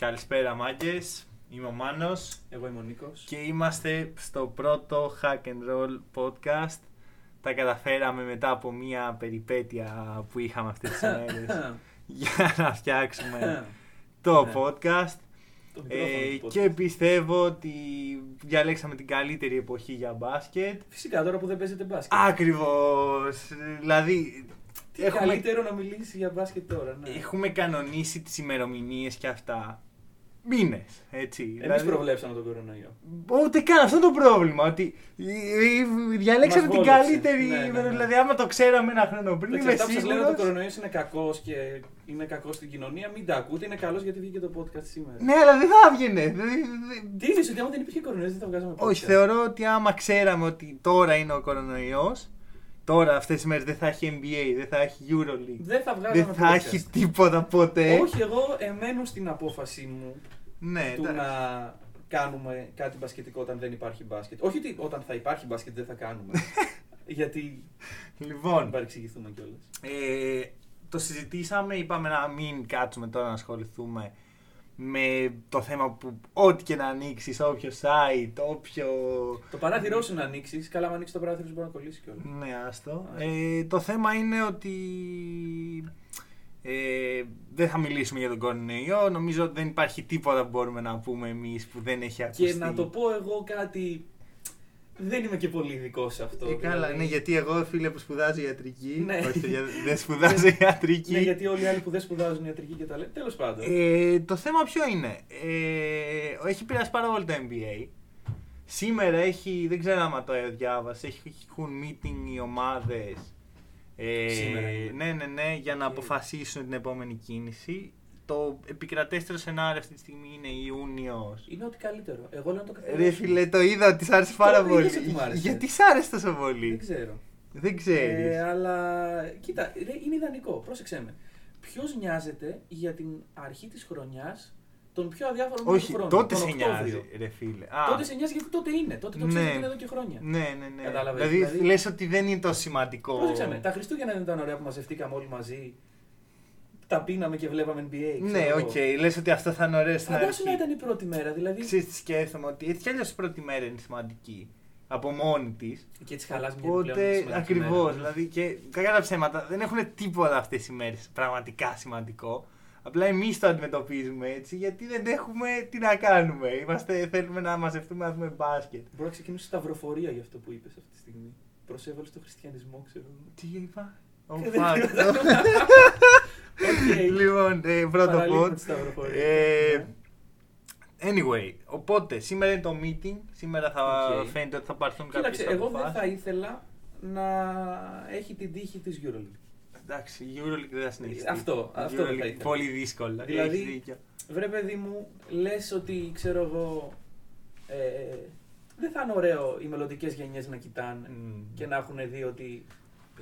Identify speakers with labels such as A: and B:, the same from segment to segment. A: Καλησπέρα μάγκες. Είμαι ο Μάνος
B: Εγώ είμαι ο Νίκος.
A: και είμαστε στο πρώτο Hack and Roll podcast. Τα καταφέραμε μετά από μια περιπέτεια που είχαμε αυτές τις μέρες για να φτιάξουμε το
B: Ναι.
A: podcast. Ε, και πιστεύω ότι διαλέξαμε την καλύτερη εποχή για μπάσκετ.
B: Φυσικά τώρα που δεν παίζετε μπάσκετ.
A: Ακριβώς! Δηλαδή,
B: Τι
A: έχουμε-
B: καλύτερο να μιλήσεις για μπάσκετ τώρα. Ναι.
A: έχουμε κανονίσει τις ημερομηνίες και αυτά. Μήνες, έτσι.
B: Εμείς
A: Δηλαδή-
B: προβλέψαμε τον κορονοϊό.
A: Ούτε καν αυτό είναι το πρόβλημα. Ότι ε, ε, διαλέξαμε
B: Μας
A: την
B: βόλεψε.
A: καλύτερη.
B: Ναι, ναι,
A: ημέρα,
B: ναι.
A: Δηλαδή, άμα το ξέραμε ένα χρόνο πριν, είμαι
B: Εντάξει, Αυτά που σας λένε ότι ο
A: σίγουρος.
B: κορονοϊός είναι κακός και είναι κακός στην κοινωνία, μην τα ακούτε. Είναι καλός γιατί βγήκε το podcast σήμερα.
A: Ναι, αλλά δεν θα έβγαινε. Δε- δε-
B: Τι είδες ότι άμα δεν υπήρχε κορονοϊός δεν θα βγάζαμε podcast.
A: Όχι, θεωρώ ότι άμα ξέραμε ότι τώρα είναι ο κορονοϊός, τώρα αυτές τις μέρες δεν θα έχει NBA, δεν θα έχει EuroLeague,
B: Δεν θα βγάζαμε
A: δεν θα
B: podcast.
A: έχει τίποτα ποτέ.
B: Όχι, εγώ εμένω στην απόφασή μου
A: Ναι,
B: του
A: τα-
B: να κάνουμε κάτι μπασκετικό όταν δεν υπάρχει μπάσκετ. Όχι ότι όταν θα υπάρχει μπάσκετ δεν θα κάνουμε. γιατί
A: Λοιπόν,
B: μην παρεξηγηθούμε κιόλας.
A: Ε, το συζητήσαμε, είπαμε να μην κάτσουμε τώρα να ασχοληθούμε με το θέμα που ό,τι και να ανοίξεις, όποιο site, όποιο.
B: Το παράθυρό σου να ανοίξεις, καλά, αν ανοίξεις το παράθυρο σου μπορεί να κολλήσει κιόλας.
A: Ναι, άστο. Ε, το θέμα είναι ότι ε, δεν θα μιλήσουμε για τον κορονοϊό. Νομίζω ότι δεν υπάρχει τίποτα που μπορούμε να πούμε εμείς που δεν έχει ακουστεί.
B: Και να το πω εγώ κάτι. Δεν είμαι και πολύ ειδικός σε αυτό.
A: Ε, καλά,
B: δηλαδή.
A: ναι, γιατί εγώ φίλε που σπουδάζω ιατρική.
B: Ναι.
A: Όχι, παιδιά, δεν σπουδάζω ιατρική.
B: Ναι, γιατί όλοι οι άλλοι που δεν σπουδάζουν ιατρική και τα λένε. Τέλος πάντων.
A: Ε, το θέμα ποιο είναι. Ε, έχει πειράσει πάρα πολύ το NBA. Σήμερα έχει, δεν ξέρω άμα το διάβασε, έχει- έχουν meeting οι ομάδες. Ε,
B: Σήμερα.
A: Ναι, ναι, ναι, για να
B: Οκ.
A: αποφασίσουν την επόμενη κίνηση. Το επικρατέστερο σενάριο αυτή τη στιγμή είναι Ιούνιος.
B: Είναι ό,τι καλύτερο. Εγώ λέω να το καθαρίσω.
A: Ρε φίλε, το είδα ότι σ' άρεσε πάρα
B: Το
A: πολύ.
B: είδες Ε, ότι μ' άρεσε.
A: Γιατί σ' άρεσε τόσο
B: Δεν
A: πολύ.
B: ξέρω.
A: Δεν ξέρεις.
B: Ε, αλλά κοίτα, ρε, είναι ιδανικό. Πρόσεξε με. Ποιος νοιάζεται για την αρχή της χρονιάς των πιο αδιάφορων μήνων
A: Όχι,
B: του χρόνου.
A: τότε
B: τον
A: σε
B: Οκτώβριο.
A: νοιάζει, ρε φίλε. Α.
B: Τότε σε νοιάζει γιατί τότε είναι. Τότε το
A: Ναι.
B: ξέρει είναι εδώ και χρόνια.
A: Ναι, ναι, ναι.
B: Κατάλαβες,
A: Δηλαδή,
B: δηλαδή-
A: λες ότι δεν είναι το σημαντικό.
B: Πρόσεξε με, τα Χριστούγεννα δεν ήταν ωραία που μαζευτήκαμε όλοι μαζί. Τα πίναμε και βλέπαμε NBA.
A: Ναι, οκ. Λες ότι αυτό θα είναι ωραίο στην
B: Φαντάσου
A: αρχή.
B: να ήταν η πρώτη μέρα, δηλαδή.
A: Ξέρεις τι σκέφτομαι, ότι έτσι κι αλλιώς η πρώτη μέρα είναι σημαντική. Από μόνη της.
B: Και έτσι χαλάς μια επιπλέον
A: Οπότε,
B: σημαντική
A: ακριβώς.
B: μέρα.
A: Δηλαδή, και κακά τα ψέματα, δεν έχουν τίποτα αυτές οι μέρες πραγματικά σημαντικό. Απλά εμείς το αντιμετωπίζουμε έτσι, γιατί δεν έχουμε τι να κάνουμε. Είμαστε, θέλουμε να μαζευτούμε να δούμε μπάσκετ.
B: Μπορώ να ξεκινήσω σταυροφορία για αυτό που είπες αυτή τη στιγμή. Προσέβαλες στον χριστιανισμό, ξέρω εγώ.
A: Τι είπα. Oh, Ο
B: Δεν
A: Φάκτο.
B: θυμάμαι. Οκ.
A: Λοιπόν, ε, πρώτο
B: Παραλείπουμε
A: pod.
B: της σταυροφορίας.
A: Ε,
B: Ναι.
A: Anyway, οπότε σήμερα είναι το meeting. Σήμερα θα
B: Οκ.
A: φαίνεται ότι θα πάρθουν κάποιες
B: Κοίταξε, εγώ δεν
A: αποφάσεις.
B: θα ήθελα να έχει την τύχη της EuroLeague.
A: Εντάξει, η EuroLeague δεν θα συνεχιστεί.
B: Αυτό,
A: Η
B: αυτό δεν θα
A: EuroLeague
B: ήθελα.
A: Πολύ δύσκολα.
B: Δηλαδή-
A: Έχεις δίκιο.
B: Βρε παιδί μου, λες ότι ξέρω εγώ. Ε, δεν θα είναι ωραίο οι μελλοντικές γενιές να κοιτάνε
A: Μμ.
B: και να έχουν δει ότι.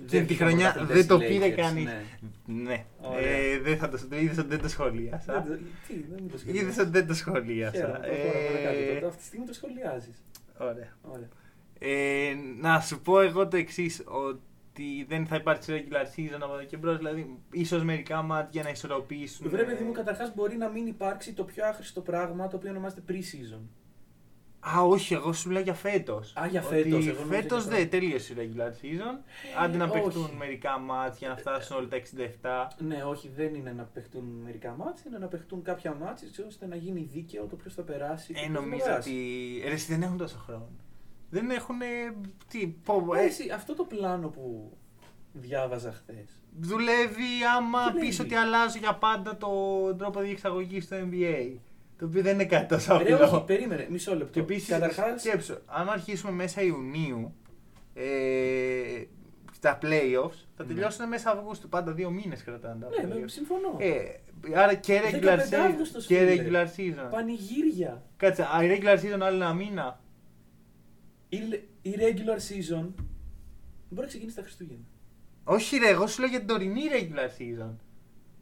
A: Εκείνη
B: δεν
A: τη
B: βγήκαν
A: χρονιά
B: πρωταθλητές
A: δεν το
B: οι
A: πήρε
B: Lakers,
A: κανείς.
B: ναι.
A: Ναι.
B: Ωραία.
A: Ε, δεν θα το, είδες ότι δεν το σχολίασα.
B: Δεν το- Τι, δεν μου το
A: Είδε
B: σχολιάζεις.
A: ότι δεν το
B: Χαίρομαι,
A: σχολίασα.
B: προχωράμε,
A: Ε,
B: παρακάτω. Τώρα Αυτή τη στιγμή το σχολιάζεις.
A: Ωραία.
B: Ωραία.
A: Ε, να σου πω εγώ το εξής, ότι δεν θα υπάρξει regular season από εδώ και μπρος, δηλαδή ίσως μερικά μάτια για να ισορροπήσουν. ε.
B: Βρε παιδί μου, καταρχάς μπορεί να μην υπάρξει το πιο άχρηστο πράγμα το οποίο ονομάζεται pre-season.
A: Α, όχι, εγώ σου λέω για φέτος.
B: Α, για φέτος, εγώ νόμιζα
A: Φέτο
B: για
A: δεν
B: τώρα. Ε,
A: τελείωσε η regular season. Αντί να
B: όχι.
A: παιχτούν μερικά μάτια, να φτάσουν όλα τα 67.
B: Ναι, όχι, δεν είναι να παιχτούν μερικά μάτς, είναι να παιχτούν κάποια μάτς έτσι ώστε να γίνει δίκαιο το ποιος θα περάσει. και
A: Ε,
B: ποιος θα
A: νομίζω
B: περάσει.
A: ότι. Ε, Ρε, εσύ δεν έχουν τόσο χρόνο. Δεν έχουν. ε, τι, πω,
B: Μα
A: ε,
B: εσύ, αυτό το πλάνο που διάβαζα χθες.
A: δουλεύει άμα
B: Δουλεύει.
A: πεις ότι αλλάζω για πάντα τον τρόπο διεξαγωγής στο NBA. Το οποίο δεν είναι κάτι τόσο
B: Ρε, όχι,
A: απλό.
B: περίμενε, μισό λεπτό.
A: Και επίσης,
B: Καταρχάς,
A: σκέψω, αν αρχίσουμε μέσα Ιουνίου ε, τα playoffs, θα
B: Ναι.
A: τελειώσουν μέσα Αυγούστου. Πάντα δύο μήνες κρατάνε τα
B: Ναι,
A: playoffs.
B: με- συμφωνώ.
A: Ε, άρα και
B: 15
A: regular season.
B: Αύγουστος,
A: Και
B: φίλε.
A: regular season.
B: Πανηγύρια.
A: Κάτσε, α, η regular season άλλο ένα μήνα.
B: Η, η regular season μπορεί να ξεκινήσει τα Χριστούγεννα.
A: Όχι ρε, εγώ σου λέω για την τωρινή regular season.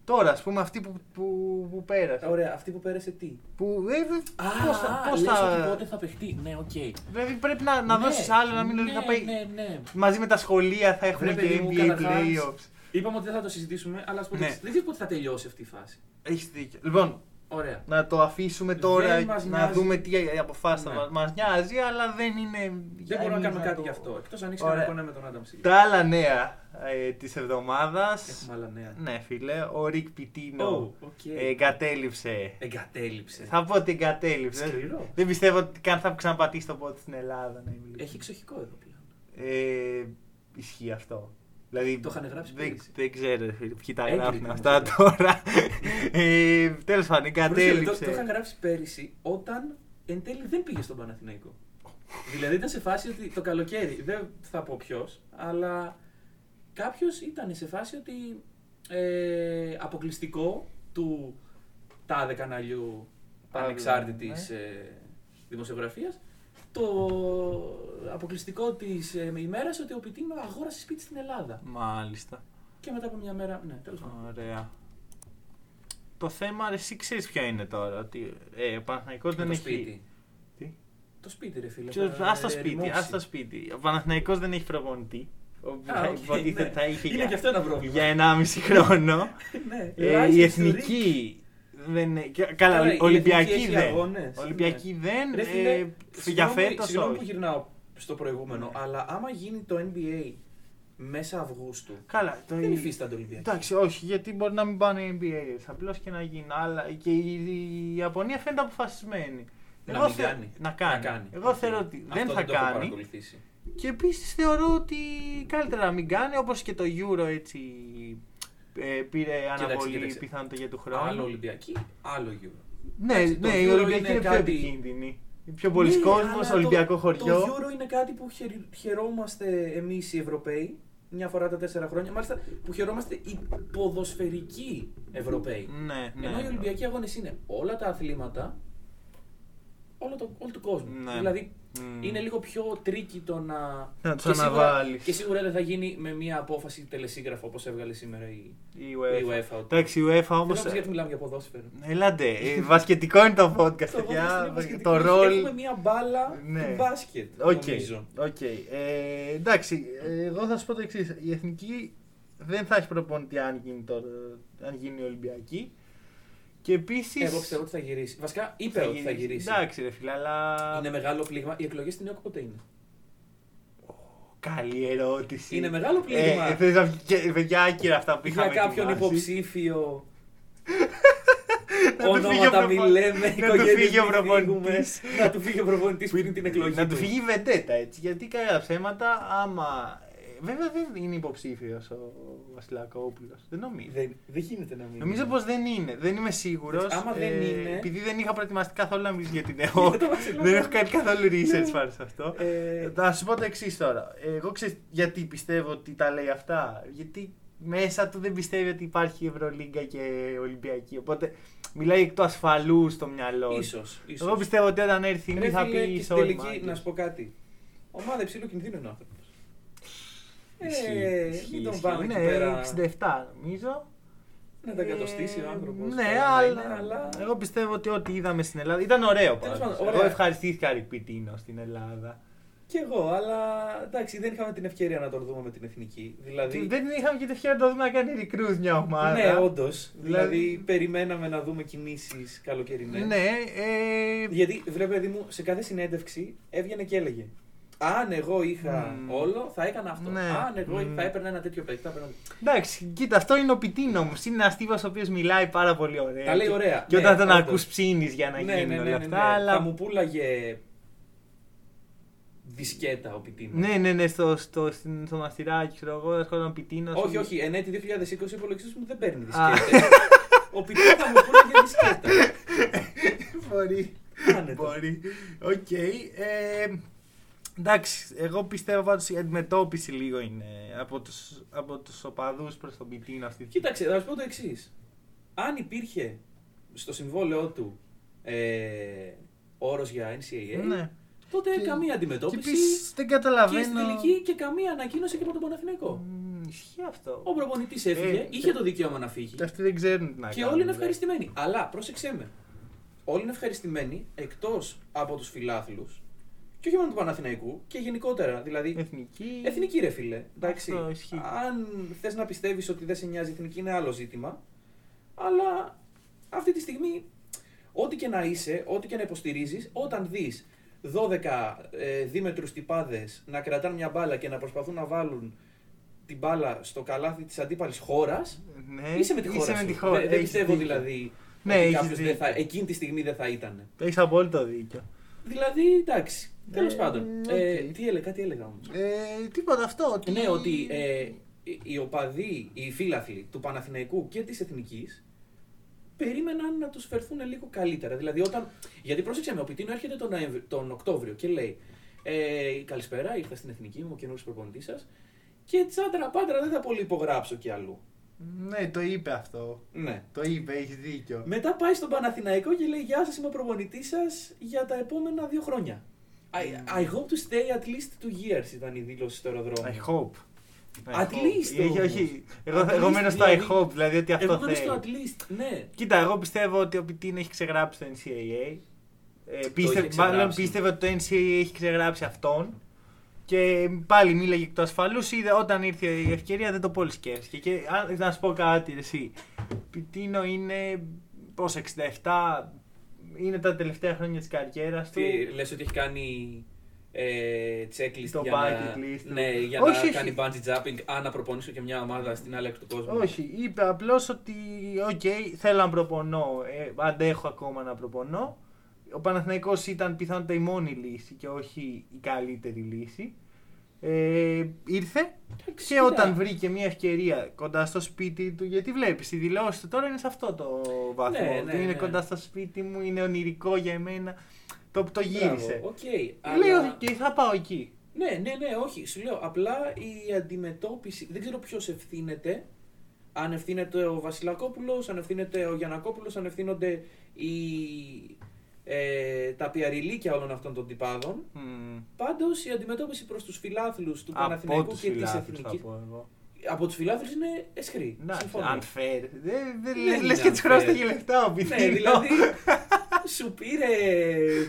A: Τώρα, ας πούμε, αυτή που, που, που πέρασε.
B: Ωραία, αυτή που πέρασε τι.
A: Που, ε, δε-
B: Α,
A: πώς θα... Πώς
B: λες
A: θα...
B: ότι πότε θα παιχτεί. Ναι, οκ.
A: Δηλαδή πρέπει να, να
B: Ναι,
A: δώσεις άλλο, να μην
B: ναι,
A: λέει να πάει...
B: Ναι, ναι.
A: Μαζί με τα σχολεία θα έχουμε
B: Ρε,
A: και
B: παιδί μου,
A: NBA
B: καταρχάς,
A: playoffs.
B: Είπαμε ότι δεν θα το συζητήσουμε, αλλά ας πούμε.
A: Ναι.
B: Δεν ξέρεις πότε θα τελειώσει αυτή η φάση.
A: Έχεις δίκιο. Λοιπόν,
B: Ωραία.
A: να το αφήσουμε τώρα,
B: Δεν μας
A: να
B: νοιάζει.
A: δούμε τι αποφάσεις
B: Ναι.
A: θα μας νοιάζει, αλλά δεν είναι.
B: Δεν μπορούμε να κάνουμε κάτι γι' αυτό. Εκτός αν έχει κανένα
A: Ωραία.
B: κονέ με τον Άνταμ Σίλβα.
A: Τα άλλα νέα ε, της εβδομάδας.
B: Έχουμε άλλα νέα.
A: Ναι, φίλε, ο Ρικ
B: Oh,
A: Πιτίνο
B: οκ.
A: ε, εγκατέλειψε.
B: Εγκατέλειψε.
A: Θα πω ότι εγκατέλειψε.
B: Σκληρό.
A: Δεν πιστεύω ότι καν θα ξαναπατήσει το πόδι στην Ελλάδα. Να είμαι
B: Έχει
A: ειλικρινής.
B: εξοχικό εδώ πλέον.
A: Ε, ισχύει αυτό. Δηλαδή,
B: Το είχαν γράψει
A: δεν,
B: πέρυσι.
A: δεν ξέρω ρε φίλε, ποιοι τα
B: Έγκριτο
A: γράφουν
B: μου
A: αυτά
B: το
A: τώρα. ε, Τέλος πάντων,
B: Βρε, Το, το είχαν
A: εγκατέλειψε.
B: γράψει πέρυσι όταν εν τέλει δεν πήγε στον Παναθηναϊκό. δηλαδή ήταν σε φάση ότι το καλοκαίρι, δεν θα πω ποιος, αλλά κάποιος ήταν σε φάση ότι ε, αποκλειστικό του τάδε καναλιού
A: Τάδε,
B: ανεξάρτητης
A: ναι.
B: ε, δημοσιογραφίας. Το αποκλειστικό της ε, ημέρας ότι ο Πιτίνο αγόρασε σπίτι στην Ελλάδα.
A: Μάλιστα.
B: Και μετά από μια μέρα. Ναι, τέλος πάντων.
A: Ωραία. Το θέμα, ρε, εσύ ξέρεις ποιο είναι τώρα. Ότι ε, ο Παναθηναϊκός
B: Με
A: δεν
B: το
A: έχει...
B: σπίτι. ε,
A: Τι?
B: Το σπίτι, ρε φίλε.
A: Ποιος-
B: θα
A: Ας το
B: ρε-
A: σπίτι,
B: ρημώξει.
A: ας το σπίτι. Ο Παναθηναϊκός δεν έχει προπονητή. Ο
B: Α,
A: που
B: οκ,
A: υποτίθεται
B: ναι.
A: θα είχε
B: Είναι
A: για-
B: και αυτό ένα πρόβλημα.
A: για 1,5 χρόνο.
B: ναι,
A: Ε,
B: ελάχιστη
A: η
B: ιστορία.
A: εθνική. Δεν, είναι- και- καλά,
B: Τώρα, η
A: Ολυμπιακή
B: εθνική έχει
A: δεν.
B: αγώνες. ναι.
A: Ολυμπιακή δεν.
B: Ρε φίλε,
A: ε, για
B: συγγνώμη-
A: φέτος
B: Συγγνώμη που
A: όχι.
B: γυρνάω στο προηγούμενο,
A: Ναι.
B: αλλά άμα γίνει το NBA μέσα Αυγούστου.
A: Καλά, το
B: Δεν υφίστανται Ολυμπιακοί.
A: Εντάξει, όχι, γιατί μπορεί να μην πάνε NBA. Απλώς και να γίνει. Αλλά και η, η Ιαπωνία φαίνεται αποφασισμένη.
B: Να
A: Εγώ
B: μην
A: θε-
B: κάνει.
A: Να κάνει. Εγώ
B: Αυτό-
A: θεωρώ ότι
B: αυτό
A: δεν θα
B: το έχω
A: κάνει.
B: παρακολουθήσει.
A: Και επίσης θεωρώ ότι καλύτερα να μην κάνει όπως και το Euro έτσι. ε, πήρε αναβολή
B: κοίταξε.
A: πιθανότητα για του χρόνου.
B: Άλλο Ολυμπιακή, άλλο Euro.
A: Ναι,
B: Εντάξει, το
A: ναι, η
B: Euro
A: Ολυμπιακή
B: είναι
A: είναι πιο
B: κάτι-
A: επικίνδυνη. Πιο πολλοί
B: Ναι,
A: κόσμος,
B: αλλά
A: Ολυμπιακό
B: το,
A: χωριό.
B: Το Euro είναι κάτι που χαιρι- χαιρόμαστε εμείς οι Ευρωπαίοι μια φορά τα τέσσερα χρόνια. Μάλιστα που χαιρόμαστε οι ποδοσφαιρικοί Ευρωπαίοι.
A: Ναι, ναι.
B: Ενώ οι Ολυμπιακοί αγώνες είναι όλα τα αθλήματα όλο το, όλου του κόσμου.
A: Ναι.
B: Δηλαδή
A: Μμμ.
B: είναι λίγο πιο τρίκι το να.
A: Να τους
B: και σίγουρα-
A: αναβάλεις.
B: Και σίγουρα δεν θα γίνει με μια απόφαση τελεσίγραφο όπως έβγαλε σήμερα η,
A: Η
B: η
A: UEFA.
B: UEFA.
A: Εντάξει, ε, η UEFA όμω.
B: Δεν γιατί μιλάμε για ποδόσφαιρο.
A: Ελάτε, ε, βασκετικό είναι το podcast, παιδιά.
B: Το ποδόσφαιρο είναι
A: Το
B: ποδοσφαιρικό.
A: ρολ.
B: Έχουμε μια μπάλα
A: Ναι.
B: του μπάσκετ.
A: Οκ.
B: Νομίζω.
A: οκ. Ε, εντάξει, ε, εγώ θα σου πω το εξής. Η εθνική δεν θα έχει προπονητή αν γίνει, το, αν γίνει η Ολυμπιακή. Και επίσης.
B: Εγώ πιστεύω ότι θα γυρίσει. Βασικά είπε ότι θα γυρίσει.
A: Εντάξει, ρε φίλε, αλλά.
B: Είναι μεγάλο πλήγμα. Οι εκλογές στην ΕΟΚ πότε είναι.
A: Καλή ερώτηση.
B: Είναι μεγάλο πλήγμα.
A: Ε, ε, θες να βγει- και- παιδιά, άκυρα αυτά που
B: Για
A: είχαμε
B: κάποιον
A: ετοιμάσει.
B: υποψήφιο.
A: Να του φύγει ο
B: Ονόματα
A: προπο-
B: μην λέμε,
A: να του φύγει ο
B: οικογένειες μην φύγουμε.
A: προπονητής.
B: Να του φύγει ο προπονητής πριν την εκλογή
A: Να του φύγει η βεντέτα έτσι. Γιατί καλά ψέματα, άμα. ε, Βέβαια δεν είναι υποψήφιος ο Βασιλακόπουλος. Δεν νομίζω.
B: Δεν, δεν γίνεται να μην.
A: Νομίζω πως δεν είναι. Δεν είμαι σίγουρος.
B: Εντάξει, άμα δεν είναι-
A: Επειδή δεν είχα προετοιμαστεί καθόλου να μιλήσω για την ΕΟΚ.
B: το Βασιλόπουλο.
A: δεν έχω κάνει καθόλου research
B: Ναι.
A: πάνω σε αυτό.
B: Ε,
A: Θα σου πω το εξής τώρα. Εγώ ξέρω γιατί πιστεύω ότι τα λέει αυτά. Γιατί μέσα του δεν πιστεύει ότι υπάρχει Ευρωλίγκα και Ολυμπιακή. Οπότε μιλάει εκ του ασφαλού στο μυαλό. του.
B: Ίσως, ίσως.
A: Εγώ πιστεύω ότι όταν έρθει η
B: Ρε
A: στιγμή θα
B: φίλε, και
A: πει
B: στην
A: sorry.
B: τελική,
A: μάγκες.
B: να σου πω κάτι. Ομάδα υψηλού κινδύνου είναι ο άνθρωπος.
A: Ισχύει,
B: Ε,
A: ισχύει,
B: μην τον
A: ισχύει. Ναι,
B: πάμε εκεί
A: Είναι
B: πέρα.
A: 67 νομίζω.
B: Να τα εγκατοστήσει ο άνθρωπος.
A: Ναι, αλλά, Εγώ πιστεύω ότι ό,τι είδαμε στην Ελλάδα ήταν ωραίο
B: Τέλος
A: πάντως.
B: πάντων,
A: Εγώ
B: ωραία.
A: ευχαριστήθηκα ρηπιτίνο στην Ελλάδα.
B: Κι εγώ, αλλά εντάξει, δεν είχαμε την ευκαιρία να τον δούμε με την εθνική. Δηλαδή.
A: Δεν είχαμε και την ευκαιρία να το δούμε να κάνει recruit μια ομάδα.
B: Ναι, όντως.
A: Δηλαδή-
B: Δηλαδή, περιμέναμε να δούμε κινήσεις καλοκαιρινές.
A: Ναι, ε,
B: Γιατί, βρε παιδί μου, σε κάθε συνέντευξη έβγαινε και έλεγε. Αν εγώ είχα
A: Μμμ.
B: όλο, θα έκανα αυτό.
A: Ναι.
B: Αν εγώ
A: Μμμ.
B: θα έπαιρνα ένα τέτοιο παίκτη, θα έπαιρνα.
A: Εντάξει, κοίτα, αυτό είναι ο πιτίνο μου. Είναι ένας τύπος ο οποίος μιλάει πάρα πολύ ωραία.
B: Τα λέει
A: Και-
B: ωραία.
A: Και όταν
B: Ναι,
A: τον
B: όντως. Ναι,
A: ακούς, ψήνεις για να γίνουν όλα αυτά.
B: Θα
A: Αλλά...
B: μου πούλαγε δισκέτα ο Πιτίνο.
A: Ναι, ναι, ναι, στο, στο, στην- στο μαστιράκι, ξέρω εγώ, έρχονταν πιτίνος.
B: Όχι, όχι, εν έτη 2020 ο υπολογιστής μου δεν παίρνει
A: ναι. Α.
B: δισκέτα. ο Πιτίνο θα μου πούλαγε δισκέτα.
A: Μπορεί.
B: Άνετα.
A: Μπορεί. Οκ. Ε, εντάξει, εγώ πιστεύω πάντως η αντιμετώπιση λίγο είναι από τους, από τους οπαδούς προς τον πιτίνο αυτή.
B: Κοίταξε, θα σου πω το εξής. Αν υπήρχε στο συμβόλαιό του ε, όρος για NCAA,
A: Ναι.
B: τότε
A: Και-
B: καμία
A: Και
B: αντιμετώπιση.
A: επίσης δεν
B: Και
A: καταλαβαίνω...
B: στην τελική και καμία ανακοίνωση και από τον Παναθηναϊκό.
A: Μμμ, Ισχύει αυτό.
B: Ο προπονητής έφυγε,
A: Ε,
B: είχε
A: ε,
B: το δικαίωμα να φύγει.
A: Και αυτοί δεν ξέρουν τι να
B: Και
A: κάνουν,
B: όλοι
A: δηλαδή.
B: είναι ευχαριστημένοι. Αλλά πρόσεξε με. Όλοι είναι ευχαριστημένοι εκτός από τους φιλάθλους και όχι μόνο του Παναθηναϊκού και γενικότερα. Δηλαδή,
A: Εθνική.
B: εθνική ρε φίλε. Εντάξει,
A: Αυτό ισχύει.
B: αν θες να πιστεύεις ότι δεν σε νοιάζει η εθνική, είναι άλλο ζήτημα. Αλλά αυτή τη στιγμή Ό,τι και να είσαι, ό,τι και να υποστηρίζεις, όταν δεις 12 ε, δίμετρους τυπάδες να κρατάνε μια μπάλα και να προσπαθούν να βάλουν την μπάλα στο καλάθι της αντίπαλης χώρας.
A: Ναι,
B: Είσαι με τη χώρα. σου.
A: χώρα.
B: Δεν, δεν
A: Έχεις
B: πιστεύω
A: δίκιο.
B: δηλαδή
A: Ναι,
B: ότι
A: έχεις
B: κάποιος
A: δίκιο.
B: εκείνη τη στιγμή δεν θα ήταν.
A: Έχεις απόλυτο δίκιο.
B: Δηλαδή, εντάξει.
A: Ε,
B: Τέλο πάντων.
A: οκ.
B: Ε, τι έλεγα, κάτι έλεγα όμως.
A: Ε, τίποτα αυτό. Ότι...
B: Ναι, ότι ε, οι- οι οπαδοί, οι φίλαθλοι του Παναθηναϊκού και της Εθνικής περίμεναν να τους φερθούν λίγο καλύτερα. Δηλαδή, όταν. Γιατί πρόσεξε με, ο Πιτίνο έρχεται τον, Νοέμβρη- τον Οκτώβριο και λέει ε, Καλησπέρα, ήρθα στην Εθνική, είμαι ο καινούριο προπονητής σας. Και τσάντρα πάντρα δεν θα πολύ υπογράψω κι αλλού.
A: Ναι, το είπε αυτό.
B: Ναι.
A: Το είπε, έχεις δίκιο.
B: Μετά πάει στον Παναθηναϊκό και λέει Γεια σας, είμαι ο προπονητής σας για τα επόμενα δύο χρόνια.
A: Mm.
B: I, I hope to stay at least two years ήταν η δήλωση στο αεροδρόμιο.
A: I hope. I
B: At
A: hope.
B: least,
A: Ή, όχι,
B: όμως.
A: όχι.
B: At
A: Εγώ, εγώ
B: least,
A: μένω στο
B: δηλαδή.
A: I hope, δηλαδή ότι αυτό
B: Εγώ δεν
A: θέλει.
B: στο at least, ναι.
A: Κοίτα, εγώ πιστεύω ότι ο Πιτίν έχει ξεγράψει το NCAA. Ε, πίστευε,
B: είχε
A: μάλλον
B: ξεγράψει.
A: πίστευε ότι το NCAA έχει ξεγράψει αυτόν. Και πάλι μίλαγε εκ του ασφαλούς. Είδε όταν ήρθε η ευκαιρία δεν το πολύ σκέφτηκε. Και αν, να σου πω κάτι, εσύ. Πιτίνο είναι πόσο 67. Είναι τα τελευταία χρόνια της καριέρας του.
B: Τι, λες ότι έχει κάνει ε, checklist
A: Το
B: για
A: bucket
B: να,
A: list του.
B: ναι, για
A: Όχι,
B: να
A: όχι.
B: κάνει bungee jumping, αν να προπονήσω και μια ομάδα στην άλλη άκρη του κόσμου.
A: Όχι, είπε απλώς ότι οκ, θέλω να προπονώ. Ε, αντέχω ακόμα να προπονώ. Ο Παναθηναϊκός ήταν πιθανότητα η μόνη λύση και όχι η καλύτερη λύση. Ε, ήρθε
B: Εντάξει,
A: και
B: κοίτα.
A: όταν βρήκε μια ευκαιρία κοντά στο σπίτι του, γιατί βλέπεις, οι δηλώσεις του τώρα είναι σε αυτό το βαθμό.
B: Ναι, ναι,
A: είναι
B: ναι.
A: κοντά στο σπίτι μου, είναι ονειρικό για εμένα. Το, το γύρισε.
B: Μπράβο, οκ,
A: Λέω
B: αλλά-
A: και θα πάω εκεί.
B: Ναι, ναι, ναι, όχι. Σου λέω απλά η αντιμετώπιση. Δεν ξέρω ποιος ευθύνεται. Αν ευθύνεται ο Βασιλακόπουλος, αν ευθύνεται ο Γιανακόπουλος, αν ευθύνονται οι, ε, τα πιαριλίκια όλων αυτών των τυπάδων.
A: Μμμ.
B: Πάντως η αντιμετώπιση προς τους φιλάθλους
A: Από
B: του Παναθηναϊκού
A: τους
B: και της
A: φιλάθλους θα
B: Εθνική.
A: πω εγώ.
B: Από τους φιλάθλους είναι εσχρή.
A: Να,
B: Συμφωνώ.
A: unfair. Δεν δε,
B: είναι
A: λες και τους
B: unfair.
A: χρωστάγε λεφτά ο
B: Ναι,
A: Πιτίνο.
B: δηλαδή σου πήρε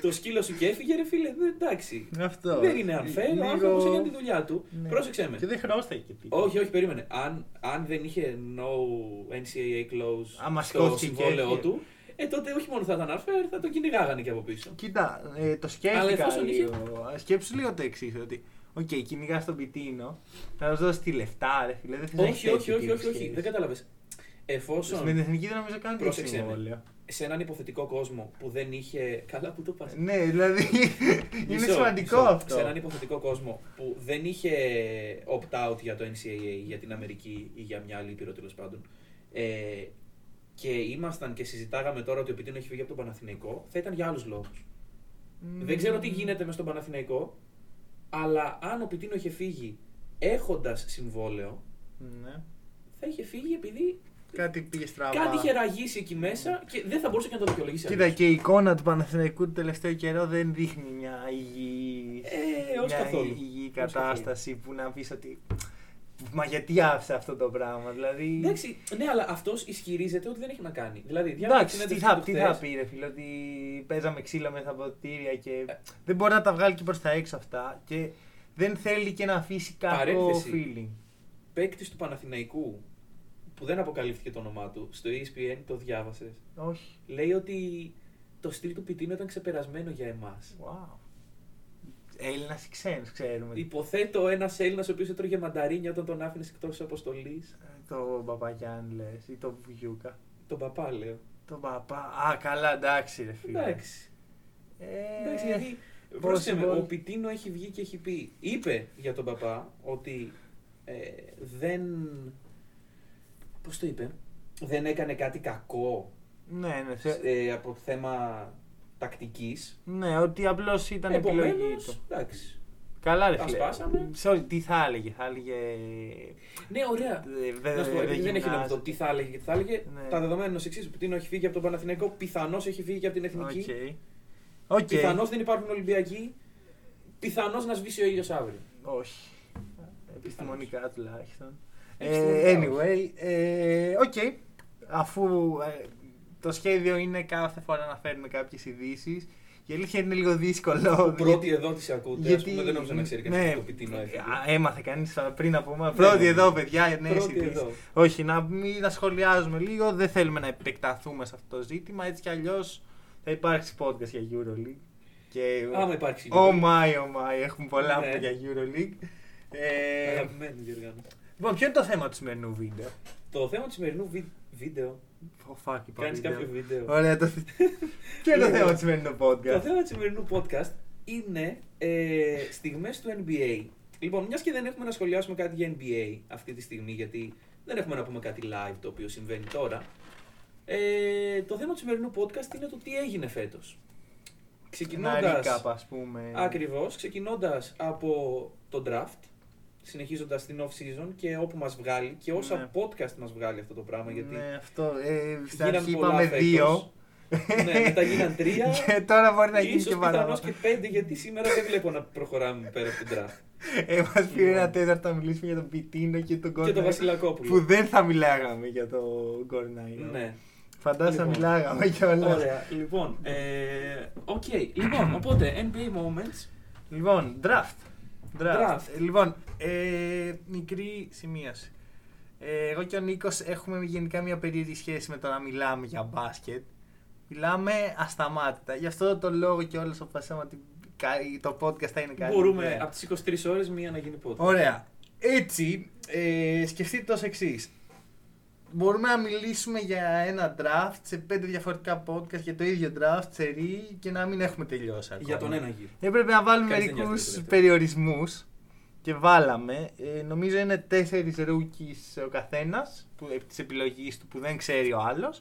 B: το σκύλο σου και έφυγε, ρε φίλε. δεν- Εντάξει.
A: Αυτό.
B: Δεν είναι unfair, ο άνθρωπος έκανε τη δουλειά του.
A: Ναι.
B: Πρόσεξε με.
A: Και δεν χρώσταγε και πίσω.
B: Όχι, όχι, περίμενε. Αν, αν δεν είχε no NCAA clause
A: Άμα
B: στο
A: σηκώθηκε
B: συμβόλαιό
A: και-
B: του, ε, τότε όχι μόνο θα ήταν unfair, θα τον κυνηγάγανε και από πίσω.
A: Κοίτα, ε, το
B: Αλλά
A: σκέφτηκα
B: εφόσον είχε-
A: λίγο. Ε, Σκέψου λίγο το εξής. Ότι, οκ, okay, κυνηγά τον πιτίνο, θα του δώσει τη λεφτά, ρε φίλε. Δεν θες να έχεις
B: όχι, όχι,
A: τέτοιο
B: όχι, όχι,
A: τύπου
B: όχι, δεν
A: σχέση.
B: κατάλαβε.
A: Με την
B: Εφόσον
A: εθνική δεν νομίζω καν το
B: Πρόσεξε με.
A: συμβόλαιο.
B: σε έναν υποθετικό κόσμο που δεν είχε. Καλά που το πας.
A: Ναι, δηλαδή είναι
B: Μισό,
A: σημαντικό
B: μισό.
A: αυτό.
B: Σε έναν υποθετικό κόσμο που δεν είχε opt-out για το NCAA, για την Αμερική ή για μια άλλη ήπειρο τέλος πάντων. Ε, και ήμασταν και συζητάγαμε τώρα ότι ο Πιτίνο έχει φύγει από τον Παναθηναϊκό, θα ήταν για άλλους λόγους.
A: Μμμ.
B: Δεν ξέρω τι γίνεται μες στον Παναθηναϊκό, αλλά αν ο Πιτίνο είχε φύγει έχοντας συμβόλαιο,
A: Ναι.
B: θα είχε φύγει επειδή
A: Κάτι πήγε στραβά.
B: κάτι είχε ραγίσει εκεί μέσα και δεν θα μπορούσε και να το δικαιολογήσει.
A: Κοίτα,
B: αλλιώς.
A: και η εικόνα του Παναθηναϊκού το τελευταίο καιρό δεν δείχνει μια υγιή,
B: Ε, όχι
A: μια
B: καθόλου.
A: υγιή
B: Όχι
A: κατάσταση που να πεις ότι. Μα γιατί άφησε αυτό το πράγμα, δηλαδή.
B: Εντάξει, ναι, αλλά αυτός ισχυρίζεται ότι δεν έχει να κάνει. Δηλαδή, διάβασα
A: Εντάξει,
B: την
A: τι
B: ένταση
A: θα,
B: του
A: τι
B: χθες.
A: θα πει, ρε φίλε, ότι παίζαμε ξύλο μέσα από ποτήρια και δεν μπορεί να τα βγάλει και προς τα έξω αυτά. Και δεν θέλει και να αφήσει κάποιο
B: Παρένθεση.
A: feeling.
B: παίκτης του Παναθηναϊκού που δεν αποκαλύφθηκε το όνομά του στο E ESPN, το διάβασες.
A: Όχι.
B: Λέει ότι το στυλ του Πιτίνο ήταν ξεπερασμένο για εμάς.
A: Wow. Έλληνας ή ξένος, ξέρουμε.
B: Υποθέτω ένας Έλληνας ο οποίος έτρωγε μανταρίνια όταν τον άφηνε εκτό της αποστολής.
A: Ε, Το Παπαγιάννη λες ή το Βιούκα.
B: Τον παπά, λέω.
A: Το παπά. Α, καλά, εντάξει, ρε φίλε.
B: Εντάξει.
A: Ε,
B: Εντάξει, γιατί.
A: πώς
B: Πρόσεξε με,
A: μπορεί.
B: ο Πιτίνο έχει βγει και έχει πει. Είπε για τον παπά ότι ε, δεν. Πώς το είπε, Δεν έκανε κάτι κακό
A: Ναι, ναι, θε-
B: ε, από θέμα τακτικής
A: ναι, ότι απλώς ήταν επιλογή
B: Επομένως,
A: του.
B: εντάξει.
A: Καλά, ρε
B: τα
A: φίλε.
B: σπάσαμε.
A: Sorry, τι θα έλεγε, θα έλεγε.
B: Ναι, ωραία.
A: «Δε-
B: Να σου πω, επειδή δεν
A: γυμνάζεται».
B: έχει νόημα το τι θα έλεγε και τι θα έλεγε.
A: Ναι.
B: Τα δεδομένα είναι ως εξής. Ο Πουτίνο έχει φύγει από τον Παναθηναϊκό, πιθανώς έχει φύγει και από την Εθνική.
A: Οκ. Οκ.
B: Πιθανώς δεν υπάρχουν Ολυμπιακοί. Πιθανώς να σβήσει ο ήλιος αύριο.
A: Όχι. Επιστημονικά τουλάχιστον.
B: Επιστημονικά,
A: Ε, anyway, ε, οκ. Αφού ε, το σχέδιο είναι κάθε φορά να φέρνουμε κάποιες ειδήσεις. Η αλήθεια είναι λίγο δύσκολο.
B: Πρώτη εδώ τη ακούτε. Γιατί... Πούμε, δεν νόμιζα να ξέρει κανεί
A: Ε, ναι,
B: το Πουτίνο έφυγε.
A: α, Έμαθε κανείς πριν από εμά.
B: Ναι,
A: Πρώτη
B: ναι.
A: εδώ, παιδιά, νέε
B: Πρώτη
A: ειδήσει.
B: εδώ.
A: Όχι, να, μην, να σχολιάζουμε λίγο. Δεν θέλουμε να επεκταθούμε σε αυτό το ζήτημα. Έτσι κι αλλιώς Θα υπάρξει podcast για EuroLeague. Και...
B: Άμα υπάρξει
A: Oh
B: EuroLeague.
A: my, oh my, έχουμε πολλά
B: Ναι.
A: ναι. για EuroLeague. Ε,
B: Αγαπημένη διοργάνωση.
A: λοιπόν, ποιο είναι το θέμα του σημερινού βίντεο.
B: Το θέμα του σημερινού βι- βίντεο.
A: Oh, fuck, είπα
B: Κάνεις κάποιο βίντεο.
A: Ωραία, το... ποιο είναι το
B: Λοιπόν,
A: θέμα του σημερινού
B: Το
A: podcast.
B: θέμα του σημερινού podcast είναι ε, στιγμές του NBA. Λοιπόν, μιας και δεν έχουμε να σχολιάσουμε κάτι για NBA αυτή τη στιγμή, γιατί δεν έχουμε να πούμε κάτι live το οποίο συμβαίνει τώρα. Ε, το θέμα του σημερινού podcast είναι το τι έγινε φέτος.
A: Ένα
B: Ξεκινώντας...
A: recap, ας πούμε.
B: Ακριβώς, ξεκινώντας από το draft, συνεχίζοντας την off-season και όπου μας βγάλει και όσα
A: Ναι.
B: podcast μας βγάλει αυτό το πράγμα, γιατί
A: Ναι, αυτό. Ε, στην
B: γίναν
A: αρχή
B: πολλά
A: είπαμε
B: φέτος.
A: δύο.
B: Ναι, μετά γίναν τρία.
A: και τώρα μπορεί να γίνει
B: Ίσως
A: και
B: πιθανώς
A: παραπάνω.
B: και πέντε, γιατί σήμερα δεν βλέπω να προχωράμε πέρα από τον draft.
A: Ε, μας πήρε
B: Λοιπόν.
A: ένα τέταρτο να μιλήσουμε για τον Πιτίνο και τον
B: και τον
A: Κορνάι.
B: Βασιλακόπουλο.
A: Που δεν θα μιλάγαμε για τον Κορνάι.
B: Ναι.
A: Φαντάζομαι
B: Λοιπόν.
A: μιλάγαμε και όλα.
B: Ωραία. Λοιπόν, ε, οκ. Λοιπόν, οπότε, NBA Moments.
A: Λοιπόν, draft. Draft.
B: Draft.
A: Ε, λοιπόν, ε, μικρή σημείωση. Ε, εγώ και ο Νίκος έχουμε γενικά μια περίεργη σχέση με το να μιλάμε για μπάσκετ. Μιλάμε ασταμάτητα. Γι' αυτό το λόγο και όλες αποφασίσαμε ότι κα- το podcast θα είναι καλύτερο.
B: Μπορούμε από τις 23 ώρες μία να γίνει πότε.
A: Ωραία. Έτσι, ε, σκεφτείτε ως εξής. Μπορούμε να μιλήσουμε για ένα draft σε πέντε διαφορετικά podcast για το ίδιο draft, σε ρί και να μην έχουμε τελειώσει ακόμα.
B: Για τον ένα γύρο.
A: Έπρεπε να βάλουμε
B: Κανείς δεν νοιάζεται
A: μερικού
B: το δεύτερο.
A: περιορισμούς και βάλαμε. Ε, νομίζω είναι τέσσερις rookies ο καθένας της επιλογής του που δεν ξέρει ο άλλος.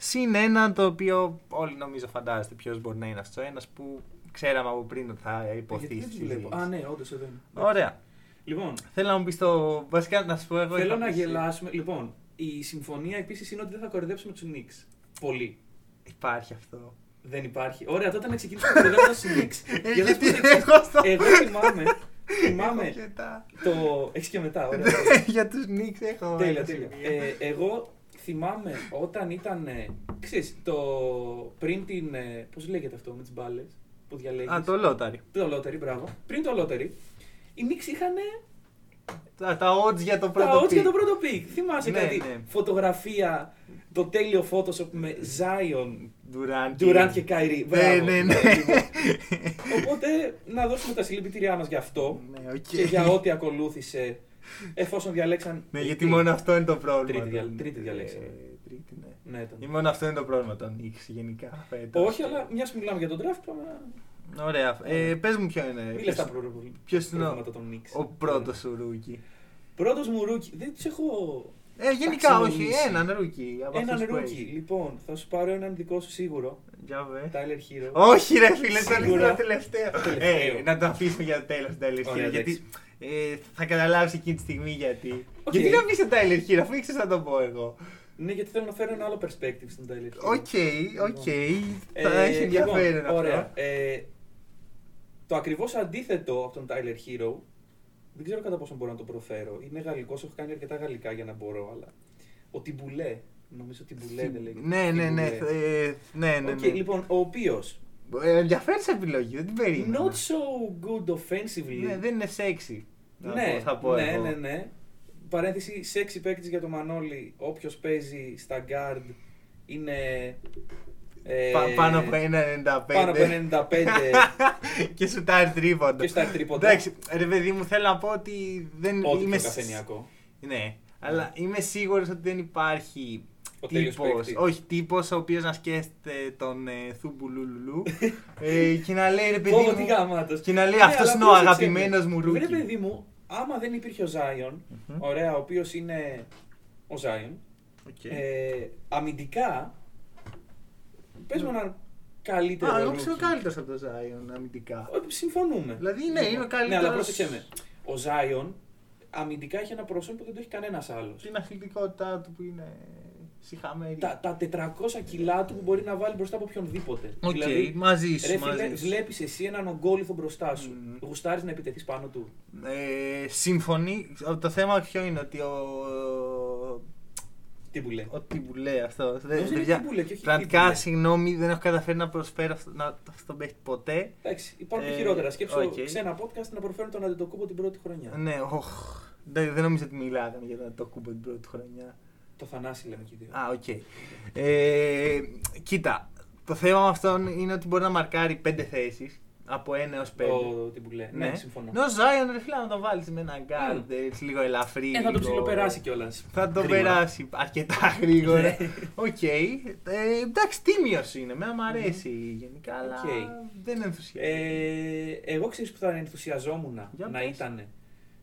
A: Συν ένα το οποίο όλοι νομίζω φαντάζεστε ποιος μπορεί να είναι αυτός. Ένας που ξέραμε από πριν ότι θα υποθεί.
B: Ε, Γιατί δεν τους
A: στις
B: βλέπω.
A: συζήτησεις.
B: Α, ναι, όντως εδώ είναι.
A: Ωραία.
B: Λοιπόν,
A: Θέλω να μου πεις το. Βασικά να σου πω εγώ.
B: Θέλω
A: είχα
B: να
A: πει-
B: γελάσουμε. Λοιπόν, η συμφωνία επίσης είναι ότι δεν θα κορυδέψουμε τους Knicks. Πολύ.
A: Υπάρχει αυτό.
B: Δεν υπάρχει. Ωραία, τότε να ξεκινήσουμε να κορυδέψουμε τους Knicks.
A: Ε,
B: Για να σου
A: γιατί
B: πω το εξής.
A: εγώ στο-
B: Εγώ θυμάμαι.
A: Έχω
B: θυμάμαι
A: και Ναι. τα-
B: το. Έχεις και μετά, ωραία.
A: Για τους Νίξ έχω.
B: τέλεια,
A: ένα
B: τέλεια.
A: σημείο.
B: Ε, εγώ θυμάμαι όταν ήταν. ε, Ξέρεις, το. Πριν την. ε, Πώς λέγεται αυτό με τις μπάλες που διαλέγεις.
A: Α, το λόταρι.
B: Το lottery, μπράβο. Πριν το lottery, οι Knicks είχαν
A: Τα, τα odds για το πρώτο.
B: Τα odds για
A: pick.
B: το πρώτο πικ. Θυμάσαι
A: Ναι,
B: κάτι.
A: ναι.
B: Φωτογραφία, το τέλειο Photoshop με Zion,
A: Durant,
B: Durant και Kyrie. Μπράβο. λοιπόν.
A: Ναι, ναι, ναι.
B: Οπότε να δώσουμε τα συλληπιτήριά μας για αυτό
A: Ναι, οκ.
B: και για ό,τι ακολούθησε εφόσον διαλέξαν.
A: Ναι,
B: τρίτη.
A: γιατί μόνο αυτό είναι το πρόβλημα.
B: Τρίτη δια-
A: των-
B: τρίτη διαλέξαμε.
A: Ε, Τρίτη, ναι.
B: Ναι, ήταν.
A: Ή μόνο αυτό είναι το πρόβλημα των Νίξ γενικά. Ε, φέτος.
B: Όχι, αλλά Ναι. μια που μιλάμε για τον draft, πάμε να.
A: Ωραία. Ε, πες μου ποιο είναι.
B: Μίλα
A: ποιος-
B: στα προβλήματα.
A: ποιος είναι ο-
B: των Knicks.
A: Ο πρώτος σου ρούκι.
B: Πρώτος μου ρούκι. Δεν τους έχω.
A: Ε, γενικά όχι,
B: ταξινομήσει.
A: έναν ρούκι. από
B: Έναν
A: αυτούς που
B: ρούκι.
A: έχεις. Ε.
B: Λοιπόν, θα σου πάρω έναν δικό σου σίγουρο.
A: Για βε.
B: Tyler Hero.
A: Όχι, ρε φίλε, το
B: Σίγουρα.
A: είναι το τελευταίο.
B: Τελευταίο.
A: Ε, να το αφήσουμε για το τέλος την Tyler
B: Ωραία,
A: Hero. Γιατί ε, θα καταλάβεις εκείνη τη στιγμή γιατί.
B: Οκ.
A: Γιατί να πεις σε Tyler Hero, αφού ήξερες να το πω εγώ.
B: Ναι, γιατί θέλω να φέρω ένα άλλο perspective στον Tyler Hero.
A: Οκ, οκ.
B: Ε,
A: Θα έχει
B: λοιπόν,
A: ενδιαφέρον αυτό.
B: Ωραία. Ε, το ακριβώς αντίθετο από τον Tyler Hero, δεν ξέρω κατά πόσο μπορώ να το προφέρω. Είναι γαλλικός, έχω κάνει αρκετά γαλλικά για να μπορώ, αλλά. Ο Τιμπουλέ. Νομίζω ότι Τιμπουλέ δεν λέγεται.
A: Ναι, ναι, ναι.
B: Τιμπουλέ.
A: ε, Ναι, ναι,
B: Οκ,
A: ναι.
B: λοιπόν, ο οποίος.
A: Ε, Ενδιαφέρουσα επιλογή, δεν την περίμενα.
B: Not so good offensively.
A: Ναι, δεν είναι sexy. θα
B: ναι,
A: πω- θα πω
B: ναι,
A: εγώ.
B: ναι, ναι. Παρένθεση, sexy παίκτης για τον Μανώλη. Όποιος παίζει στα guard είναι. ε,
A: Πα- Πάνω από 1,95.
B: πάνω από 95.
A: και σου τα τρίποντα.
B: Και σουτάρει τρίποντα.
A: Εντάξει, ρε παιδί μου, θέλω να πω ότι δεν
B: Ό,τι
A: είμαι.
B: πιο
A: σ-
B: καφενιακό.
A: Ναι, αλλά είμαι σίγουρος ότι δεν υπάρχει
B: Ο τέλειος
A: τύπος.
B: παίκτης.
A: Όχι, τύπος ο οποίος να σκέφτεται τον ε, Θουμπουλουλουλού ε, και να λέει ρε παιδί
B: Πόβο τι
A: μου.
B: γάμματος.
A: Και να λέει
B: Ναι,
A: αυτός
B: αλλά
A: είναι ο
B: πρόσεξε
A: αγαπημένο
B: με.
A: μου
B: Βρε
A: ρούκι.
B: παιδί μου, άμα δεν υπήρχε ο Ζάιον,
A: Μμμ.
B: ωραία, ο οποίος είναι ο Ζάιον,
A: Οκ.
B: ε, αμυντικά, πες μου έναν καλύτερο.
A: Ναι. Α, εγώ
B: rookie.
A: ξέρω καλύτερος από τον Ζάιον αμυντικά.
B: Ό, Συμφωνούμε.
A: Δηλαδή, ναι, είναι ο
B: Ναι,
A: καλύτερος.
B: αλλά πρόσεξε με. Ο Ζάιον αμυντικά έχει ένα πρόσωπο που δεν το έχει κανένας άλλος.
A: Την αθλητικότητά του που είναι συχαμένη.
B: Τα, τα 400 κιλά του που μπορεί να βάλει μπροστά από οποιονδήποτε. Δηλαδή,
A: Οκ, μαζί σου,
B: Ρε
A: μαζί
B: φίλε,
A: σου.
B: βλέπεις εσύ έναν ογκόλυθο μπροστά σου.
A: Μμμ.
B: Γουστάρεις να επιτεθείς πάνω του.
A: Ε, συμφωνεί. Το θέμα ποιο είναι ότι ο.
B: Τι που λέει.
A: Ο Τιμπουλέ αυτό.
B: Νομίζω είναι
A: παιδιά,
B: Τιμπουλέ και όχι
A: Πραγματικά,
B: Τιμπουλέ.
A: συγγνώμη, δεν έχω καταφέρει να προσφέρω αυτό, να, αυτόν τον παίχτη ποτέ.
B: Εντάξει, υπάρχουν
A: Ε,
B: χειρότερα. Σκέψω
A: οκ.
B: ξένα podcast να προφέρουν τον Αντετοκούμπο την πρώτη χρονιά.
A: Ναι, οχ. Δεν, δεν νομίζω ότι μιλάγανε για να το κούμπο την πρώτη χρονιά.
B: Το Θανάση λέμε και οι δύο.
A: Α, οκ. Ε, κοίτα, Το θέμα με αυτόν είναι ότι μπορεί να μαρκάρει πέντε θέσεις από ένα έως πέντε.
B: Το τιμπουλέ. Ναι, συμφωνώ.
A: Ενώ ο Zion ρε φίλε να τον βάλεις με έναν guard
B: Mm.
A: έτσι, λίγο ελαφρύ.
B: Ε, θα το
A: λίγο-
B: ψιλοπεράσει κιόλας.
A: Θα το περάσει αρκετά γρήγορα.
B: Ναι.
A: Οκ. Ε, εντάξει, τίμιος είναι. Μένα μου αρέσει γενικά, αλλά
B: Οκ.
A: δεν ενθουσιάζει.
B: Ε, εγώ ξέρεις που θα ενθουσιαζόμουν
A: Για
B: να
A: πες.
B: ήταν.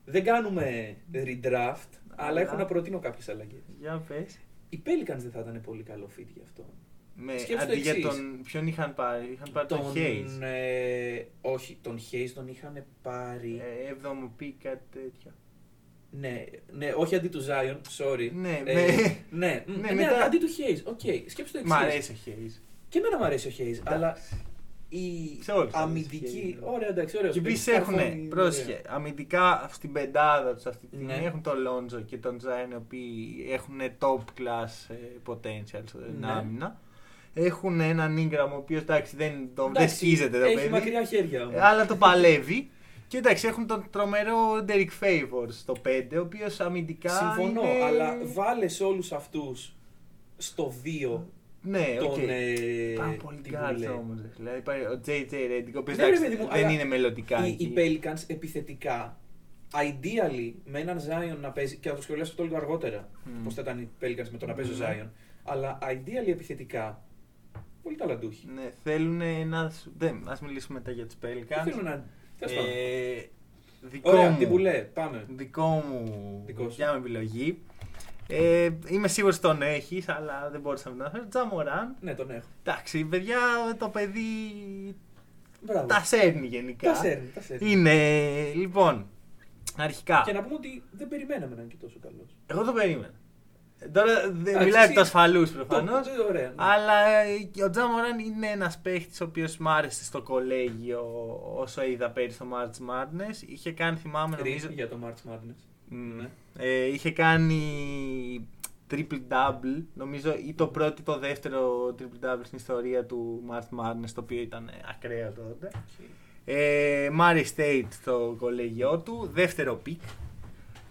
B: Δεν κάνουμε redraft, αλλά
A: Αλλά.
B: έχω να προτείνω κάποιες αλλαγές.
A: Για πες.
B: Οι Pelicans δεν θα ήταν πολύ καλό fit γι' αυτό.
A: Ναι,
B: Σκέψου το
A: αντί για
B: εξής.
A: τον. Ποιον είχαν πάρει, είχαν πάρει τον Hayes.
B: ε, όχι, τον Hayes τον είχαν πάρει.
A: Ε, Έβδομο πικ, κάτι τέτοιο.
B: Ναι, ναι, όχι αντί του Zion, sorry.
A: Ναι,
B: Ε,
A: με-
B: ναι, μ,
A: ναι,
B: ναι,
A: μετά-
B: αντί του Hayes. Οκ, σκέψτε το
A: Μ'
B: εξής.
A: αρέσει ο Hayes.
B: Και εμένα μου αρέσει ο Hayes, αλλά η
A: Σε όλους αρέσει
B: αμυντική.
A: ο Hayes. ναι.
B: Ωραία, εντάξει, ωραία.
A: Και επίση έχουν, πρόσεχε, αμυντικά στην πεντάδα τους αυτή τη στιγμή
B: Ναι.
A: έχουν τον Λόντζο και τον Τζάιν, οι οποίοι έχουν top class ε, potential στην
B: Ναι.
A: άμυνα. Έχουν έναν γκραμ ο οποίος εντάξει δεν, τον, δεν σκίζεται το
B: Έχει
A: παιδί,
B: μακριά χέρια όμως.
A: ε, αλλά το παλεύει. Και εντάξει, έχουν τον τρομερό Derek Favors στο 5, ο οποίος αμυντικά.
B: Συμφωνώ,
A: είναι-
B: αλλά βάλες όλους αυτούς στο 2
A: Ναι, οκ.
B: τον. ε,
A: Πάρα πολύ
B: τι
A: guards
B: βουλέ.
A: όμως, ρε. Δηλαδή πάει ο JJ Redick, ο οποίος
B: Ναι, ρε,
A: εντάξει,
B: παιδί μου,
A: δεν
B: αλλά
A: είναι μελλοντικά.
B: Οι,
A: εκεί.
B: οι Pelicans επιθετικά, ideally με έναν Zion να παίζει. και θα το σχολιάσω αυτό λίγο αργότερα.
A: Μμ.
B: Πώς θα ήταν οι Pelicans με το να παίζει ο
A: Ναι.
B: Zion. Αλλά ideally επιθετικά, πολύ ταλαντούχοι.
A: Ναι, θέλουν να. σου- Δεν, ας μιλήσουμε μετά για τους
B: Δεν
A: Pelicans.
B: θέλουν να. τέλος πάντων.
A: Ε, δικό
B: Ωραία,
A: μου.
B: την πουλέ, πάμε.
A: Δικό μου.
B: Δικός σου.
A: Δικά μου επιλογή. Ε, είμαι σίγουρος τον έχεις, αλλά δεν μπορούσα να τον Τζαμοράν.
B: Ναι, τον έχω.
A: Εντάξει, παιδιά, το παιδί
B: Μπράβο.
A: τα σέρνει γενικά.
B: Τα σέρνει, τα σέρνει.
A: Είναι, λοιπόν, αρχικά.
B: Και να πούμε ότι δεν περιμέναμε να είναι και τόσο καλός.
A: Εγώ το περίμενα. Ε, Τώρα δεν
B: Εντάξει,
A: μιλάει
B: εσύ-
A: από του ασφαλούς προφανώς.
B: Το- το- Ωραία. ναι.
A: Αλλά ε, ο Τζαμοράν είναι ένας παίχτης ο οποίος μ' άρεσε στο κολέγιο όσο είδα πέρυσι το March Madness. Είχε κάνει, θυμάμαι,
B: Ρίχνει
A: νομίζω.
B: για το March Madness.
A: Μμ.
B: Ναι.
A: Ε, είχε κάνει triple double, νομίζω, ή το πρώτο ή το δεύτερο triple double στην ιστορία του March Madness, το οποίο ήταν ε, ακραίο τότε. Ε, Murray State στο κολέγιό του, δεύτερο πικ.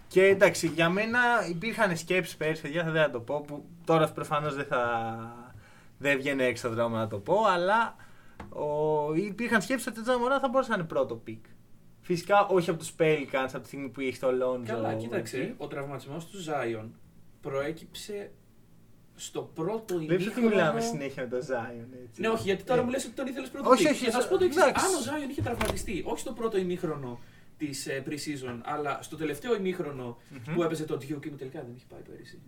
A: Και εντάξει, για μένα υπήρχαν σκέψεις πέρσι, παιδιά, θα δεν θα το πω, που τώρα προφανώς δεν θα. Δεν βγαίνει έξω δρόμο να το πω, αλλά ο, υπήρχαν σκέψεις ότι ο Τζαμορά θα μπορούσε να είναι πρώτο πικ. Φυσικά όχι από τους Pelicans από τη στιγμή που είχε το Lonzo.
B: Καλά, κοίταξε.
A: εκεί.
B: Ο τραυματισμός του Ζάιον προέκυψε στο πρώτο
A: Βλέπεις ότι
B: ημίχρονο.
A: μιλάμε συνέχεια με τον Zion, έτσι.
B: Ναι, όχι, γιατί τώρα
A: Ε,
B: μου λες ότι τον ήθελες πρώτο.
A: Όχι,
B: pick.
A: όχι, ε,
B: Και θα σου πω το εξής.
A: εντάξει.
B: Αν ο Ζάιον είχε τραυματιστεί, όχι στο πρώτο ημίχρονο της pre-season, αλλά στο τελευταίο ημίχρονο
A: Μμμ.
B: που έπαιζε το Duke, που τελικά δεν είχε πάει πέρυσι.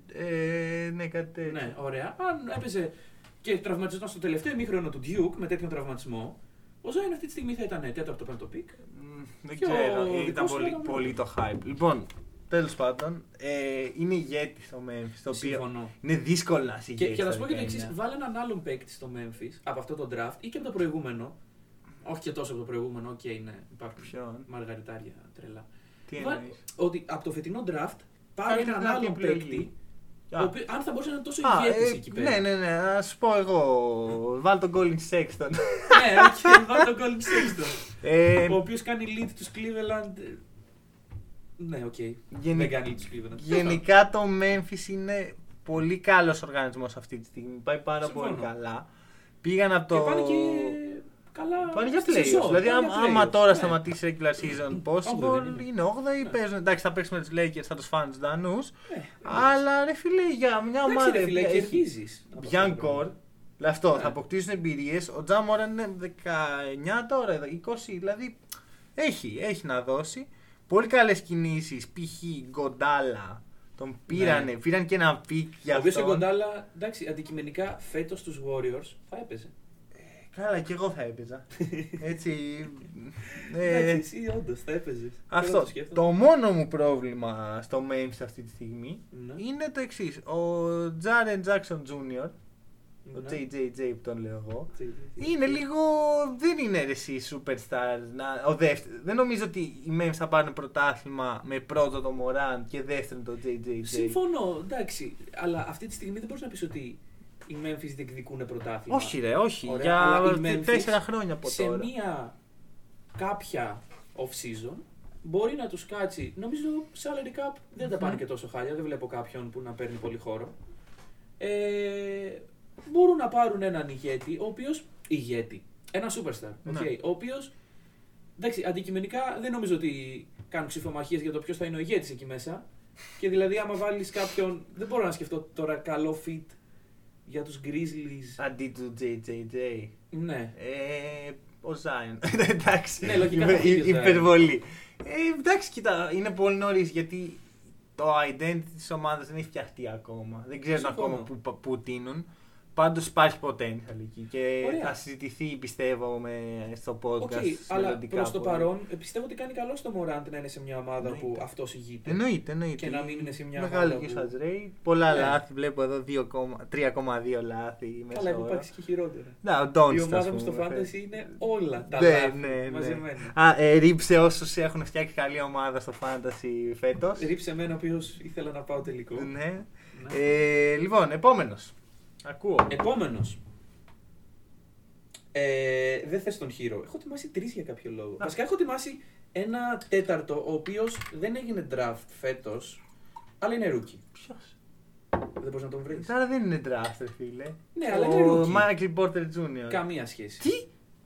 A: Ε, ναι, κάτι τέτοιο.
B: Ναι, ωραία. Αν έπαιζε και τραυματιζόταν στο τελευταίο ημίχρονο του Duke με τέτοιον τραυματισμό, ο Ζάιον αυτή τη στιγμή θα ήταν τέταρτο πέμπτο πικ.
A: Μμμ, Δεν
B: Και ο
A: ξέρω, ήταν
B: δικός σου
A: πολύ,
B: ήταν
A: πολύ
B: πρώτος.
A: το hype. Λοιπόν, τέλος πάντων, ε, είναι ηγέτης στο Memphis, το οποίο
B: Συμφωνώ.
A: είναι δύσκολο να είσαι
B: Και,
A: ηγέτης
B: και
A: στα
B: θα σου πω και το
A: 19.
B: εξής: Βάλε έναν άλλον παίκτη στο Memphis από αυτό το draft ή και από το προηγούμενο. Όχι και τόσο από το προηγούμενο, οκ, ναι, υπάρχουν
A: Ποιον?
B: μαργαριτάρια τρελά.
A: Τι
B: Βα-
A: εννοείς?
B: Ότι από το φετινό draft
A: Πάρε
B: πάρει έναν
A: την
B: άλλον
A: επιλογή.
B: παίκτη.
A: Α.
B: ο οποίος- αν θα μπορούσε να είναι τόσο
A: Α,
B: ηγέτη
A: ε,
B: εκεί πέρα.
A: ναι, ναι, ναι, ας σου πω εγώ. Βάλ τον Colin Sexton.
B: ναι, οκ, βάλε τον Colin Sexton.
A: Ε,
B: ο οποίος κάνει lead τους Cleveland. ε, Ναι, οκ.
A: Γενικ-
B: Δεν κάνει lead τους Cleveland.
A: Γενικά το Memphis είναι πολύ καλός οργανισμός αυτή τη στιγμή. Πάει πάρα
B: Συμφωνώ.
A: πολύ καλά. Πήγαν από το.
B: Και πάνε και καλά.
A: Πάνε για
B: στη
A: playoffs.
B: σεζόν,
A: Δηλαδή,
B: πάνε
A: άμα,
B: για
A: άμα
B: playoffs,
A: τώρα
B: ναι.
A: σταματήσει regular season
B: Όγδοη
A: possible, Δηλαδή,
B: δεν είναι.
A: είναι 8η.
B: Ναι.
A: Παίζουν, εντάξει, θα παίξουμε του Lakers, θα τους φάνε τους Δανούς.
B: Ναι,
A: Αλλά ρε φίλε, για μια ομάδα.
B: Εντάξει, ρε φίλε, κερδίζει.
A: Young Core. Αυτό,
B: Ναι.
A: θα αποκτήσουν εμπειρίες. Ο Τζάμορα είναι 19 τώρα, 20, δηλαδή έχει, έχει να δώσει. Πολύ καλές κινήσεις. Π.χ. Γκοντάλα. Τον πήρανε,
B: Ναι.
A: πήραν και ένα πικ για
B: Ο οποίο
A: αυτόν.
B: η Κοντάλα, εντάξει, αντικειμενικά φέτος στου Warriors θα έπαιζε.
A: Καλά, και εγώ θα έπαιζα. Έτσι.
B: Εντάξει,
A: ε,
B: εσύ όντως θα έπαιζες.
A: Αυτό. Το μόνο μου πρόβλημα στο Memphis αυτή τη στιγμή
B: Ναι.
A: είναι το εξής. Ο Jaren Jackson Jr.,
B: ναι.
A: ο JJJ που τον λέω εγώ, είναι λίγο. Δεν είναι ρε εσύ superstar. Να, ο δεύτερο. Δεν νομίζω ότι οι Memphis θα πάρουν πρωτάθλημα με πρώτο τον Moran και δεύτερον τον JJJ.
B: Συμφωνώ, εντάξει. Αλλά αυτή τη στιγμή δεν μπορείς να πεις ότι οι Memphis διεκδικούν πρωτάθλημα.
A: Όχι, ρε, όχι.
B: Ωραία, αλλά η
A: Για
B: Memphis
A: τέσσερα χρόνια από
B: σε
A: τώρα.
B: μία κάποια off-season μπορεί να τους κάτσει. Νομίζω salary cap δεν τα πάνε
A: Μμμ.
B: και τόσο χάλια. Δεν βλέπω κάποιον που να παίρνει πολύ χώρο. Ε, μπορούν να πάρουν έναν ηγέτη, ο οποίος. ηγέτη. Ένα superstar.
A: Ναι.
B: οκ, Ο οποίος. Εντάξει, αντικειμενικά δεν νομίζω ότι κάνουν ψηφομαχίε για το ποιος θα είναι ο ηγέτης εκεί μέσα. Και δηλαδή, άμα βάλεις κάποιον. Δεν μπορώ να σκεφτώ τώρα καλό fit για τους Grizzlies.
A: Αντί του JJJ.
B: Ναι.
A: Ε, ο Ζάιον. εντάξει.
B: Ναι, λογικά θα φύγει ο Zion.
A: υπερβολή. Ε, εντάξει, κοίτα, είναι πολύ νωρίς γιατί το identity της ομάδας δεν έχει φτιαχτεί ακόμα. Δεν ξέρουν
B: Συμφωνώ.
A: ακόμα που, που τίνουν. Πάντως υπάρχει potential εκεί και
B: Ωραία.
A: θα συζητηθεί πιστεύω με, στο podcast.
B: Οκ, αλλά
A: μελλοντικά
B: προς το
A: πολύ.
B: παρόν ε, πιστεύω ότι κάνει καλό στο Μωράντ να είναι σε μια ομάδα
A: Ναι.
B: που αυτός ηγείται.
A: Εννοείται, εννοείται.
B: Και να μην είναι σε μια
A: Μεγάλο
B: ομάδα
A: και ο
B: που-
A: Σατζρέι. Πολλά
B: Ναι.
A: λάθη. Βλέπω εδώ 2,3,2 λάθη. μέσα
B: Καλά, έχω
A: ώρα.
B: υπάρξει και χειρότερα.
A: Να, ο Ντόντς,
B: Η
A: ας
B: ομάδα μου
A: πούμε,
B: στο
A: φέρει.
B: Fantasy είναι όλα τα
A: Ναι,
B: λάθη
A: ναι, ναι.
B: μαζεμένα.
A: Α, ε, ρίψε όσους έχουν φτιάξει καλή ομάδα στο Fantasy φέτος.
B: Ρίψε εμένα ο οποίος ήθελα να πάω τελικό.
A: Ναι.
B: Ναι.
A: Ε, λοιπόν, επόμενος. Ακούω.
B: Επόμενος. Ε, δεν θες τον χείρο. Έχω ετοιμάσει τρεις για κάποιο λόγο.
A: Να.
B: Βασικά έχω ετοιμάσει ένα τέταρτο, ο οποίος δεν έγινε draft φέτος, αλλά είναι rookie.
A: Ποιος.
B: Δεν μπορείς να τον βρεις.
A: Ε, Τώρα δεν είναι draft, ρε φίλε.
B: Ναι, αλλά
A: ο
B: είναι rookie.
A: Michael Porter Jr.
B: Καμία σχέση.
A: Τι?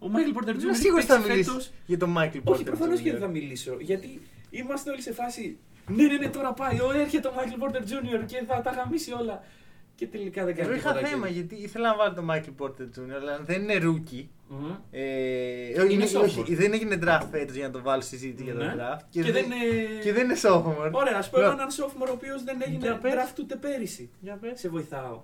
B: Ο Μάικλ Πόρτερ
A: Είμαι σίγουρος θα μιλήσεις για τον Michael Porter
B: Όχι, προφανώς
A: Jr.
B: και δεν θα μιλήσω. Γιατί είμαστε όλοι σε φάση. Ναι, ναι, ναι, τώρα πάει. Ω, έρχεται ο Μάικλ Πόρτερ Τζούνιορ και θα τα γαμίσει όλα. Και τελικά δεν κάνει
A: Εγώ είχα
B: τίποτα.
A: θέμα
B: και-
A: γιατί ήθελα να βάλω τον Michael Porter Jr. αλλά δεν είναι rookie.
B: Μμμ.
A: Ε,
B: Είναι
A: είναι-
B: sophomore.
A: όχι, δεν έγινε draft φέτο για να το βάλω στη συζήτηση για
B: Ναι.
A: τον draft.
B: Και, δεν είναι.
A: και δεν είναι sophomore.
B: Ωραία, να σου πω
A: Ναι.
B: έναν sophomore ο οποίος δεν έγινε
A: Για πες. Ε.
B: draft ούτε πέρυσι.
A: Για πες.
B: Σε βοηθάω.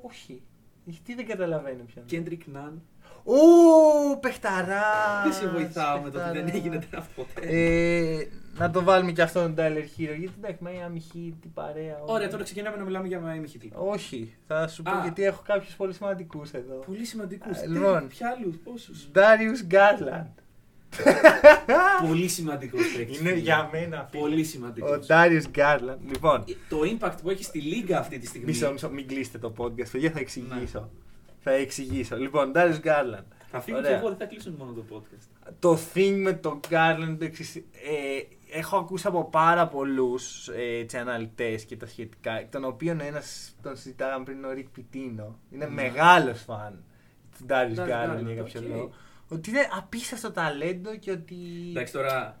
A: Όχι. Γιατί δεν καταλαβαίνω πια.
B: Κέντρικ Ναν.
A: Ω, παιχταρά!
B: Δεν σε βοηθάω με το ότι δεν
A: παιχταράς.
B: έγινε draft ποτέ.
A: Ε, να το βάλουμε και αυτόν τον Tyler Hero. Γιατί εντάξει, μα είναι τι παρέα. όλα.
B: Ωραία, τώρα ξεκινάμε να μιλάμε για Miami Heat. λοιπόν.
A: Όχι, θα σου πω
B: Α.
A: γιατί έχω κάποιους πολύ σημαντικούς εδώ.
B: Πολύ σημαντικούς.
A: Ε, λοιπόν.
B: Ποια άλλους, πόσους.
A: Darius Garland.
B: Πολύ σημαντικός
A: Είναι για μένα φίλε.
B: Πολύ σημαντικός.
A: Ο Darius Garland. Λοιπόν,
B: το impact που έχει στη λίγα αυτή τη στιγμή.
A: μισό, μισό, μην κλείσετε το podcast, παιδιά, θα εξηγήσω. Θα εξηγήσω. Λοιπόν, Darius Garland.
B: Ναι. Θα φύγω και
A: Ωραία.
B: εγώ, δεν θα κλείσουν μόνο το podcast.
A: Το thing με τον Garland, το εξής, ε, έχω ακούσει από πάρα πολλούς ε, αναλυτέ και τα σχετικά, εκ των οποίων ένας τον συζητάγαμε πριν, ο Ρικ Πιτίνο. Είναι
B: Ναι.
A: μεγάλος μεγάλο φαν του Ντάριου
B: Darius
A: Garland για
B: Garland,
A: κάποιο
B: οκ.
A: λόγο. Ότι είναι απίστευτο ταλέντο και ότι.
B: Εντάξει, τώρα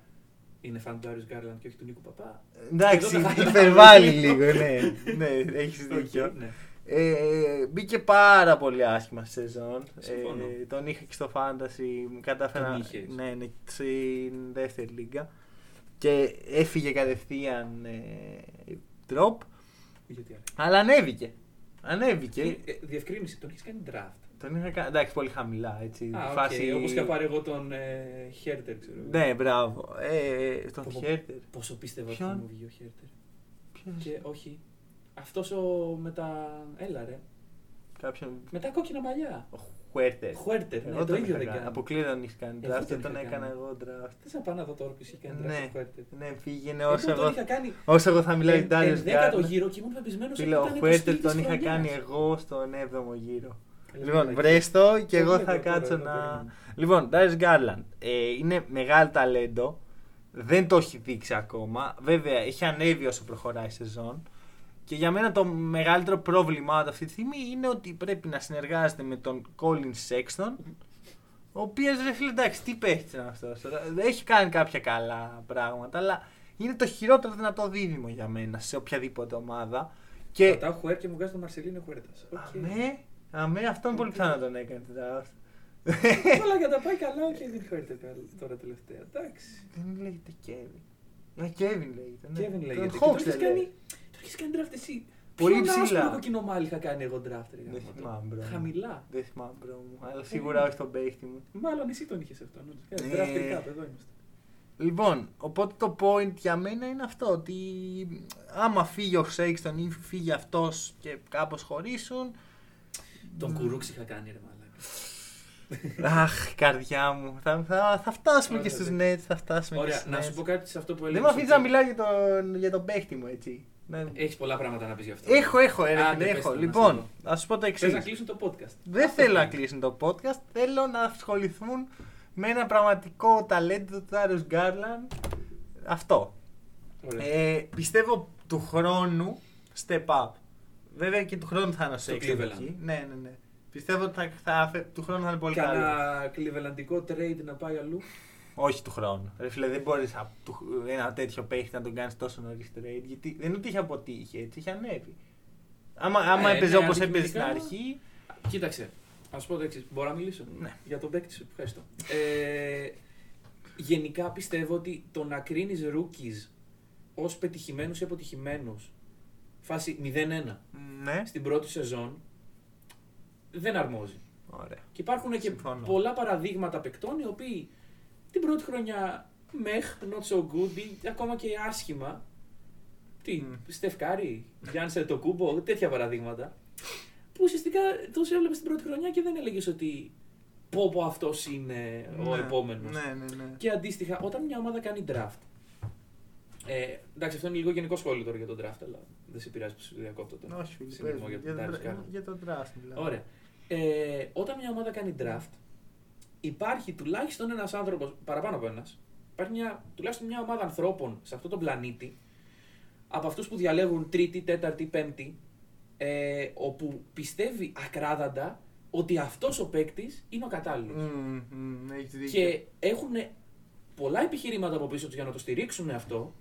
B: είναι φαν του Darius Garland και όχι του Νίκου Παπά.
A: Εντάξει,
B: Εδώ τα-
A: υπερβάλλει λίγο, ναι. ναι, έχεις
B: Οκ,
A: δίκιο.
B: ναι.
A: Ε, μπήκε πάρα πολύ άσχημα στη σεζόν.
B: Συμφωνώ.
A: Ε, τον είχα και στο Fantasy. μου Κατάφερα
B: Τον
A: να
B: είχες.
A: ναι, ναι, στην δεύτερη λίγα. Και έφυγε κατευθείαν ε, τροπ.
B: Γιατί άλλο.
A: Αλλά ανέβηκε. Ανέβηκε.
B: Ε, ε, Διευκρίνηση, τον έχεις κάνει draft.
A: τον είχα κάνει. Εντάξει, πολύ χαμηλά. Έτσι,
B: Α, οκ,
A: φάση-
B: Όπως είχα πάρει εγώ τον ε, Χέρτερ, ξέρω εγώ.
A: Ναι, μπράβο. Ε, τον
B: Πω, πω.
A: Χέρτερ.
B: Πόσο πίστευα ότι
A: Ποιον?
B: θα μου βγει ο Χέρτερ.
A: Ποιος?
B: Και όχι. Αυτός ο με τα. Έλα ρε.
A: Κάποιον.
B: Με τα κόκκινα μαλλιά.
A: Ο Χουέρτερ.
B: Χουέρτερ, ναι,
A: Εγώ
B: το
A: τον
B: ίδιο
A: είχα
B: δεν
A: κάνει.
B: κάνει.
A: Αποκλείται να τον είχε κάνει
B: Εγώ
A: draft.
B: τον
A: και Τον
B: είχα
A: έκανα
B: κάνει.
A: εγώ draft.
B: Θε να πάω να δω τώρα ποιο έχει κάνει draft
A: Ναι,
B: ο Χέρτερ.
A: ναι, πήγαινε
B: Εγώ
A: όσο εγώ.
B: τον είχα κάνει.
A: Όσο εγώ θα
B: Ε,
A: μιλάει Ντάριο
B: Δέκατο
A: Γκάρντ.
B: γύρο και ήμουν πεπισμένος ότι
A: Φίλε, ο
B: ήταν
A: Χουέρτερ
B: 20
A: τον είχα
B: χρονιάς. Ε,
A: κάνει εγώ στον 7ο γύρο.
B: Έλα,
A: Λοιπόν,
B: μαλακή.
A: βρες το και
B: Το
A: εγώ
B: βλέπω
A: θα
B: τώρα,
A: κάτσω
B: εδώ
A: να.
B: περιμένω.
A: Λοιπόν, Ντάριο Γκάρλαντ. Είναι μεγάλο ταλέντο. Δεν το έχει δείξει ακόμα. Βέβαια, έχει ανέβει όσο προχωράει η σεζόν. Και για μένα το μεγαλύτερο πρόβλημά του αυτή τη στιγμή είναι ότι πρέπει να συνεργάζεται με τον Colin Sexton. Ο οποίος ρε φίλε, εντάξει, τι παίχτη είναι αυτός. Έχει κάνει κάποια καλά πράγματα, αλλά είναι το χειρότερο δυνατό δίδυμο για μένα σε οποιαδήποτε ομάδα. Και.
B: Πατάω Χουέρ και μου βγάζει τον Μαρσελίνο Χουέρτα.
A: Αμέ, αμέ, ναι, αυτόν πολύ
B: Οκ.
A: πιθανό να τον έκανε draft.
B: Όλα για τα πάει καλά, οκ, δεν Χουέρτα τώρα τελευταία. Εντάξει.
A: Δεν λέγεται Kevin. Ναι, Kevin λέγεται. Ναι.
B: Κέβιν λέγεται. Και
A: Τον
B: Το
A: Hawks
B: έχεις
A: δεν
B: κάνει,
A: λέει.
B: το έχεις κάνει draft εσύ.
A: Πολύ
B: Ποιον
A: ψηλά.
B: άσπρο κοκκινό μάλι είχα κάνει εγώ draft. ρε,
A: Δεν
B: γαμώτο.
A: θυμάμαι, μπρο.
B: Χαμηλά.
A: Δεν θυμάμαι, μπρο μου. Αλλά
B: Ε,
A: σίγουρα
B: ναι.
A: όχι τον παίχτη μου.
B: Μάλλον εσύ τον είχες αυτόν. όντως. Κάνε
A: Ε.
B: Draft recap, εδώ είμαστε.
A: Λοιπόν, οπότε το point για μένα είναι αυτό. Ότι άμα φύγει ο Σέξτον ή φύγει αυτός και κάπως χωρίσουν. Ναι.
B: Τον Κουρούξ είχα κάνει ρε μαλάκα.
A: Αχ, καρδιά μου. Θα, θα, θα φτάσουμε
B: Ωραία,
A: και στους
B: εντάξει.
A: Nets. Θα φτάσουμε και
B: Ωραία,
A: στους
B: να
A: Nets.
B: σου πω κάτι σε αυτό που
A: Δεν
B: έλεγες.
A: με αφήνεις να
B: ότι
A: μιλάω για τον, για τον παίχτη μου, έτσι. Ναι.
B: Έχεις πολλά πράγματα να πεις γι' αυτό.
A: Έχω, έχω, ρε,
B: Άντε,
A: φίλε,
B: πες
A: έχω.
B: το, να σε
A: Λοιπόν,
B: δω.
A: θα σου πω το
B: Θες να
A: εξής.
B: κλείσουν το podcast.
A: Δεν
B: Αυτό
A: θέλω να
B: θέλεις.
A: κλείσουν το podcast. Θέλω να ασχοληθούν με ένα πραγματικό ταλέντο του Τάριου Γκάρλαν. Αυτό.
B: Ωραία.
A: Ε, πιστεύω του χρόνου step up. Βέβαια και του χρόνου θα είναι ο
B: Στο
A: Σέξτον
B: Cleveland.
A: εκεί. Ναι, ναι, ναι. Πιστεύω ότι θα, θα, του χρόνου θα είναι πολύ καλό.
B: Κανένα κλιβελαντικό trade να πάει αλλού.
A: Όχι του χρόνου. Ρε φίλε, δεν μπορείς ένα τέτοιο παίχτη να τον κάνεις τόσο νωρίς trade. Γιατί δεν είναι ότι είχε αποτύχει έτσι, είχε ανέβει. Άμα, άμα
B: Ε,
A: έπαιζε
B: ναι,
A: όπως έπαιζε στην
B: αντικειμενικά-
A: αρχή.
B: Κοίταξε, να σου πω το εξής. Μπορώ να μιλήσω
A: Ναι.
B: για τον παίκτη σου. Ευχαριστώ. Ε, γενικά πιστεύω ότι το να κρίνεις rookies ως πετυχημένους ή αποτυχημένους φάση 0-1
A: Ναι.
B: στην πρώτη σεζόν δεν αρμόζει.
A: Ωραία.
B: Και υπάρχουν και
A: Συμφωνώ.
B: πολλά παραδείγματα παικτών οι οποίοι την πρώτη χρονιά μεχ, not so good ή ακόμα και άσχημα. Τι,
A: Mm.
B: Στεφκάρη, Γιάννη το κούμπο, τέτοια παραδείγματα. Που ουσιαστικά του έβλεπες την πρώτη χρονιά και δεν έλεγες ότι πω πω αυτός είναι ο
A: Ναι,
B: επόμενος.
A: Ναι, ναι, ναι.
B: Και αντίστοιχα, όταν μια ομάδα κάνει draft. Ε, εντάξει, αυτό είναι λίγο γενικό σχόλιο τώρα για τον draft, αλλά δεν σε πειράζει που σου διακόπτω τον
A: Όχι, φίλε,
B: συνειδημό
A: πες,
B: για
A: για
B: τον Darius
A: τον-
B: Garland.
A: για τον draft μιλάμε.
B: Ωραία. Ε, όταν μια ομάδα κάνει draft, υπάρχει τουλάχιστον ένας άνθρωπος, παραπάνω από ένας, υπάρχει μια, τουλάχιστον μια ομάδα ανθρώπων σε αυτόν τον πλανήτη, από αυτούς που διαλέγουν τρίτη, τέταρτη, πέμπτη, ε, όπου πιστεύει ακράδαντα ότι αυτός ο παίκτης είναι ο κατάλληλος.
A: Μμμ, μμμ, έχεις δίκιο.
B: Και έχουν πολλά επιχειρήματα από πίσω τους για να το στηρίξουν αυτό.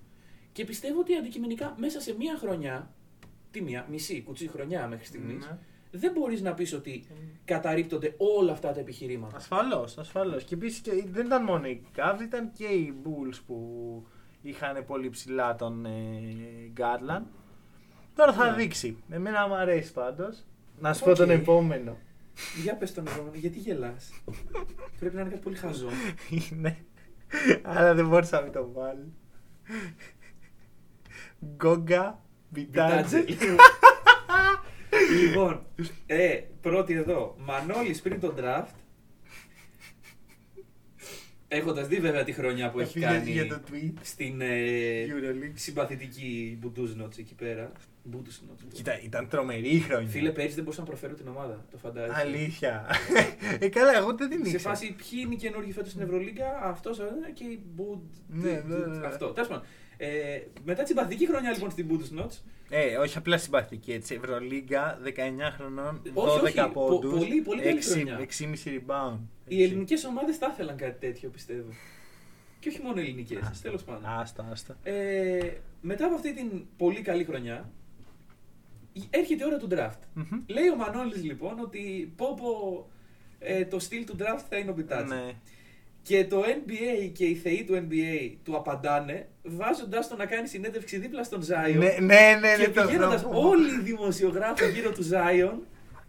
B: Και πιστεύω ότι αντικειμενικά μέσα σε μία χρονιά, τι μία, μισή κουτσή χρονιά μέχρι στιγμής,
A: Ναι.
B: δεν μπορείς να πεις ότι καταρρύπτονται όλα αυτά τα επιχειρήματα.
A: Ασφαλώς, ασφαλώς. Και επίσης δεν ήταν μόνο οι Cavs, ήταν και οι Bulls που είχαν πολύ ψηλά τον ε, Garland. Τώρα θα
B: Ναι. δείξει.
A: δείξει. Εμένα μου αρέσει πάντως. Να σου
B: Οκ.
A: πω τον επόμενο.
B: Για πες τον επόμενο, γιατί γελάς. Πρέπει να είναι κάτι πολύ χαζό.
A: Είναι. Αλλά Ναι. δεν μπορούσα να μην το βάλω. Γκόγκα Μπιτάτζε.
B: Μπιτάτζε. λοιπόν, ε, πρώτη εδώ. Μανώλης πριν τον draft. Έχοντας δει βέβαια τη χρονιά που έχει
A: Πήγες
B: κάνει
A: για το tweet.
B: στην ε,
A: Euroleague.
B: συμπαθητική Μπουτούσνοτ εκεί πέρα. Μπουτούσνοτ.
A: Κοίτα, ήταν τρομερή η χρονιά.
B: Φίλε, πέρυσι δεν μπορούσα να προφέρω την ομάδα. Το φαντάζεσαι.
A: Αλήθεια. ε, καλά, εγώ δεν την
B: Σε
A: ήξερα.
B: φάση ποιοι είναι καινούργοι φέτος στην Ευρωλίγκα, αυτός και η Μπουντ.
A: Ναι, ναι, ναι.
B: Αυτό. Τέλος πάντων. Ε, μετά την παθητική χρονιά λοιπόν στην Μπουντ Νότ.
A: Ε, όχι απλά συμπαθητική έτσι. Ευρωλίγκα 19 χρονών, 12
B: Όχι, όχι. Πο-
A: πόντους,
B: πολύ, πολύ καλή
A: 6
B: χρονιά.
A: 6,5 rebound.
B: Οι ελληνικές ομάδες θα ήθελαν κάτι τέτοιο πιστεύω. Και όχι μόνο ελληνικές.
A: Άστα.
B: Τέλος πάντων.
A: Άστα, άστα.
B: Ε, μετά από αυτή την πολύ καλή χρονιά, έρχεται η ώρα του draft.
A: Μμμ.
B: Λέει ο Μανώλης λοιπόν ότι πω πω ε, το στυλ του draft θα είναι ο Μπιτάτζη.
A: Ναι.
B: Και το NBA και οι θεοί του NBA του απαντάνε βάζοντας τον να κάνει συνέντευξη δίπλα στον Zion
A: Ναι, ναι, ναι, ναι,
B: και
A: το-
B: πηγαίνοντας
A: το-
B: όλοι οι δημοσιογράφοι γύρω του Zion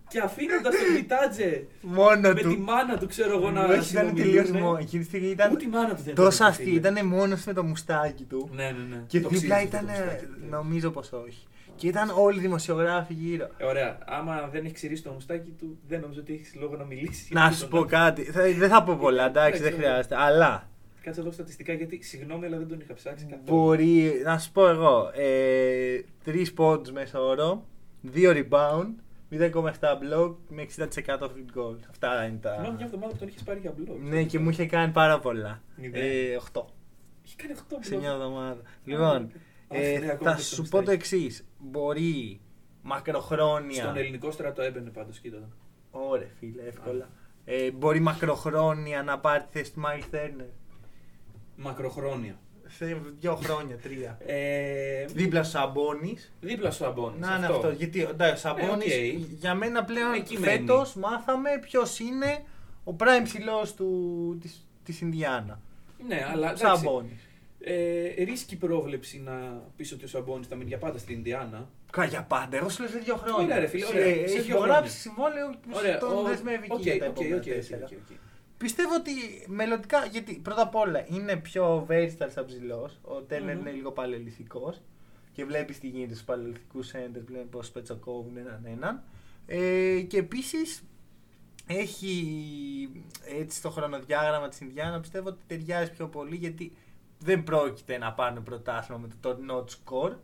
B: και αφήνοντας τον Μπιτάτζε
A: Μόνο
B: με
A: του.
B: τη μάνα του ξέρω εγώ να
A: Όχι,
B: ναι.
A: ήταν
B: συνομιλούνε.
A: τελείως μόνο. Εκείνη τη στιγμή ήταν
B: Ούτε η μάνα του δεν
A: τόσο
B: ήταν, φίλε.
A: αστείο. Ήταν μόνος με το μουστάκι του.
B: Ναι, ναι, ναι.
A: Και
B: Το
A: δίπλα
B: ξύριζε το
A: ήταν,
B: μουστάκι του. ναι.
A: νομίζω πως όχι. Και ήταν όλοι οι δημοσιογράφοι γύρω.
B: Ε, Ωραία. Άμα δεν έχεις ξηρίσει το μουστάκι του, δεν νομίζω ότι έχεις λόγο να μιλήσεις.
A: Να σου πω κάτι. Θα- Δεν θα πω πολλά, εντάξει, δεν
B: Εντάξει, ναι.
A: χρειάζεται. Αλλά
B: Κάτσε εδώ στατιστικά γιατί συγγνώμη, αλλά δεν τον είχα ψάξει καθόλου.
A: Μπορεί, να σου πω εγώ, ε, 3 πόντους μέσα όρο, 2 rebound, 0,7 block με 60% field goal. Αυτά είναι
B: Θυμάμαι
A: τα...
B: μια εβδομάδα που τον είχες πάρει για blog.
A: Ναι, και μου είχε κάνει πάρα πολλά.
B: Μηδέν.
A: Ε, 8
B: Είχε κάνει 8
A: σε μια
B: blog.
A: εβδομάδα. Λοιπόν, ε,
B: ναι, ακόμα
A: θα
B: και στο
A: σου πω
B: μουστάκι.
A: το εξής. Μπορεί μακροχρόνια.
B: Στον ελληνικό στρατό έμπαινε πάντως, κοίτα.
A: Ωραία, φίλε, εύκολα. Ε, μπορεί μακροχρόνια να πάρει τη θέση του Miles Turner.
B: Μακροχρόνια.
A: Σε δύο χρόνια, τρία.
B: Ε,
A: Δίπλα στους Σαμπόνι.
B: δίπλα στο αμπόν.
A: Να είναι αυτό. Γιατί εντάξει, ο Σαμπόνι
B: Ε, οκ.
A: για μένα πλέον
B: Εκεί
A: φέτος μάθαμε ποιος είναι ο prime ψηλός του της, της Ινδιάνα.
B: Ναι, αλλά εντάξει.
A: Σαμπόνι.
B: Ε, ρίσκη πρόβλεψη να πεις ότι ο Σαμπόνι θα μείνει για πάντα στην Ινδιάνα.
A: Κάγια πάντα. Εγώ σου λέω σε δύο χρόνια.
B: Ωραία, ρε φίλε,
A: Σε-
B: ωραία. Σε δύο
A: Έχει
B: χρόνια.
A: υπογράψει συμβόλαιο που
B: Ωραία.
A: τον
B: ο-
A: δεσμεύει και
B: οκ,
A: για τα
B: οκ,
A: επόμενα
B: οκ, οκ,
A: τέσσερα.
B: οκ, οκ.
A: Πιστεύω ότι μελλοντικά. Γιατί πρώτα απ' όλα είναι πιο versatile σαν ψηλός. Ο Τέρνερ
B: Μμμ.
A: είναι λίγο παλαιοληθικό. Και βλέπεις τι γίνεται στους παλαιοληθικού έντερ πλέον πώς πετσοκόβουν έναν έναν. Ε, και επίσης έχει έτσι στο χρονοδιάγραμμα της Ινδιάνα πιστεύω ότι ταιριάζει πιο πολύ γιατί δεν πρόκειται να πάρουν πρωτάθλημα με το τωρινό του σκορ.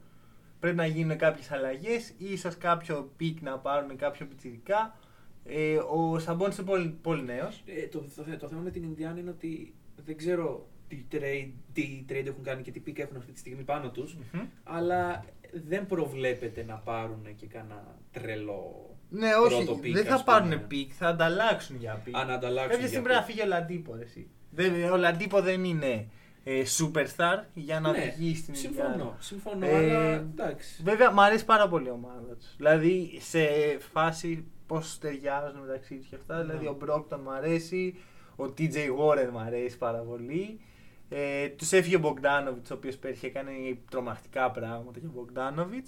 A: Πρέπει να γίνουν κάποιες αλλαγές ή ίσως κάποιο πικ να πάρουν κάποιο πιτσιρικά. Ε, ο Σαμπόνι είναι πολύ, πολύ νέος.
B: Ε, το, το, το θέμα με την Ινδιάνα είναι ότι δεν ξέρω τι trade, τι trade έχουν κάνει και τι pick έχουν αυτή τη στιγμή πάνω τους, αλλά δεν προβλέπεται να πάρουν και κανένα τρελό
A: Ναι, όχι.
B: πρώτο πικ,
A: δεν
B: ας
A: θα
B: πούμε.
A: πάρουν πικ, θα ανταλλάξουν για πικ.
B: Α, να ανταλλάξουν
A: Κάποια
B: για
A: στιγμή
B: πικ.
A: πρέπει να φύγει ο Λαντίπο. ρε, εσύ. Δεν, ο Λαντίπο δεν είναι ε, superstar για να
B: ναι,
A: βγει στην
B: συμφωνώ.
A: Ινδιάνα.
B: Συμφωνώ,
A: Ε,
B: αλλά εντάξει.
A: Βέβαια, μου αρέσει πάρα πολύ η ομάδα τους. Δηλαδή, σε φάση πώς ταιριάζουν μεταξύ τους και αυτά.
B: Ναι.
A: Δηλαδή, ο Μπρόκτον μου αρέσει, ο TJ Warren μου αρέσει πάρα πολύ. Ε, τους έφυγε ο Μπογκδάνοβιτ, ο οποίος πέρυσι έκανε τρομακτικά πράγματα και ο Μπογκδάνοβιτ.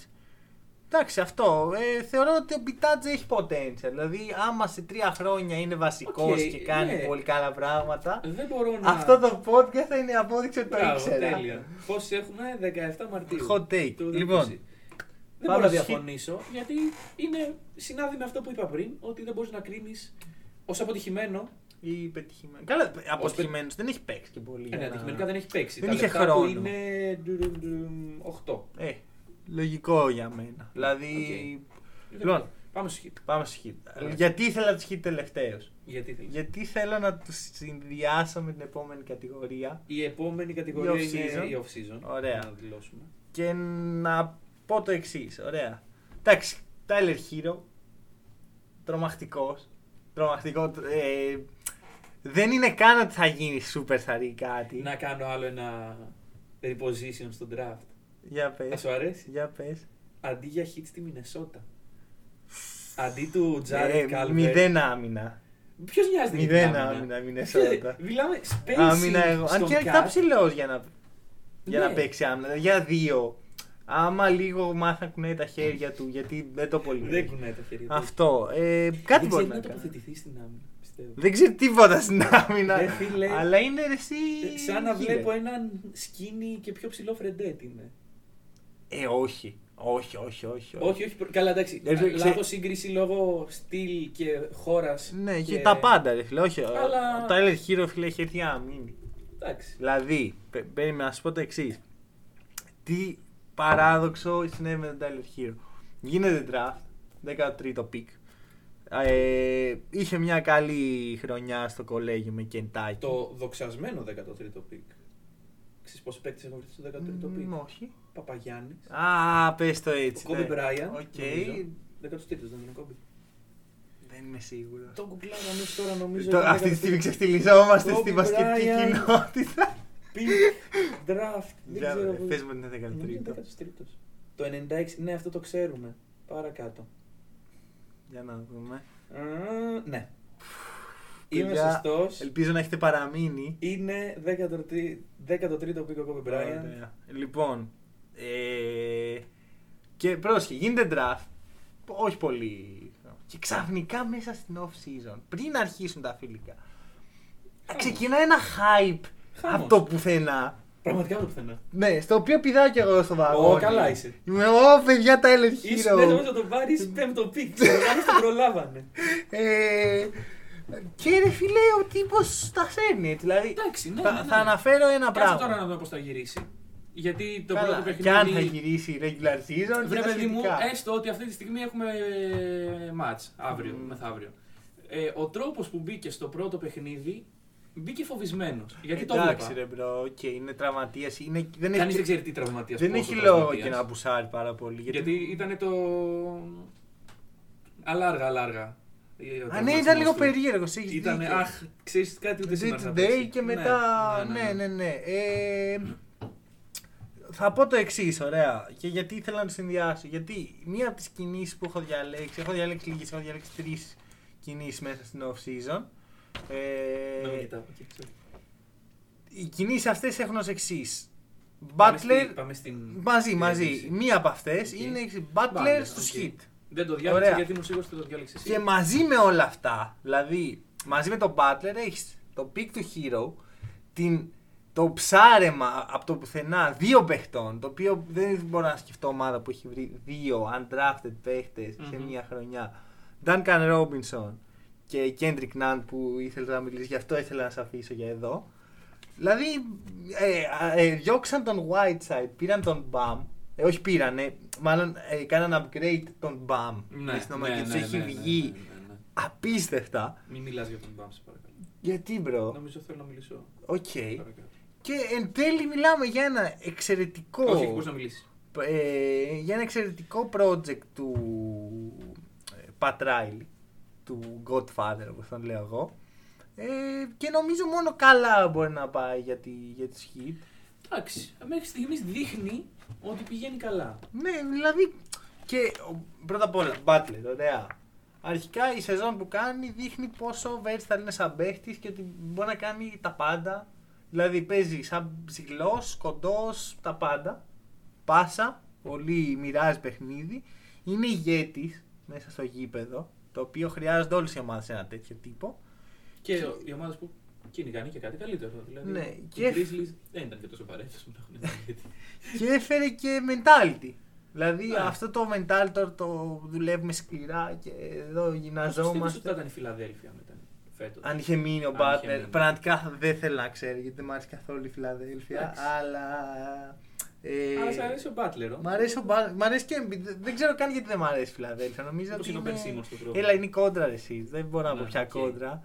A: Εντάξει, αυτό. Ε, θεωρώ ότι ο Μπιτάτζε έχει potential. Δηλαδή, άμα σε τρία χρόνια είναι βασικός
B: Οκ,
A: και κάνει
B: ναι.
A: πολύ καλά πράγματα.
B: Δεν μπορώ να.
A: Αυτό το podcast θα είναι η απόδειξη ότι το
B: Μπράβο,
A: ήξερα.
B: Τέλεια. Πόσοι έχουμε, 17 Μαρτίου.
A: Hot take.
B: του 2020.
A: Λοιπόν,
B: δεν
A: πάμε
B: μπορώ να
A: στις-
B: διαφωνήσω γιατί είναι συνάδει με αυτό που είπα πριν, ότι δεν μπορείς να κρίνεις ως αποτυχημένο.
A: Ή πετυχημένο. Καλά, αποτυχημένος δεν έχει παίξει και πολύ.
B: Ε, ναι,
A: για να-
B: αντικειμενικά δεν έχει παίξει.
A: Δεν
B: Τα
A: είχε
B: λεπτά του
A: χρόνο.
B: είναι. ντουρουν, ντουρουν, 8.
A: Ε, λογικό για μένα. Δηλαδή. Λοιπόν,
B: Πάμε στο hit.
A: πάμε στο
B: Ωραία.
A: hit. Γιατί ήθελα του hit τελευταίο.
B: Γιατί θέλεις.
A: Γιατί θέλω να τους συνδυάσω με την επόμενη κατηγορία
B: Η επόμενη κατηγορία
A: Η
B: είναι
A: off-season.
B: η off-season.
A: Ωραία.
B: Να δηλώσουμε.
A: και να πω το εξής. Ωραία. Εντάξει, Tyler Hero. Τρομακτικός. Τρομακτικό. ε, δεν είναι καν ότι θα γίνει super θα ή κάτι.
B: Να κάνω άλλο ένα reposition στο draft.
A: Για
B: Θα
A: πες.
B: σου αρέσει.
A: Για πες.
B: Αντί για hit στη Μινεσότα. Αντί του Τζάρετ
A: Ε,
B: Κάλβερ.
A: Μηδέν άμυνα.
B: Ποιος νοιάζεται για την Ε,
A: Μηδέν άμυνα, Μινεσότα.
B: Μιλάμε spacing
A: Άμυνα εγώ. Αν
B: στον
A: και αρκετά
B: cut.
A: ψηλό για να, για
B: Ναι.
A: να παίξει άμυνα. Για δύο. Άμα λίγο μάθα να κουνάει τα χέρια του, γιατί δεν το πολύ.
B: Δεν κουνάει τα χέρια του.
A: Αυτό. Ε,
B: Δεν
A: κάτι μπορεί
B: ξέρει
A: να
B: να
A: κάνει.
B: τοποθετηθεί στην άμυνα, πιστεύω.
A: Δεν ξέρει τίποτα στην άμυνα.
B: Ρε φίλε.
A: Αλλά είναι ρε εσύ.
B: Ε, Σαν να
A: γύρε.
B: βλέπω έναν σκίνη και πιο ψηλό φρεντέτ είναι.
A: Ε, όχι. Όχι, όχι, όχι.
B: Όχι, όχι. προ- Καλά, εντάξει.
A: Ε, ξε-
B: Λάθο σύγκριση λόγω στυλ και χώρας.
A: Ναι, και... τα πάντα ρε φίλε. Όχι.
B: Αλλά-
A: Ο Tyler Hero φίλε έχει έρθει άμυνα.
B: Εντάξει.
A: Δηλαδή, πε- περίμενα να σου πω το εξής. Τι παράδοξο συνέβη με τον Tyler Hero. Γίνεται draft, 13ο pick. Ε, είχε μια καλή χρονιά στο κολέγιο με Kentucky.
B: Το δοξασμένο 13ο πικ. Ξέρεις πόσοι παίκτες έχουν βρεθεί στο 13ο πικ.
A: Μ, όχι.
B: Παπαγιάννης,
A: Α, πες το
B: ο
A: έτσι.
B: Κόμπι
A: ναι.
B: Μπράιαν,
A: Οκ.
B: νομίζω. 13ος δεν είναι ο Κόμπι.
A: Δεν είμαι σίγουρος.
B: Το κουκλάρα εμείς τώρα νομίζω...
A: Το-
B: είναι
A: αυτή τη στιγμή
B: 13ο.
A: ξεφτυλιζόμαστε
B: Kobe
A: στη βασκετική
B: Bryant.
A: κοινότητα.
B: Pick, draft, δεν
A: Για- ε,
B: ξέρω...
A: Πες μου την
B: Νομίζω είναι
A: 13ο.
B: 13ος. Το 96, ναι αυτό το ξέρουμε. Παρακάτω.
A: Για να δούμε.
B: Ε, Ναι. Είμαι
A: Παιδιά,
B: σωστός.
A: Ελπίζω να έχετε παραμείνει.
B: Είναι 13ο πικ ο Κόμπι Μπράιαν.
A: Ωραία. Λοιπόν. Ε, και πρόσχε, γίνεται draft. Όχι πολύ. Και ξαφνικά μέσα στην off season, πριν αρχίσουν τα φιλικά, ξεκινά ένα hype
B: Χαμός.
A: από το πουθενά.
B: Πραγματικά από το πουθενά.
A: Ναι, στο οποίο πηδάω κι εγώ στο βαγόνι.
B: Ω, καλά είσαι.
A: Είμαι, ω, παιδιά, τα
B: Ήσουν έτοιμος
A: Hero.
B: να τον πάρεις πέμπτο πικ. Ξέρω, αν τον προλάβανε.
A: Ε, και ρε φίλε, ο τύπος τα σέρνει, έτσι, δηλαδή.
B: Εντάξει, ναι,
A: θα,
B: ναι, ναι.
A: θα αναφέρω ένα
B: Κάτσε
A: πράγμα.
B: τώρα να δούμε πώς θα γυρίσει. Γιατί το
A: Καλά,
B: πρώτο
A: και αν θα
B: παιχνίδι.
A: γυρίσει regular season, και
B: Βρε
A: τα
B: παιδί μου,
A: σχετικά.
B: έστω ότι αυτή τη στιγμή έχουμε ματ αύριο,
A: Μμμ.
B: μεθαύριο. Ε, ο τρόπος που μπήκε στο πρώτο παιχνίδι μπήκε φοβισμένος. Γιατί το
A: Εντάξει,
B: βλέπα.
A: ρε μπρο, και είναι τραυματίας. Είναι... Δεν
B: Κανείς δεν
A: έχει,
B: ξέρει τι τραυματίας
A: δεν έχει λόγο και να μπουσάρει πάρα πολύ. Γιατί...
B: Γιατί ήταν το. Αλάργα, αλάργα. Ε,
A: Α, ναι, ήταν λίγο περίεργο. Έχεις
B: Ήταν,
A: δίκιο.
B: αχ, ξέρεις κάτι ούτε σήμερα. θα
A: Day to
B: παίξει.
A: day και μετά. Ναι, ναι, ναι. Ε, θα πω το εξής, ωραία. Και γιατί ήθελα να το συνδυάσω. Γιατί μία από τις κινήσεις που έχω διαλέξει, έχω διαλέξει λίγες, έχω διαλέξει τρεις κινήσεις μέσα στην off season.
B: Να μην
A: Ε,
B: κοιτάω, οκ, ξέρω.
A: οι κινήσεις αυτές έχουν ως εξής.
B: Πάμε στη-
A: Butler,
B: πάμε στην-
A: Μαζί,
B: στην
A: μαζί.
B: ερώτηση.
A: Μία από αυτές
B: Οκ.
A: είναι η
B: Butler,
A: Butler στους
B: οκ.
A: Hit.
B: Δεν το διάλεξα
A: Ωραία.
B: γιατί ήμουν σίγουρο ότι το διάλεξε εσύ.
A: Και μαζί με όλα αυτά, δηλαδή μαζί με τον Butler έχεις το pick του Hero, την, το ψάρεμα από το πουθενά δύο παιχτών, το οποίο δεν μπορώ να σκεφτώ ομάδα που έχει βρει δύο undrafted παιχτες σε
B: Μμμ.
A: μία χρονιά. Duncan Robinson και Kendrick Nunn που ήθελα να μιλήσεις, γι' αυτό ήθελα να σε αφήσω για εδώ. Δηλαδή, ε, ε, διώξαν τον Whiteside, πήραν τον Μπαμ. Ε, όχι πήραν, ε, μάλλον ε, κάναν upgrade τον Μπαμ.
B: Ναι,
A: στην ομάδα
B: ναι,
A: και τους
B: ναι,
A: έχει
B: ναι, ναι,
A: βγει
B: ναι, ναι, ναι.
A: απίστευτα.
B: Μην μιλάς για τον Μπαμ, σε παρακαλώ.
A: Γιατί, μπρο.
B: Νομίζω θέλω να μιλήσω.
A: Οκ.
B: παρακάτω.
A: Και εν τέλει μιλάμε για ένα εξαιρετικό.
B: Όχι, μπορείς να μιλήσεις.
A: ε, για ένα εξαιρετικό project του. ε, Πατ Ράιλι, του Godfather όπως τον λέω εγώ. Ε, και νομίζω μόνο καλά μπορεί να πάει για, τη, για τις hit.
B: Εντάξει, μέχρι στιγμής δείχνει ότι πηγαίνει καλά.
A: Ναι, δηλαδή. Και ο- πρώτα απ' όλα, Butler, ωραία. Αρχικά η σεζόν που κάνει δείχνει πόσο Verstal είναι σαν παίχτης και ότι μπορεί να κάνει τα πάντα. Δηλαδή παίζει σαν ψηλό, κοντός, τα πάντα. Πάσα, πολύ μοιράζει παιχνίδι. Είναι ηγέτης μέσα στο γήπεδο, το οποίο χρειάζονται όλε οι ομάδες ένα τέτοιο τύπο.
B: Και, οι ομάδες που κυνηγάνε και κάτι καλύτερο. Δηλαδή,
A: Ναι,
B: οι
A: και-
B: Grizzlies δεν ήταν και τόσο παρέτητο που να έχουν διαιτητή.
A: και έφερε και mentality. Δηλαδή
B: Ναι.
A: αυτό το mental τώρα το δουλεύουμε σκληρά και εδώ
B: Πιστεύεις ότι
A: γυμναζόμαστε.
B: θα ήταν η Φιλαδέλφια μετά φέτος.
A: Αν είχε μείνει ο
B: Αν είχε
A: Μπάτλερ,
B: μείνει.
A: πραγματικά θα- δεν θέλω να ξέρω γιατί δεν μου αρέσει καθόλου η Φιλαδέλφια.
B: Εντάξει.
A: Αλλά. ε,
B: Αλλά σ' αρέσει ο Μπάτλερ.
A: Μ' αρέσει, ο Μπα- μ' αρέσει και ο Embiid. Δεν ξέρω καν γιατί δεν μ' αρέσει η Φιλαδέλφια. Νομίζω
B: Όπως
A: ότι.
B: είναι ο Ben
A: Είναι...
B: Simmons στο τρόπο.
A: Έλα, είναι η κόντρα ρε, εσύ. Δεν μπορώ να πω
B: Ναι,
A: πια
B: οκ.
A: κόντρα.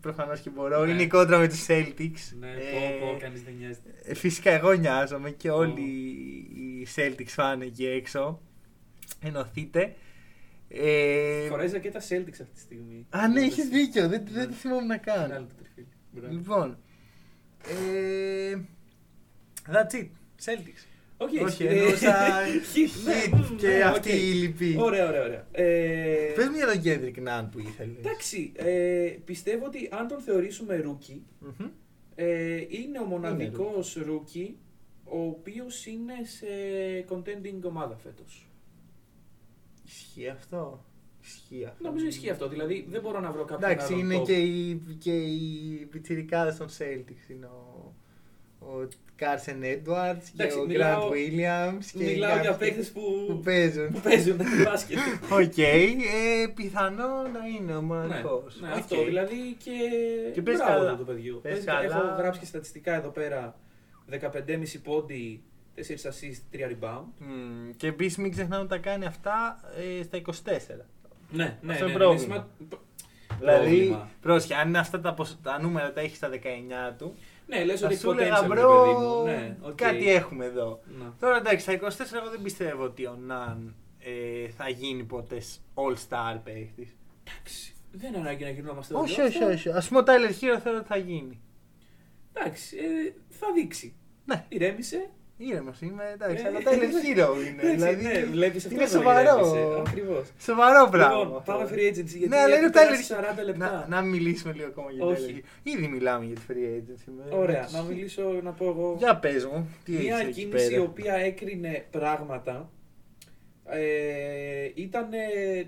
A: Προφανώς και μπορώ.
B: Ναι.
A: Είναι η κόντρα με τους Celtics.
B: Ναι,
A: Ε,
B: πω, πω, κανείς δεν νοιάζεται.
A: ε, Φυσικά εγώ νοιάζομαι και
B: Ω.
A: όλοι οι Celtics φάνε εκεί έξω. Ενωθείτε. Ε,
B: Φοράει ζακέτα Celtics αυτή τη στιγμή.
A: Α, ναι, έχει
B: Ναι.
A: δίκιο. Δεν, δεν
B: Ναι.
A: το θυμόμουν να
B: Είναι
A: κάνω.
B: άλλο το τριφύλι. Μπράβο.
A: Λοιπόν. Ε, that's it. Celtics.
B: Όχι,
A: Όχι,
B: ε,
A: εννοούσα
B: Heat, ναι,
A: Heat
B: ναι,
A: και
B: οκ.
A: αυτή η λυπή.
B: Ωραία, ωραία, ωραία. Ε,
A: Πες μου για τον Kendrick Nunn που ήθελες.
B: Εντάξει, ε, πιστεύω ότι αν τον θεωρήσουμε rookie,
A: Μμμ.
B: ε, είναι ο μοναδικός
A: Είναι
B: rookie ο οποίος είναι σε contending ομάδα φέτος.
A: Ισχύει αυτό. Ισχύει αυτό.
B: Νομίζω ισχύει αυτό, δηλαδή δεν μπορώ να βρω κάποιον
A: Εντάξει,
B: άλλον
A: είναι
B: top.
A: και οι, και οι πιτσιρικάδες των Celtics. Είναι ο, ο Carson Edwards και
B: Εντάξει,
A: ο
B: μιλάω-
A: Grant Williams. Και
B: Μιλάω για
A: κάποιοι
B: παίκτες που,
A: που παίζουν.
B: που παίζουν μπάσκετ. Ναι,
A: Οκ, ε, πιθανό να είναι ο μοναδικός.
B: Ναι, ναι,
A: Οκ.
B: αυτό δηλαδή και.
A: Και παίζει
B: μπράβο
A: καλά.
B: του παιδιού.
A: Παίζει
B: Παίζει καλά.
A: καλά.
B: Έχω γράψει και στατιστικά εδώ πέρα. 15,5 πόντι, 4 assist, 3 rebound.
A: Μμμ, Και επίσης μην ξεχνάμε ότι τα κάνει αυτά ε, στα 24.
B: Ναι, ναι,
A: Αυτό είναι
B: ναι,
A: πρόβλημα.
B: σημα-
A: Δηλαδή,
B: Πρόβλημα.
A: πρόσεχε, αν είναι αυτά τα, ποσο- τα νούμερα τα έχει στα 19 του,
B: Ναι, λες
A: θα
B: ότι
A: σου
B: ποτέ
A: έλεγα
B: δεν
A: μπρο,
B: Ναι, οκ. Ναι.
A: κάτι έχουμε εδώ.
B: Να.
A: Τώρα εντάξει, στα 24 εγώ δεν πιστεύω ότι ο Ναν ε, θα γίνει ποτέ all-star παίχτης.
B: Εντάξει. Δεν είναι ανάγκη να γινόμαστε όλοι
A: Όχι,
B: αυτό.
A: όχι, όχι. Ας πούμε ο Tyler Hero θεωρώ ότι θα γίνει.
B: Εντάξει, ε, θα δείξει.
A: Ναι,
B: Ηρέμησε.
A: ήρεμος είμαι, εντάξει,
B: Ε,
A: αλλά ο Tyler Hero είναι.
B: εντάξει,
A: δηλαδή,
B: ναι, βλέπεις αυτό
A: είναι
B: να
A: σοβαρό.
B: ηρέμησε, ακριβώς.
A: Σοβαρό πράγμα.
B: Λοιπόν, πάμε free agency. Γιατί
A: ναι, αλλά είναι ο
B: περάσει
A: Tyler
B: 40
A: Να,
B: λεπτά.
A: να μιλήσουμε λίγο ακόμα για το
B: Όχι.
A: Tyler Hero. Ήδη μιλάμε για τη free agency. με-
B: Ωραία,
A: με-
B: να μιλήσω, να πω εγώ.
A: Για πες μου, τι έχεις
B: Μια
A: εκεί
B: κίνηση η
A: πέρα.
B: οποία έκρινε πράγματα. Ε, ήταν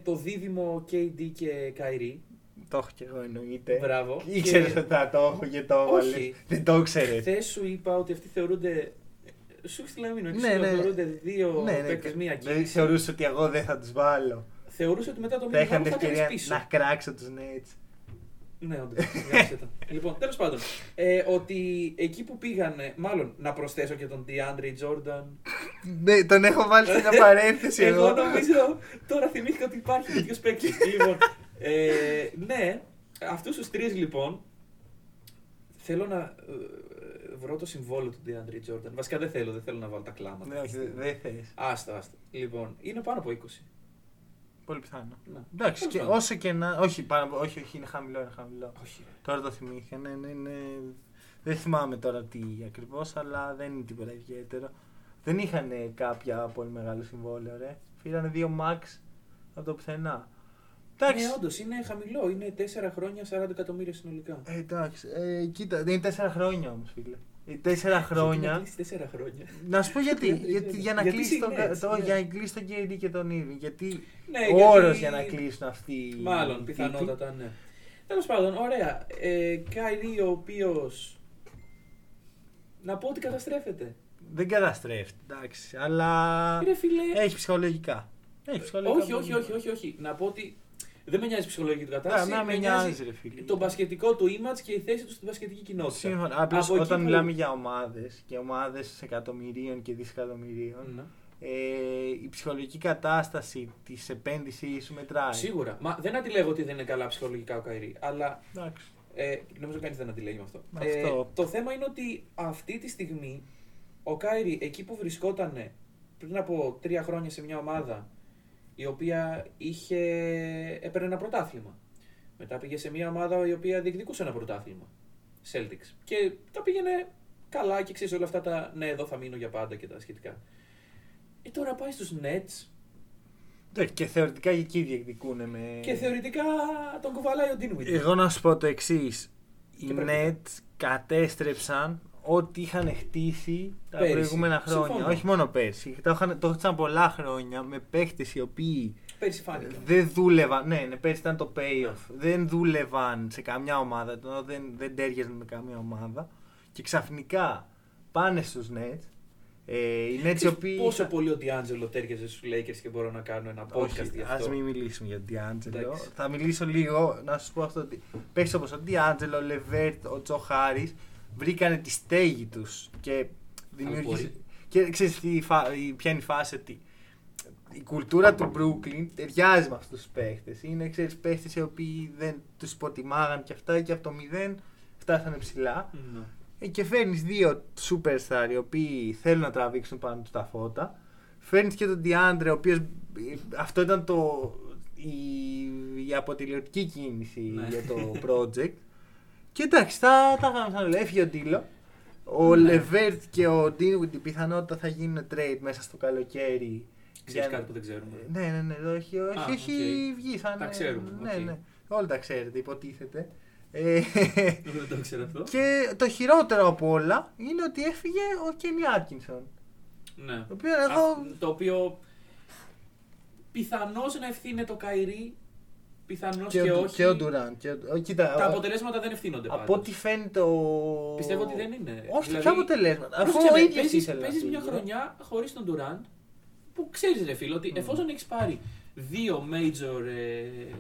B: το δίδυμο KD και Καϊρή.
A: Το έχω και εγώ εννοείται.
B: Μπράβο.
A: Ήξερες
B: Και-
A: ότι θα το έχω και το
B: Όχι.
A: έβαλες. Δεν το ήξερες.
B: Χθες σου είπα ότι αυτοί θεωρούνται. Σου στείλα μήνυμα.
A: Ναι,
B: Ναι,
A: ναι.
B: Θεωρούνται δύο
A: Ναι, ναι.
B: παίκτες μία
A: Δηλαδή
B: κίνηση.
A: θεωρούσες ότι εγώ δεν θα τους βάλω.
B: Θεωρούσε ότι μετά το
A: Θα
B: μήνυμα
A: είχα
B: θα
A: την
B: έκανε
A: ευκαιρία
B: πίσω.
A: να κράξω τους Νέτ.
B: Ναι, όντως. Γράψε τα. λοιπόν, τέλος πάντων. Ε, ότι εκεί που πήγανε, μάλλον να προσθέσω και τον DeAndre Jordan.
A: Ναι, τον έχω βάλει στην απαρένθεση
B: εγώ.
A: εγώ.
B: νομίζω τώρα θυμήθηκα ότι υπάρχει τέτοιος παίκτης. λοιπόν, ε, ναι, αυτούς τους τρεις λοιπόν. Θέλω να ε, βρω το συμβόλαιο του DeAndre Jordan. Βασικά δεν θέλω, δεν θέλω να βάλω τα κλάματα.
A: Ναι, όχι, δεν δεν θες.
B: Άστα, άστα. Λοιπόν, είναι πάνω από 20.
A: Πολύ πιθανό.
B: Να.
A: Εντάξει,
B: Τέλος
A: και
B: πάντων.
A: όσο και να. Όχι, πάνω από- όχι, όχι, είναι χαμηλό, είναι χαμηλό.
B: Όχι, ρε.
A: Τώρα το θυμήθηκα. Ναι, ναι, ναι. Δεν θυμάμαι τώρα τι ακριβώς, αλλά δεν είναι τίποτα ιδιαίτερο. Δεν είχαν κάποια πολύ μεγάλο συμβόλαιο, ρε. Φύρανε δύο max από το πουθενά. Εντάξει.
B: Ναι, όντως είναι χαμηλό. Είναι 4 χρόνια 40 εκατομμύρια συνολικά.
A: Ε, εντάξει. Ε, κοίτα, είναι τέσσερα χρόνια όμως, φίλε. Ε, τέσσερα χρόνια.
B: 4 χρόνια.
A: να σου πω γιατί.
B: Γιατί,
A: γιατί για να
B: γιατί
A: κλείσει τον,
B: είναι έτσι,
A: το,
B: ναι.
A: για να κλείσει τον KD και τον Ήρη. Γιατί
B: Ναι,
A: ο
B: γιατί-
A: όρος για να κλείσουν αυτοί οι
B: Μάλλον,
A: τίτλοι.
B: πιθανότατα, ναι. Τέλος πάντων, ωραία. Ε, Καϊρή, ο οποίος. Να πω ότι καταστρέφεται.
A: Δεν καταστρέφεται, εντάξει. Αλλά
B: Ρε φίλε.
A: έχει ψυχολογικά. Έχει ψυχολογικά.
B: όχι, όχι, όχι, όχι, όχι. Να πω ότι δεν με νοιάζει η ψυχολογική του κατάσταση.
A: Ναι, με νοιάζει, ρε φίλε.
B: Το μπασκετικό του image και η θέση του στην μπασκετική κοινότητα.
A: Σύμφωνα. Απλώς
B: Από εκεί
A: όταν
B: που-
A: μιλάμε για ομάδες και ομάδες εκατομμυρίων και δισεκατομμυρίων,
B: Ναι.
A: ε, η ψυχολογική κατάσταση της επένδυσή σου μετράει.
B: Σίγουρα. Μα δεν αντιλέγω ότι δεν είναι καλά ψυχολογικά ο Καϊρή, αλλά
A: Εντάξει.
B: Ε, νομίζω κανείς δεν αντιλέγει με αυτό. Ε,
A: Με αυτό.
B: το θέμα είναι ότι αυτή τη στιγμή ο Κάιρι εκεί που βρισκόταν πριν από τρία χρόνια σε μια ομάδα η οποία είχε, έπαιρνε ένα πρωτάθλημα. Μετά πήγε σε μια ομάδα η οποία διεκδικούσε ένα πρωτάθλημα. Celtics. Και τα πήγαινε καλά και ξέρεις όλα αυτά τα ναι, εδώ θα μείνω για πάντα και τα σχετικά. Ε, τώρα πάει στους Nets
A: Ναι, Και θεωρητικά και εκεί διεκδικούν με.
B: και θεωρητικά τον κουβαλάει ο Dinwiddie.
A: Ε, Εγώ να σου πω το εξής. Οι
B: Και πρέπει.
A: Nets κατέστρεψαν ό,τι είχαν χτίσει τα
B: Πέρυσι.
A: προηγούμενα χρόνια.
B: Συμφωνώ.
A: Όχι μόνο πέρσι. Το είχαν, το χτίσαν πολλά χρόνια με παίχτες οι οποίοι
B: Πέρσι φάνηκε.
A: δεν δούλευαν. Ναι, ναι, πέρσι ήταν το payoff. Δεν δούλευαν σε καμιά ομάδα. ενώ Δεν, δεν τέριαζαν με καμιά ομάδα. Και ξαφνικά πάνε στους Nets. Ε, οι Nets οι οποίοι.
B: Πόσο πολύ ο Ντιάντζελο τέριαζε στους Lakers και μπορώ να κάνω ένα podcast
A: Όχι,
B: για
A: ας
B: αυτό.
A: μην μιλήσουμε για Ντιάντζελο.
B: Εντάξει.
A: Θα μιλήσω λίγο να σα πω αυτό ότι παίξει όπως ο Ντιάντζελο, ο Λεβέρτ, ο Τσο Χάρη βρήκανε τη στέγη τους και δημιούργησε.
B: μπορεί.
A: Και ξέρεις ποια είναι η φάση ότι η κουλτούρα του Brooklyn ταιριάζει με αυτούς τους παίχτες. Είναι ξέρεις, παίχτες οι οποίοι δεν τους υποτιμάγαν και αυτά και από το μηδέν φτάσανε ψηλά.
B: Ναι.
A: Ε, και φέρνεις δύο superstar οι οποίοι θέλουν να τραβήξουν πάνω τους τα φώτα. Φέρνεις και τον Διάντρε, ο οποίος. Αυτό ήταν το, η, η αποτελειωτική κίνηση
B: Ναι.
A: για το project. και εντάξει, τα, τα γάμισαν όλα. Έφυγε ο Ντίλο. Ο
B: Ναι.
A: Λεβέρτ και ο Ντίνουιντ πιθανότητα θα γίνουν trade μέσα στο καλοκαίρι.
B: Ξέρεις
A: Για-
B: κάτι που δεν ξέρουμε.
A: ναι, ναι, ναι, το έχει, όχι,
B: Α,
A: έχει
B: οκ.
A: βγει σαν.
B: Τα ξέρουμε,
A: Ναι,
B: οκ.
A: ναι. Όλα τα ξέρετε, υποτίθεται. Ε,
B: Δεν το ξέρω αυτό.
A: και το χειρότερο από όλα είναι ότι έφυγε ο Κένι Άρκινσον.
B: Ναι.
A: Το οποίος εγώ.
B: Α, Το οποίο πιθανώς να ευθύνεται το Καϊρή, πιθανώς και,
A: ο,
B: όχι.
A: και ο Ντουράν. Και ο, ο- κοίτα,
B: Τα
A: ο-
B: αποτελέσματα δεν ευθύνονται
A: από
B: πάντως.
A: ό,τι φαίνεται ο.
B: Πιστεύω ότι δεν είναι.
A: Όχι,
B: Δηλαδή,
A: ποια αποτελέσματα. Αφού δηλαδή. ο
B: πρόσεξε με,
A: ίδιος
B: παίζεις-
A: ήθελε. να
B: παίζεις μια
A: φύγει.
B: χρονιά χωρίς τον Durant που ξέρεις, ρε φίλο, ότι εφόσον έχεις πάρει δύο major ε,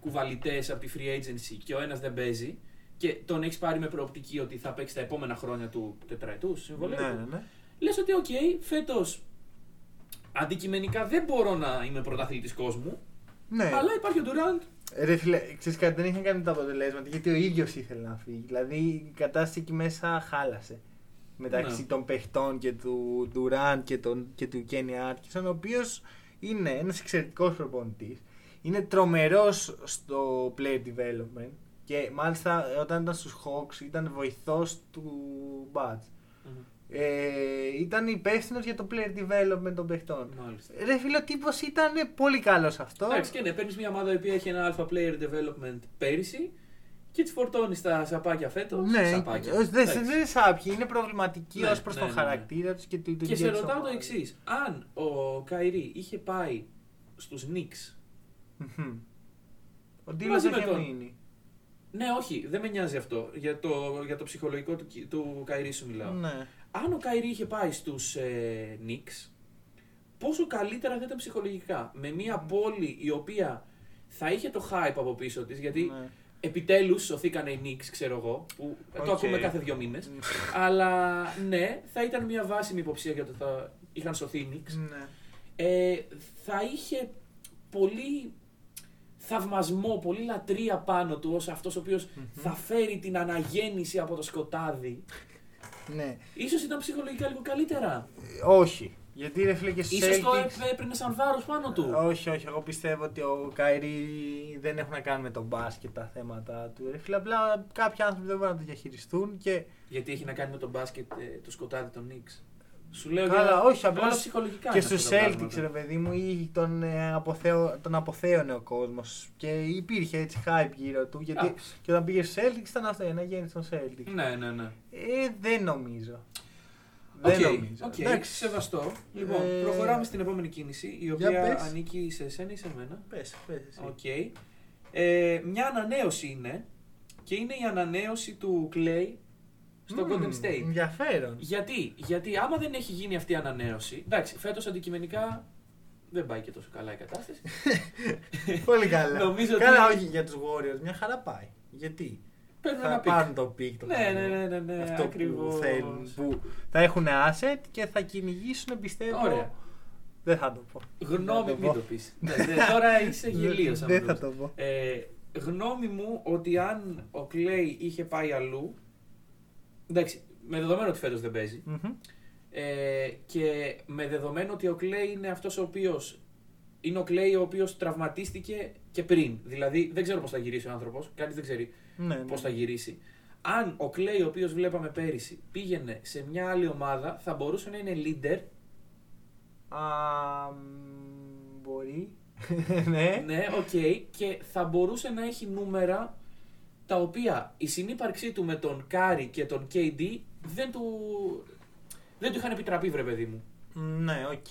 B: κουβαλητές από τη free agency και ο ένας δεν παίζει και τον έχεις πάρει με προοπτική ότι θα παίξει τα επόμενα χρόνια του τετραετούς συμβολέου.
A: Ναι,
B: του,
A: ναι, ναι.
B: Λες ότι, οκ, φέτος αντικειμενικά δεν μπορώ να είμαι πρωταθλητής κόσμου,
A: ναι.
B: αλλά υπάρχει ο Durant.
A: Ρε φίλε, ξέρεις κάτι, δεν είχαν κάνει τα αποτελέσματα γιατί ο ίδιος ήθελε να φύγει. Δηλαδή η κατάσταση εκεί μέσα χάλασε. Μεταξύ
B: Ναι.
A: των παιχτών και του Ντουράν και, τον- και του Κένι Άρκισον, ο οποίος είναι ένας εξαιρετικός προπονητής. Είναι τρομερός στο player development και μάλιστα όταν ήταν στους Hawks ήταν βοηθός του Μπατ. Ε, ήταν υπεύθυνος για το player development των παιχτών.
B: Μάλιστα.
A: Ρε φίλε, ο τύπος ήταν πολύ καλός αυτός.
B: Ναι. Εντάξει, και ναι, παίρνεις μια ομάδα η οποία έχει ένα αλφα player development πέρυσι και της φορτώνεις στα σαπάκια φέτος.
A: Ναι,
B: σαπάκια.
A: ως- δεν
B: Εντάξει.
A: δεν είναι σάπιοι, είναι προβληματικοί
B: Ναι,
A: ως προς
B: ναι,
A: τον
B: ναι, ναι.
A: χαρακτήρα τους και τη λειτουργία
B: Και σε
A: της
B: ρωτάω το
A: ομάδας.
B: εξής. Αν ο Καϊρή είχε πάει στους Knicks.
A: Μμμ. Ο Ντίλο
B: Μαζί
A: δεν
B: με
A: είχε
B: τον.
A: μείνει.
B: Ναι, όχι, δεν με νοιάζει αυτό. Για το, για το ψυχολογικό του, κοι- του Καϊρή σου μιλάω.
A: Ναι.
B: Αν ο Καϊρή είχε πάει στους ε, Knicks, πόσο καλύτερα θα ήταν ψυχολογικά. Με μια πόλη η οποία θα είχε το hype από πίσω της, γιατί
A: Ναι.
B: επιτέλους σωθήκανε οι Knicks, ξέρω εγώ, που το
A: Οκ.
B: ακούμε κάθε δύο μήνες. Αλλά ναι, θα ήταν μια βάσιμη υποψία για το ότι θα είχαν σωθεί οι Knicks.
A: Ναι.
B: Ε, θα είχε πολύ θαυμασμό, πολύ λατρεία πάνω του ως αυτός ο οποιος θα φέρει την αναγέννηση από το σκοτάδι.
A: ναι.
B: Ίσως ήταν ψυχολογικά λίγο καλύτερα.
A: Ε, Όχι. Γιατί ρε φίλε και στου
B: Ίσως το
A: Celtics.
B: έπ- έπαιρνε σαν βάρος πάνω του.
A: Όχι, όχι. Εγώ πιστεύω ότι ο Καϊρή δεν έχουν να κάνουν με τον μπάσκετ τα θέματα του. Ρε φίλε, απλά κάποιοι άνθρωποι δεν μπορούν να το διαχειριστούν και.
B: Γιατί έχει να κάνει με τον μπάσκετ ε, το σκοτάδι των Νίξ. Σου λέω
A: Καλά,
B: για-
A: όχι, απλώς
B: όλα ψυχολογικά.
A: Και
B: είναι
A: στους
B: αυτά τα πράγματα.
A: Celtics, ρε παιδί μου, ή τον, ε, αποθέω, τον αποθέωνε ο κόσμος και υπήρχε έτσι hype γύρω του γιατί
B: Εντάξει.
A: και όταν πήγε στους Celtics ήταν αυτό, ένα γέννη των Celtics.
B: Ναι, ναι, ναι.
A: Ε, δεν νομίζω.
B: Οκ,
A: Δεν νομίζω.
B: οκ,
A: Εντάξει,
B: σεβαστό. Λοιπόν,
A: Ε,
B: προχωράμε στην επόμενη κίνηση, η
A: για
B: οποία
A: πες.
B: ανήκει σε εσένα ή σε μένα.
A: πες, πες εσύ.
B: Οκ. Ε, μια ανανέωση είναι και είναι η ανανέωση του Clay στο
A: Μμμ,
B: Golden State.
A: Ενδιαφέρον.
B: Γιατί, γιατί άμα δεν έχει γίνει αυτή η ανανέωση, εντάξει, φέτος αντικειμενικά δεν πάει και τόσο καλά η κατάσταση.
A: Πολύ καλά.
B: Ναι, Νομίζω ότι-
A: καλά, όχι για τους Warriors, μια χαρά πάει. Γιατί
B: Παίρνουν
A: θα
B: ένα πικ.
A: πάρουν το πικ το
B: Ναι,
A: καλό.
B: ναι, ναι, ναι, ναι,
A: αυτό
B: ακριβώς.
A: που θέλουν, που θα έχουν asset και θα κυνηγήσουν πιστεύω.
B: Ωραία.
A: Δεν θα το πω.
B: Γνώμη,
A: Δεν θα
B: μην το πεις. Ναι, ναι, τώρα είσαι γελίος.
A: Δεν
B: Αμπρός.
A: θα το πω.
B: Ε, γνώμη μου ότι αν ο Κλέη είχε πάει αλλού. Εντάξει, με δεδομένο ότι φέτος δεν παίζει.
A: Μμμ.
B: Ε, και με δεδομένο ότι ο Κλέη είναι αυτός ο οποίος είναι ο Κλέη ο οποίος τραυματίστηκε και πριν. Δηλαδή δεν ξέρω πώς θα γυρίσει ο άνθρωπος, κανεί δεν ξέρει
A: Ναι, ναι.
B: πώς θα γυρίσει. Αν ο Κλέη, ο οποίος βλέπαμε πέρυσι, πήγαινε σε μια άλλη ομάδα, θα μπορούσε να είναι leader.
A: Α, μ, μπορεί. ναι.
B: Ναι, οκ, και θα μπορούσε να έχει νούμερα τα οποία η συνύπαρξή του με τον Κάρι και τον KD δεν του, δεν του είχαν επιτραπεί, βρε παιδί μου.
A: Ναι, οκ.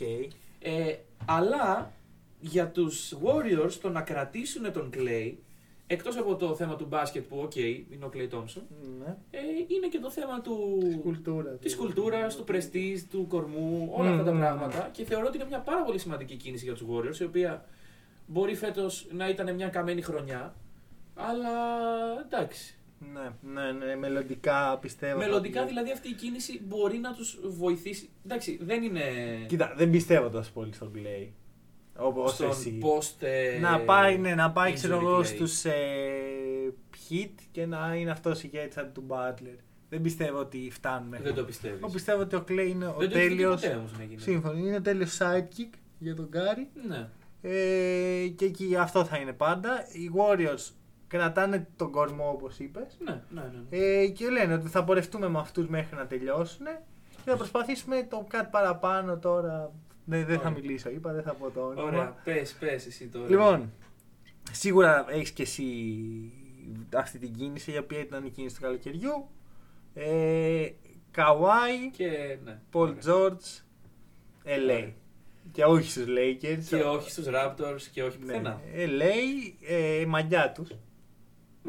B: Ε, αλλά για τους Warriors το να κρατήσουν τον Clay, εκτός από το θέμα του μπάσκετ που, οκ, είναι ο Clay Thompson,
A: Ναι.
B: ε, είναι και το θέμα του...
A: Της κουλτούρας.
B: Της κουλτούρας, του πρεστή, του κορμού, όλα
A: Μμμ,
B: αυτά τα
A: μμμ,
B: πράγματα. Και θεωρώ ότι είναι μια πάρα πολύ σημαντική κίνηση για τους Warriors, η οποία μπορεί φέτος να ήταν μια καμένη χρονιά. Αλλά εντάξει.
A: Ναι, ναι, ναι, μελλοντικά πιστεύω.
B: Μελλοντικά
A: ότι-
B: δηλαδή αυτή η κίνηση μπορεί να τους βοηθήσει. Εντάξει, δεν είναι.
A: Κοίτα, δεν πιστεύω τόσο πολύ στον Clay. Όπω
B: στον
A: εσύ.
B: post, ε,
A: Να πάει, ναι, να πάει ξέρω
B: injury
A: εγώ
B: delay.
A: στους ε, Heat και να είναι αυτός η Γκέιτσα του Butler. Δεν πιστεύω ότι φτάνουν μέχρι.
B: Δεν το πιστεύεις.
A: Εγώ πιστεύω ότι ο Clay είναι ο
B: Δεν το έχει δει
A: τέλειος...
B: ποτέ όμως να γίνει.
A: Σύμφωνο, είναι ο τέλειος sidekick για τον Κάρι.
B: Ναι.
A: Ε, και εκεί αυτό θα είναι πάντα. Οι Warriors κρατάνε τον κόσμο όπως είπες.
B: Ναι, ναι, ναι. ναι.
A: Ε, και λένε ότι θα πορευτούμε με αυτούς μέχρι να τελειώσουν και θα προσπαθήσουμε το κάτι παραπάνω τώρα. Ναι, δεν θα
B: Ωραία.
A: μιλήσω, είπα, δεν θα πω το όνομα.
B: Ωραία, πες, πες εσύ τώρα.
A: Λοιπόν, σίγουρα έχεις και εσύ αυτή την κίνηση, η οποία ήταν η κίνηση του καλοκαιριού. Ε, Καουάι,
B: Και, ναι.
A: Πολ
B: Ωραία.
A: Τζόρτζ, LA.
B: Ωραία.
A: Και όχι στους Lakers.
B: Και όχι στους Raptors και όχι
A: Ναι,
B: πουθενά.
A: LA, ε, μαγιά τους. Με,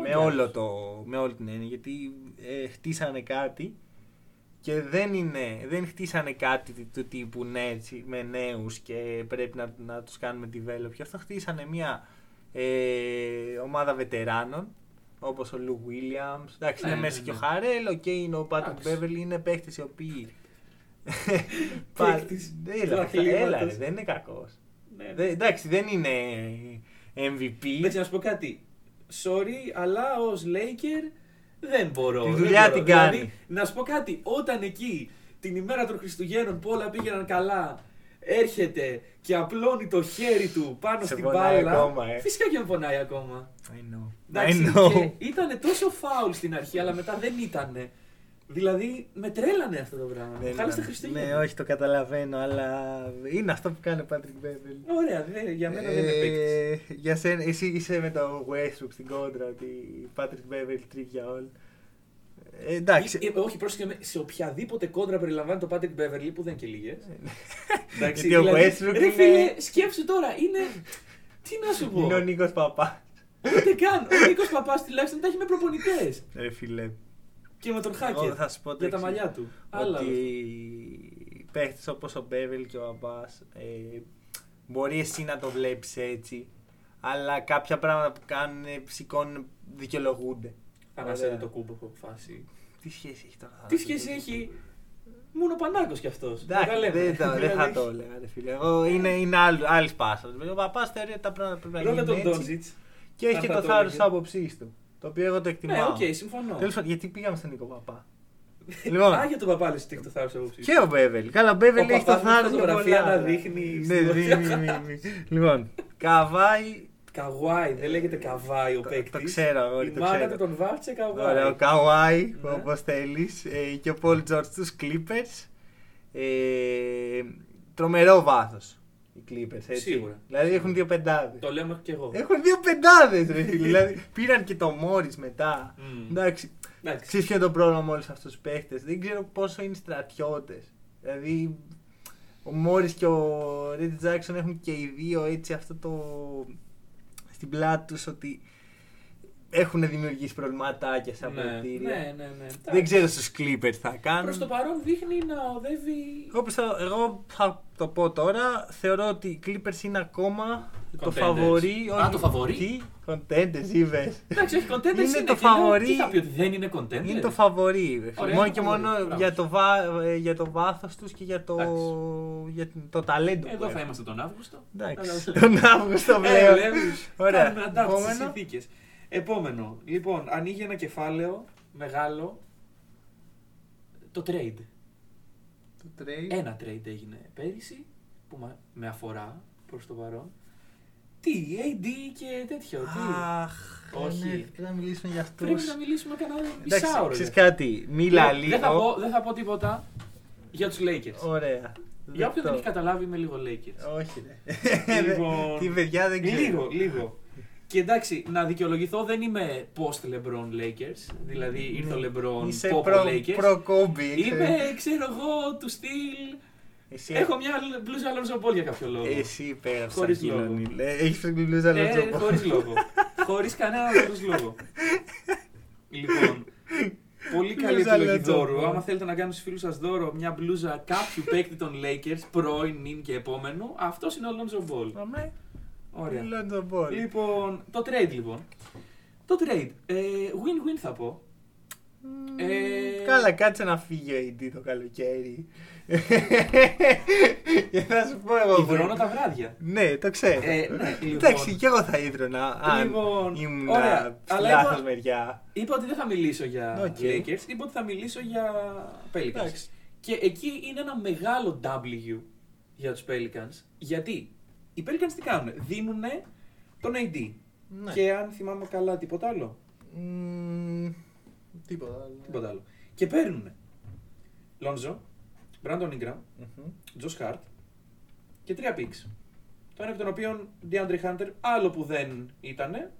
B: Μαγκιά
A: όλο
B: τους.
A: το, με όλη την έννοια, γιατί ε, χτίσανε κάτι και δεν, είναι, δεν χτίσανε κάτι του- του τύπου ναι, έτσι, με νέους και πρέπει να, να τους κάνουμε develop. Και αυτό χτίσανε μια ε, ομάδα βετεράνων, όπως ο Λου Williams, εντάξει,
B: Ναι,
A: είναι
B: ναι,
A: μέσα
B: ναι.
A: και ο Χαρέλ, ο Κέιν, ο Πάτρικ
B: Εντάξει.
A: Μπέβελ, είναι παίχτες οι οποίοι... Πάλι-
B: Παίκτης
A: Έλα,
B: του
A: παίχτα- έλα, ρε,
B: αθλήματος.
A: δεν είναι κακός.
B: Ναι.
A: Δεν- εντάξει, δεν είναι MVP.
B: Εντάξει, να σου πω κάτι. Sorry, αλλά ως Laker δεν μπορώ.
A: Τη
B: δεν
A: δουλειά
B: μπορώ.
A: την
B: Δηλαδή,
A: κάνει.
B: να σου πω κάτι. Όταν εκεί την ημέρα των Χριστουγέννων που όλα πήγαιναν καλά, έρχεται και απλώνει το χέρι του πάνω
A: Σε
B: στην
A: πονάει
B: μπάλα.
A: ακόμα, ε.
B: Φυσικά και με πονάει ακόμα.
A: I know. I
B: Εντάξει,
A: know.
B: και ήταν τόσο φάουλ στην αρχή, αλλά μετά δεν ήταν. Δηλαδή, με τρέλανε αυτό το πράγμα.
A: Δεν
B: Χάλασε τα
A: ήταν-
B: Χριστούγεννα.
A: Ναι, όχι, το καταλαβαίνω, αλλά είναι αυτό που κάνει ο Patrick Beverly.
B: Ωραία, δε, για μένα δεν είναι παίκτης.
A: Ε, για σένα, εσύ είσαι με το Westbrook στην κόντρα ότι Patrick Beverly τρίβει all. Ε, εντάξει.
B: Ε, ε, όχι, πρόσεχε με, σε οποιαδήποτε κόντρα περιλαμβάνει το Patrick Beverly που δεν και λίγες. ε, Εντάξει,
A: Ναι. Γιατί ο
B: δηλαδή,
A: Westbrook
B: ρε
A: είναι-
B: φίλε, σκέψου τώρα, είναι. Τι να σου πω.
A: Είναι ο Νίκος Παπάς.
B: Ούτε καν. Ο Νίκος Παπάς τουλάχιστον τα έχει με προπονητές.
A: Ρε φίλε.
B: Και με τον
A: Εγώ
B: Χάκερ.
A: θα σου πω το
B: Για τα
A: εξής.
B: μαλλιά του. Αλλά.
A: ότι οι παίχτες όπως ο Μπέβελ και ο Αμπάς ε, μπορεί εσύ να το βλέπεις έτσι αλλά κάποια πράγματα που κάνουν ε, σηκώνουν δικαιολογούνται.
B: Ανασέρε
A: Ωραία.
B: το κούμπο έχω φάση.
A: Τι σχέση έχει τώρα.
B: Τι σχέση έχει. Μόνο πανάκο κι αυτός.
A: Εντάξει, δεν, τα- δεν
B: Δηλαδή-
A: θα το έλεγα, ρε φίλε. Εγώ είναι, είναι άλλη, άλλη πάσα. Ο παπάς θεωρεί ότι τα πράγματα πρέπει να
B: Ρώτα
A: γίνουν
B: τον Ναι,
A: έτσι.
B: Ντόντζιτ.
A: Και έχει
B: αν
A: και
B: θα
A: το
B: το
A: θάρρο
B: έλεγε.
A: άποψής του. Το οποίο εγώ το εκτιμάω.
B: Ναι, οκ, συμφωνώ.
A: Τέλος πάντων, γιατί πήγαμε στον Νίκο Παπά. λοιπόν.
B: Α, για τον παπά λες τι έχει το θάρρος απόψη.
A: και ο Μπέβελ. Καλά, ο Μπέβελ
B: Ο
A: έχει το
B: Παπάς με
A: θάρρος.
B: φωτογραφία να δείχνει
A: Ναι,
B: στην
A: δείχνει. μη- μη- Λοιπόν, Καβάη.
B: Καβάι, δεν λέγεται καβάι ο
A: Το-
B: παίκτη.
A: το ξέρω,
B: Η
A: αγόρι, το
B: μάνα
A: ξέρω.
B: του τον βάφτισε καβάι.
A: Ωραία, ο Καουάι,
B: Ναι.
A: όπως θέλεις. ε, Και ο Πολ Τζορτ στους Clippers. Ε, Τρομερό βάθος οι Clippers. έτσι.
B: Σίγουρα.
A: Δηλαδή έχουν δύο πεντάδες.
B: Το λέμε και εγώ.
A: Έχουν δύο πεντάδες, ρε φίλε. δηλαδή, πήραν και το Μόρι μετά.
B: Μμμ.
A: Εντάξει.
B: Εντάξει.
A: Ξέρεις ποιο είναι το πρόβλημα με όλους αυτούς τους παίχτες. Δεν ξέρω πόσο είναι στρατιώτες. Δηλαδή, ο Μόρι και ο Ρέτ Τζάξον έχουν και οι δύο έτσι αυτό το. στην πλάτη τους ότι έχουν δημιουργήσει προβληματάκια σαν
B: Ναι,
A: αποδητήρια.
B: ναι, ναι, ναι.
A: Δεν ξέρω στους Clippers θα κάνουν.
B: Προς το παρόν δείχνει να οδεύει.
A: Εγώ, πιστεύω- εγώ θα το πω τώρα. Θεωρώ ότι οι Clippers είναι ακόμα το
B: Contenders.
A: φαβορή.
B: Α,
A: όχι-
B: το φαβορί.
A: Τι, contenders είπες.
B: Εντάξει, όχι contenders
A: Είναι
B: είναι.
A: το
B: και λέω,
A: φαβορί.
B: Τι θα πει ότι δεν είναι contenders.
A: Είναι το φαβορή.
B: Ωραία,
A: μόνο
B: είναι
A: και
B: το φαβορί.
A: μόνο
B: Μπράβο.
A: για το, βά, ε, για το βάθος τους και για το, για την- το ταλέντο που
B: Εδώ θα
A: έχουν.
B: είμαστε τον Αύγουστο.
A: Εντάξει,
B: Θα τα
A: τον
B: λέμε.
A: Αύγουστο
B: Ε,
A: πλέον.
B: βλέπεις,
A: Ωραία.
B: Κάνουμε αντάψεις
A: Επόμενο.
B: συνθήκες. Επόμενο. Λοιπόν, ανοίγει ένα κεφάλαιο μεγάλο. Το trade.
A: Το τρέι.
B: Ένα trade έγινε πέρυσι που μα- με αφορά προς το παρόν. Τι, AD και τέτοιο. Τι.
A: Αχ,
B: Όχι.
A: ναι, πρέπει να μιλήσουμε για αυτούς.
B: Πρέπει να μιλήσουμε κανένα
A: Εντάξει,
B: μισάωρο.
A: ξέρεις
B: ρε.
A: κάτι, μίλα
B: Λοιπόν, Δεν θα,
A: λίγο.
B: πω, δεν θα πω τίποτα για τους Lakers.
A: Ωραία.
B: Για όποιον δεν
A: Δεκτό.
B: έχει καταλάβει, είμαι λίγο Lakers.
A: Όχι, ρε.
B: Λοιπόν,
A: Την παιδιά δεν ξέρω.
B: Λίγο, λίγο. Και εντάξει, να δικαιολογηθώ, δεν είμαι post-LeBron Lakers. Δηλαδή ήρθε ο LeBron,
A: Ναι. Είσαι
B: pop
A: προ,
B: Lakers.
A: προκόμπι.
B: Είμαι, ξέρω εγώ, του στυλ.
A: Εσύ,
B: Έχω μια μπλούζα Alonso Paul για κάποιο λόγο.
A: Εσύ υπέγραψα
B: Χωρίς
A: Κιλόνι.
B: λόγο.
A: Ε, Έχεις την μπλούζα
B: Ε,
A: Λοτζόπο.
B: χωρίς λόγο. χωρίς κανένα χωρίς λόγο. λοιπόν, πολύ καλή
A: Μπλούζα
B: επιλογή
A: Λοτζόπο.
B: δώρου. Άμα θέλετε να κάνετε στους φίλους σας δώρο μια μπλούζα κάποιου παίκτη των Lakers, πρώην, νυν και επόμενου, αυτός είναι ο Alonso Ball.
A: Αμέ,
B: Ωραία.
A: Λοτζοπόλ.
B: Λοιπόν, το trade λοιπόν. Το trade. Ε, win-win θα πω.
A: Μμμ,
B: ε,
A: Καλά, κάτσε να φύγει ο AD το καλοκαίρι. Και θα σου πω εγώ.
B: Υδρώνω
A: που-
B: τα βράδια.
A: Ναι, το ξέρω.
B: Ε, ναι, λοιπόν.
A: Εντάξει, και εγώ θα ίδρωνα. Αν
B: Λοιπόν,
A: ήμουν
B: ωραία,
A: στη
B: αλλά
A: λάθος
B: είπα-
A: μεριά.
B: Είπα ότι δεν θα μιλήσω για
A: Οκ.
B: Lakers, είπα ότι θα μιλήσω για Pelicans.
A: Εντάξει.
B: Και εκεί είναι ένα μεγάλο W για τους Pelicans. Γιατί οι Pelicans τι κάνουν, δίνουν τον AD.
A: Ναι.
B: Και αν θυμάμαι καλά, τίποτα άλλο.
A: Μμμ, Τίποτα. άλλο.
B: Τίποτα άλλο. Και παίρνουν Lonzo, Brandon Ingram,
A: Μμμ.
B: Josh Hart και τρία picks. Το ένα εκ των οποίων DeAndre Hunter, άλλο που δεν ήτανε,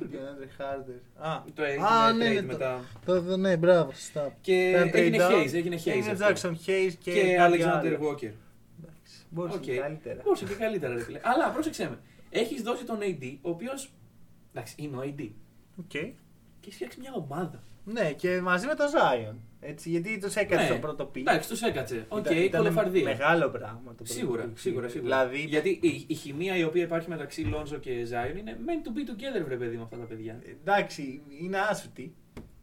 A: DeAndre Harder. Α,
B: Το έγινε
A: α,
B: trade
A: ναι, ναι,
B: μετά.
A: Το, το, ναι, μπράβο, σωστά.
B: Και
A: Ήταν
B: έγινε
A: trade down.
B: Hayes, έγινε Hayes
A: Έγινε
B: αυτό.
A: Jackson Hayes και,
B: και,
A: κάτι
B: Alexander
A: άλλο.
B: Walker.
A: Εντάξει, Μπορούσε
B: Οκ.
A: και καλύτερα.
B: Μπορούσε και καλύτερα, ρε φίλε. Αλλά πρόσεξε με. Έχεις δώσει τον AD, ο οποίος. Εντάξει, είναι ο AD.
A: Οκ.
B: Και έχει φτιάξει μια ομάδα.
A: Ναι, και μαζί με τον Zion. Έτσι, γιατί του έκανε
B: Ναι.
A: το πρώτο πι.
B: Εντάξει, τους έκατσε. Οκ,
A: Ήταν- ήταν
B: κολεφαρδία.
A: Μεγάλο πράγμα το πρώτο
B: Σίγουρα,
A: pick.
B: σίγουρα, σίγουρα.
A: Δηλαδή,
B: Γιατί η, η χημεία η οποία υπάρχει μεταξύ Λόνζο και Zion είναι meant to be together, βρε παιδί με αυτά τα παιδιά.
A: εντάξει, είναι άσουτη.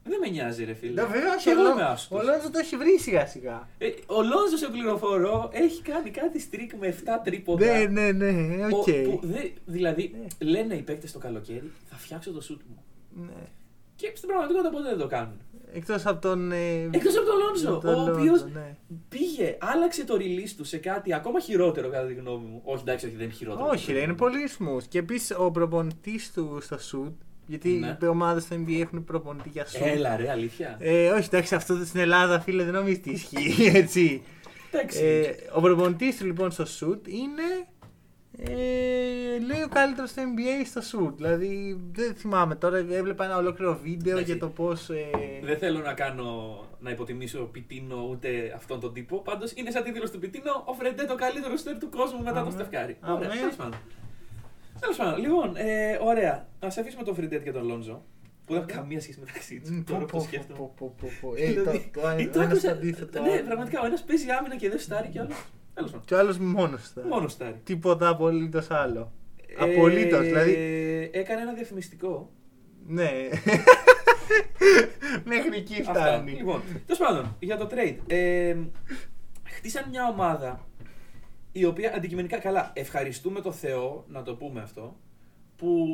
B: Δεν με νοιάζει, ρε φίλε.
A: Ναι, βέβαια,
B: και
A: ο
B: εγώ
A: Λο-
B: είμαι άσχετο.
A: Ο Λόντζο το έχει βρει σιγά σιγά.
B: Ε, ο Λόνζο, σε πληροφορώ, έχει κάνει κάτι στρίκ με 7 τρίποντα.
A: Ναι, ναι, ναι,
B: Ο-
A: οκ.
B: που δε- δηλαδή,
A: Ναι.
B: λένε οι παίκτες το καλοκαίρι, θα φτιάξω το σουτ μου.
A: Ναι.
B: Και στην πραγματικότητα ποτέ δεν το κάνουν.
A: Εκτός από τον. ε,
B: Εκτός από τον Λόνζο,
A: τον
B: ο
A: Lonzo,
B: οποίος
A: ναι.
B: πήγε, άλλαξε το release του σε κάτι ακόμα χειρότερο κατά τη γνώμη μου. Όχι, εντάξει, όχι, δεν είναι χειρότερο.
A: Όχι, ρε, είναι πολύ smooth. Και επίσης ο προπονητής του στο σουτ. Γιατί
B: Ναι.
A: οι ομάδες στο NBA έχουν προπονητή για σουτ.
B: Έλα, ρε, αλήθεια.
A: Ε, όχι, εντάξει, αυτό στην Ελλάδα, φίλε, δεν νομίζει τι ισχύει, έτσι.
B: εντάξει.
A: Ε, ο προπονητής του λοιπόν στο σουτ είναι. Ε, λέει ο καλύτερος στο NBA στο σουτ. Δηλαδή δεν θυμάμαι τώρα, έβλεπα ένα ολόκληρο βίντεο
B: Εντάξει.
A: για το πώς. Ε,
B: δεν θέλω να κάνω να υποτιμήσω Πιτίνο ούτε αυτόν τον τύπο. Πάντως είναι σαν τη δήλωση του Πιτίνο ο Φρεντέ το καλύτερο στέρ του κόσμου μετά το
A: Αμέ.
B: στεφκάρι.
A: Αμέ.
B: Ωραία, τέλος πάντων. Τέλος πάντων, λοιπόν, ε, ωραία. Α αφήσουμε τον Φρεντέ και τον Λόνζο. Που δεν έχουν καμία σχέση μεταξύ του.
A: μ,
B: Τώρα
A: πω,
B: που το
A: πω,
B: σκέφτομαι.
A: πω, πω, πω, πω. Ε, το-
B: Δηλαδή,
A: το-
B: ε,
A: ένας
B: το άκουσα-
A: αντίθετο,
B: Ναι,
A: άλλο.
B: πραγματικά. Ο ένας παίζει άμυνα και δεν στάρει και ο άλλος. Τέλος πάντων.
A: Και ο άλλος μόνος του.
B: Μόνος στάρει.
A: Τίποτα απολύτως άλλο. Απολύτως, δηλαδή.
B: Ε, Έκανε ένα διαφημιστικό.
A: Ναι. Μέχρι εκεί
B: Αυτά.
A: φτάνει.
B: Λοιπόν, τέλος πάντων, για το trade. Ε, χτίσαν μια ομάδα η οποία αντικειμενικά καλά. Ευχαριστούμε το Θεό, να το πούμε αυτό, που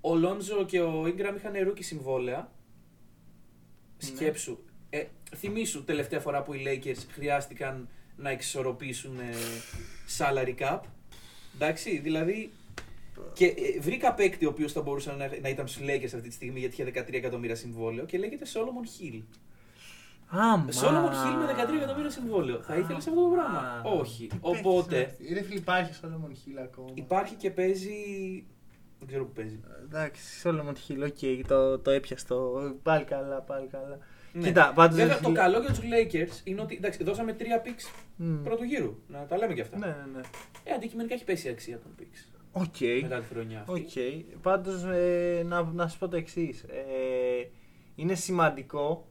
B: ο Λόντζο και ο γκραμ είχαν ρούκι συμβόλαια.
A: Ναι.
B: Σκέψου. Ε, θυμήσου τελευταία φορά που οι Lakers χρειάστηκαν να εξισορροπήσουν ε, salary cap. Εντάξει, δηλαδή και ε, βρήκα παίκτη ο οποίος θα μπορούσε να, να ήταν στους Lakers αυτή τη στιγμή γιατί είχε 13 εκατομμύρια συμβόλαιο και λέγεται Solomon Hill.
A: Άμα.
B: Solomon Hill με 13 εκατομμύρια συμβόλαιο. Θα ήθελες αυτό το πράγμα.
A: Άμα.
B: Όχι.
A: Τι παίξεις
B: Οπότε
A: αυτή. Ρε φίλε, υπάρχει ο Solomon Hill ακόμα.
B: υπάρχει και παίζει. Δεν ξέρω που παίζει.
A: Ναι. Εντάξει, Solomon Hill, οκ, το, το έπιασε το. Πάλι καλά, πάλι καλά.
B: Ναι.
A: Κοίτα, πάντως...
B: Βέβαια,
A: ρε
B: το
A: φίλε-
B: καλό για τους Lakers είναι ότι εντάξει, δώσαμε τρία picks
A: Μμμ.
B: πρώτου γύρου. Να τα λέμε και αυτά.
A: Ναι, ναι, ναι.
B: Ε, αντικειμενικά έχει πέσει η αξία των picks
A: Οκ.
B: μετά τη χρονιά αυτή.
A: Ε, Οκ. Πάντως, να, να σας πω το εξής. είναι σημαντικό.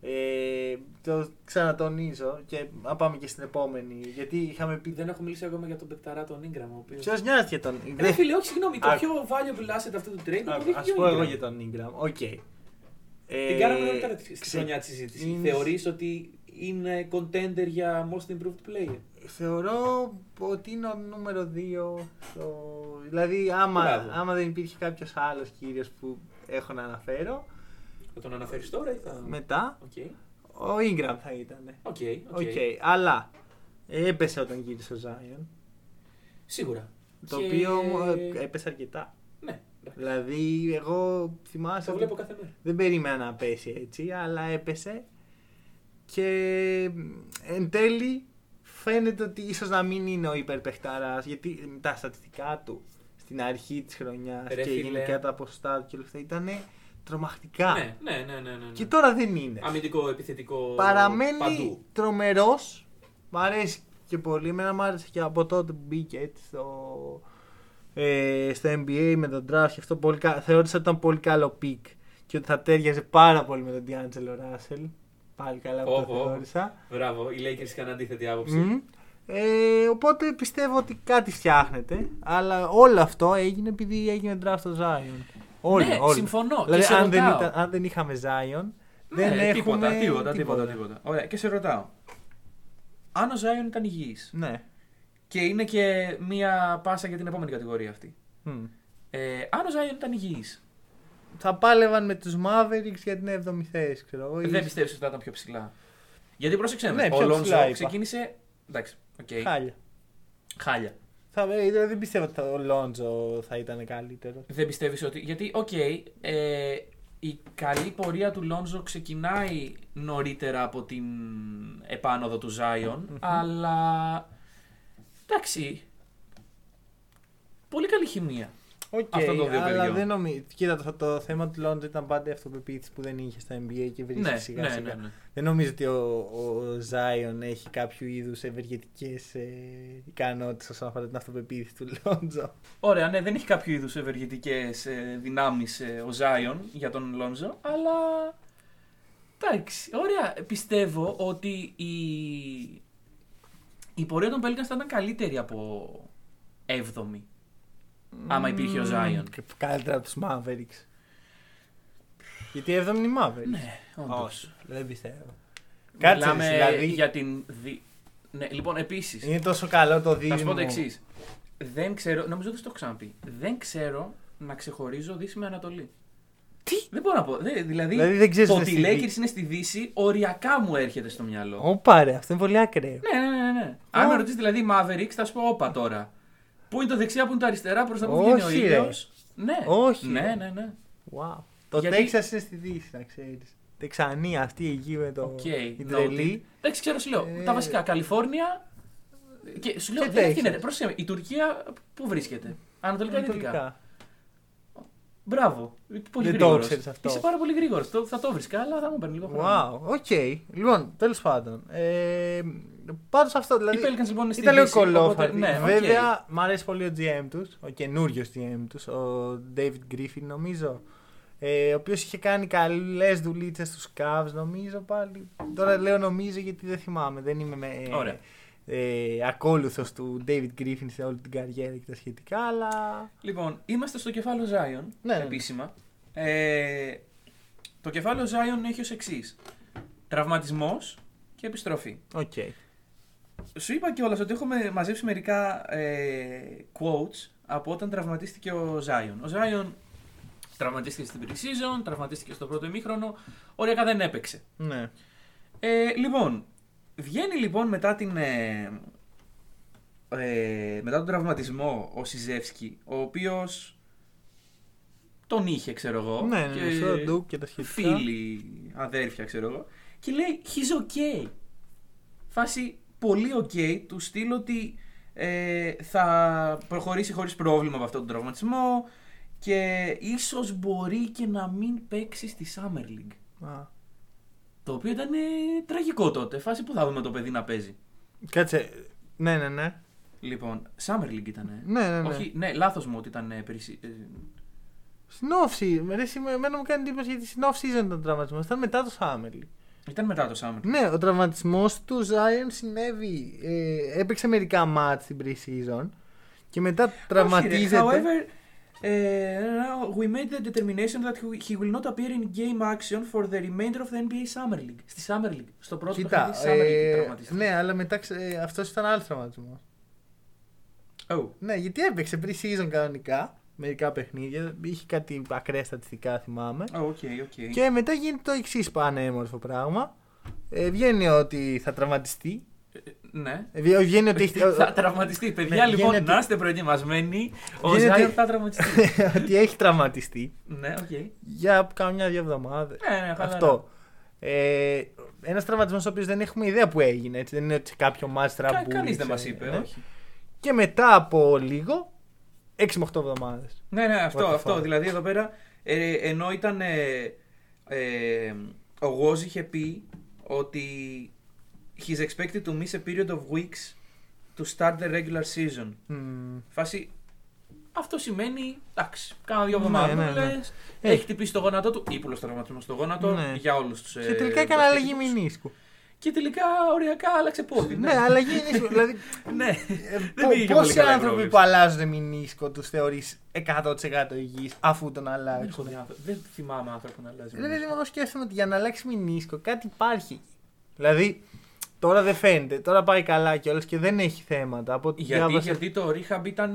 A: Ε, το ξανατονίζω και να πάμε και στην επόμενη. Γιατί είχαμε πει.
B: Δεν έχω μιλήσει ακόμα για τον Πεκταρά τον Ingram. Ο οποίος...
A: Ποιος νοιάζει για τον
B: Ρε
A: Ingram.
B: φίλε, όχι, συγγνώμη, το
A: Άκου.
B: πιο valuable asset αυτού του trade είναι το
A: Α ας
B: δίκτυο
A: πω εγώ
B: Ingram.
A: για τον Ingram. Οκ. Ε,
B: Την κάναμε νωρίτερα τη στη
A: ξε-
B: χρονιά της συζήτησης.
A: είναι-
B: Θεωρείς ότι είναι contender για most improved player.
A: Θεωρώ ότι είναι ο νούμερο 2. Δηλαδή, άμα,
B: Μπράβο.
A: άμα δεν υπήρχε κάποιος άλλος κύριος που έχω να αναφέρω,
B: Θα τον αναφέρεις τώρα ή θα...
A: μετά
B: Οκ.
A: ο Ingram θα ήταν.
B: Οκ, οκ.
A: Οκ, αλλά ε, έπεσε όταν γύρισε ο Ζάιον.
B: Σίγουρα.
A: Το
B: Και-
A: οποίο μου ε, έπεσε αρκετά.
B: Ναι, εντάξει.
A: Δηλαδή, εγώ θυμάσαι.
B: Το
A: ότι
B: βλέπω κάθε μέρα.
A: Δεν περίμενα να πέσει έτσι, αλλά έπεσε. Και ε, εν τέλει φαίνεται ότι ίσως να μην είναι ο υπερπεχταρά, γιατί ε, τα στατιστικά του στην αρχή της χρονιάς
B: Ρε
A: και
B: φίλε.
A: γενικά τα ποστά του και όλα αυτά ήταν τρομακτικά.
B: Ναι, ναι, ναι, ναι, ναι, ναι.
A: Και τώρα δεν είναι.
B: Αμυντικό, επιθετικό.
A: Παραμένει
B: Παντού.
A: τρομερός. Μ' αρέσει και πολύ. Εμένα μου άρεσε και από τότε που μπήκε έτσι στο, ε, στο NBA με τον draft και αυτό πολύ, κα- θεώρησα ότι ήταν πολύ καλό pick και ότι θα τέριαζε πάρα πολύ με τον D'Angelo Russell. Πάλι καλά που το
B: Ω, ω.
A: θεώρησα.
B: Μπράβο, οι Lakers είχαν αντίθετη άποψη.
A: Μμμ. Ε, οπότε πιστεύω ότι κάτι φτιάχνεται. Αλλά όλο αυτό έγινε επειδή έγινε draft ο Zion. Όλοι,
B: Ναι,
A: όλοι.
B: συμφωνώ και
A: Δηλαδή,
B: σε
A: αν δεν,
B: ρωτάω.
A: ήταν, αν δεν είχαμε Zion,
B: Ναι,
A: δεν έχουμε
B: τίποτα, τίποτα, τίποτα, τίποτα. Ωραία, και σε ρωτάω. Αν ο Ζάιον ήταν υγιής
A: Ναι.
B: και είναι και μία πάσα για την επόμενη κατηγορία αυτή.
A: Μμ.
B: Ε, αν ο Ζάιον ήταν υγιής,
A: θα πάλευαν με τους Mavericks για την 7η θέση, ξέρω εγώ.
B: Ε, δεν πιστεύεις ότι θα ήταν πιο ψηλά. Γιατί πρόσεξε με,
A: Ναι,
B: ο
A: πιο ψηλά
B: Λόντζο
A: είπα.
B: ξεκίνησε... Εντάξει, οκ.
A: Χάλια.
B: Χάλια.
A: Θα, ε, δεν δεν πιστεύω ότι θα- ο Λόντζο θα ήταν καλύτερος.
B: Δεν πιστεύεις ότι... Γιατί, οκ, ε, η καλή πορεία του Λόντζο ξεκινάει νωρίτερα από την επάνωδο του ζαιον αλλά... Εντάξει, πολύ καλή χημεία.
A: Οκ,
B: Αυτό το δύο
A: αλλά
B: παιδιών.
A: δεν νομίζω. Κοίτα, το, το θέμα του Λόντζο ήταν πάντα η αυτοπεποίθηση που δεν είχε στα NBA και βρίσκεται
B: Ναι,
A: σιγά
B: ναι,
A: σιγά.
B: ναι, ναι.
A: Δεν νομίζω ότι ο, ο Ζάιον έχει κάποιο είδους ευεργετικές ε, ικανότητες όσον αφορά την αυτοπεποίθηση του Λόντζο.
B: Ωραία, ναι, δεν έχει κάποιο είδους ευεργετικές δυνάμεις ε, ο Ζάιον για τον Λόνζο, αλλά. Εντάξει, ωραία. Πιστεύω ότι η, η πορεία των Pelicans θα ήταν καλύτερη από 7η. Άμα υπήρχε ο Zion.
A: Και Καλύτερα από τους Mavericks. Γιατί η 7η είναι η Mavericks.
B: Ναι, όντως.
A: Δεν πιστεύω. Κάτσε,
B: Μιλάμε
A: δηλαδή,
B: για την. δι- Ναι, λοιπόν, επίσης.
A: είναι τόσο καλό το δίδυμο.
B: Θα σου πω το εξής. Δεν ξέρω, νομίζω ότι το έχω ξαναπεί. Δεν ξέρω να ξεχωρίζω Δύση με Ανατολή. Τι! Δεν μπορώ να πω. Δε- δηλαδή,
A: Δηλαδή δεν ξέρεις
B: το
A: να
B: ότι οι
A: στη
B: Lakers
A: Δύση.
B: είναι στη Δύση, οριακά μου έρχεται στο μυαλό.
A: Όπα ρε, αυτό είναι πολύ ακραίο.
B: Ναι, ναι, ναι. ναι. Αν
A: Ω.
B: με ρωτήσεις δηλαδή Mavericks, θα σου πω όπα τώρα. Πού είναι το δεξιά, πού είναι το αριστερά, προς τα πού
A: Όχι,
B: βγαίνει ο
A: ρε.
B: ήλιο. Ναι.
A: Όχι,
B: Ναι,
A: ρε.
B: ναι, ναι.
A: Wow. Το
B: Γιατί-
A: Τέξας είναι στη Δύση, να ξέρεις. Τεξανή αυτή εκεί με το...
B: Οκ.
A: η
B: noted.
A: τρελή.
B: Εντάξει, ξέρω, σου λέω.
A: Ε.
B: Τα βασικά. Καλιφόρνια. Και σου λέω,
A: Και
B: δεν
A: Texas.
B: γίνεται. Πρόσεχε με, Η Τουρκία πού βρίσκεται. Ανατολικά ή δυτικά.
A: Ανατολικά.
B: Μπράβο. Πολύ
A: Δεν το
B: γρήγορος.
A: ξέρεις αυτός.
B: Είσαι πάρα πολύ γρήγορος. Θα το βρίσκα, αλλά θα μου παίρνει λίγο χρόνο.
A: Wow, οκ. Λοιπόν, τέλος πάντων. Ε, πάνω σε αυτό, δηλαδή.
B: Οι Pelicans, λοιπόν, είναι στη
A: ήταν λίγο
B: Δύση,
A: κολόφαρτη.
B: οπότε, ναι, οκ.
A: Βέβαια, μου αρέσει πολύ ο GM τους, ο καινούριος GM τους, ο David Griffin, νομίζω. Ε, ο οποίος είχε κάνει καλές δουλίτσες στους Cavs, νομίζω πάλι. Τώρα λέω νομίζω γιατί δεν θυμάμαι. Δεν είμαι με,
B: Ωραία.
A: ε, ακόλουθος του David Griffin σε όλη την καριέρα και τα σχετικά, αλλά.
B: Λοιπόν, είμαστε στο κεφάλαιο Zion
A: Ναι, ναι.
B: επίσημα. Ε, το κεφάλαιο Zion έχει ως εξής. Τραυματισμός και επιστροφή.
A: Οκ.
B: Σου είπα κιόλας ότι έχουμε μαζέψει μερικά ε, quotes από όταν τραυματίστηκε ο Zion. Ο Zion τραυματίστηκε στην pre-season, τραυματίστηκε στο πρώτο ημίχρονο, οριακά δεν έπαιξε.
A: Ναι.
B: Ε, λοιπόν, βγαίνει λοιπόν μετά την. ε, ε, μετά τον τραυματισμό ο Σιζεύσκι, ο οποίος τον είχε, ξέρω εγώ.
A: Ναι, ναι, ναι, στο Duke και τα σχετικά.
B: Φίλοι, αδέρφια, ξέρω εγώ. Και λέει, he's okay. Φάση πολύ okay, του στείλω ότι ε, θα προχωρήσει χωρίς πρόβλημα από αυτόν τον τραυματισμό και ίσως μπορεί και να μην παίξει στη Summer League.
A: Α.
B: Το οποίο ήταν ε, τραγικό τότε. Φάση που θα δούμε το παιδί να παίζει.
A: Κάτσε. Ναι, ναι, ναι.
B: Λοιπόν, Summer League ήταν. ε.
A: Ναι, ναι, ναι.
B: Όχι, ναι, λάθος μου ότι ήταν ε, πέρυσι. ε,
A: Στην off-season. Ρε, σημα- εμένα μου κάνει εντύπωση γιατί στην off-season ήταν τραυματισμός. Ήταν μετά το Summer League.
B: ήταν μετά το Summer League.
A: Ναι, ο τραυματισμός του Zion συνέβη. Ε, έπαιξε μερικά μάτς στην pre-season και μετά τραυματίζεται.
B: Όχι, ρε, However, ε, we made the determination that he will not appear in game action for the remainder of the NBA Summer League. Στη Summer League. Στο πρώτο
A: Κοίτα,
B: παιχνίδι Summer League
A: ε,
B: τραυματίστηκε.
A: ναι, αλλά μετά ε, αυτός ήταν άλλο τραυματισμός.
B: Oh.
A: Ναι, γιατί έπαιξε pre-season κανονικά. Μερικά παιχνίδια. Είχε κάτι ακραία στατιστικά, θυμάμαι.
B: Oh, okay, okay.
A: Και μετά γίνεται το εξής πανέμορφο πράγμα. Ε, βγαίνει ότι θα τραυματιστεί.
B: Ε, Ναι.
A: Ε, βγα- Βγαίνει ότι έχει,
B: Θα τραυματιστεί. Παιδιά,
A: Ναι,
B: λοιπόν,
A: γίνεται-
B: να είστε προετοιμασμένοι. Ο
A: Γίνεται-
B: Ζάιρ θα τραυματιστεί.
A: ότι έχει τραυματιστεί
B: Ναι, οκ.
A: για καμιά-δύο εβδομάδες.
B: Ναι, ναι, χαλαρά.
A: Αυτό. Ε, ένας τραυματισμός ο οποίος δεν έχουμε ιδέα που έγινε. Έτσι, δεν είναι ότι σε κάποιο μάτς
B: Κα-
A: τραμπούλη.
B: Κανείς δεν
A: ξέρω,
B: μας είπε,
A: ναι.
B: όχι.
A: Και μετά από λίγο, 6 με 8 εβδομάδες.
B: Ναι, ναι, αυτό.
A: What the
B: αυτό.
A: fuck.
B: Δηλαδή εδώ πέρα, ε, ενώ ήταν. Ε, ε, ο Γόζ είχε πει ότι he's expected to miss a period of weeks to start the regular season. Φάση. Αυτό σημαίνει. Εντάξει, κάνα δύο
A: Ναι,
B: εβδομάδες.
A: ναι, ναι.
B: Έχει χτυπήσει το γόνατό του. Ήπουλο τραυματισμός στο γόνατο
A: Ναι.
B: για όλους τους.
A: Και τελικά έκανε αλλαγή μηνίσκου.
B: Και τελικά ωριακά άλλαξε πόδι.
A: Ναι, αλλαγή μηνίσκου. δηλαδή,
B: ναι.
A: ε,
B: Δεν
A: πο-
B: πήγε πολύ
A: πόσοι
B: καλά η
A: άνθρωποι
B: πρόβλεψη.
A: που αλλάζουν μηνίσκο τους θεωρείς 100% υγιείς αφού τον
B: Δεν
A: αλλάξουν.
B: έχω δει άνθρω- Δεν θυμάμαι άνθρωπο να αλλάζει.
A: Δηλαδή, εγώ σκέφτομαι ότι για να αλλάξει μηνίσκο κάτι υπάρχει. Δηλαδή, τώρα δεν φαίνεται. Τώρα πάει καλά κιόλα και δεν έχει θέματα. Από ό,τι
B: Γιατί,
A: διάβασα
B: γιατί το rehab ήταν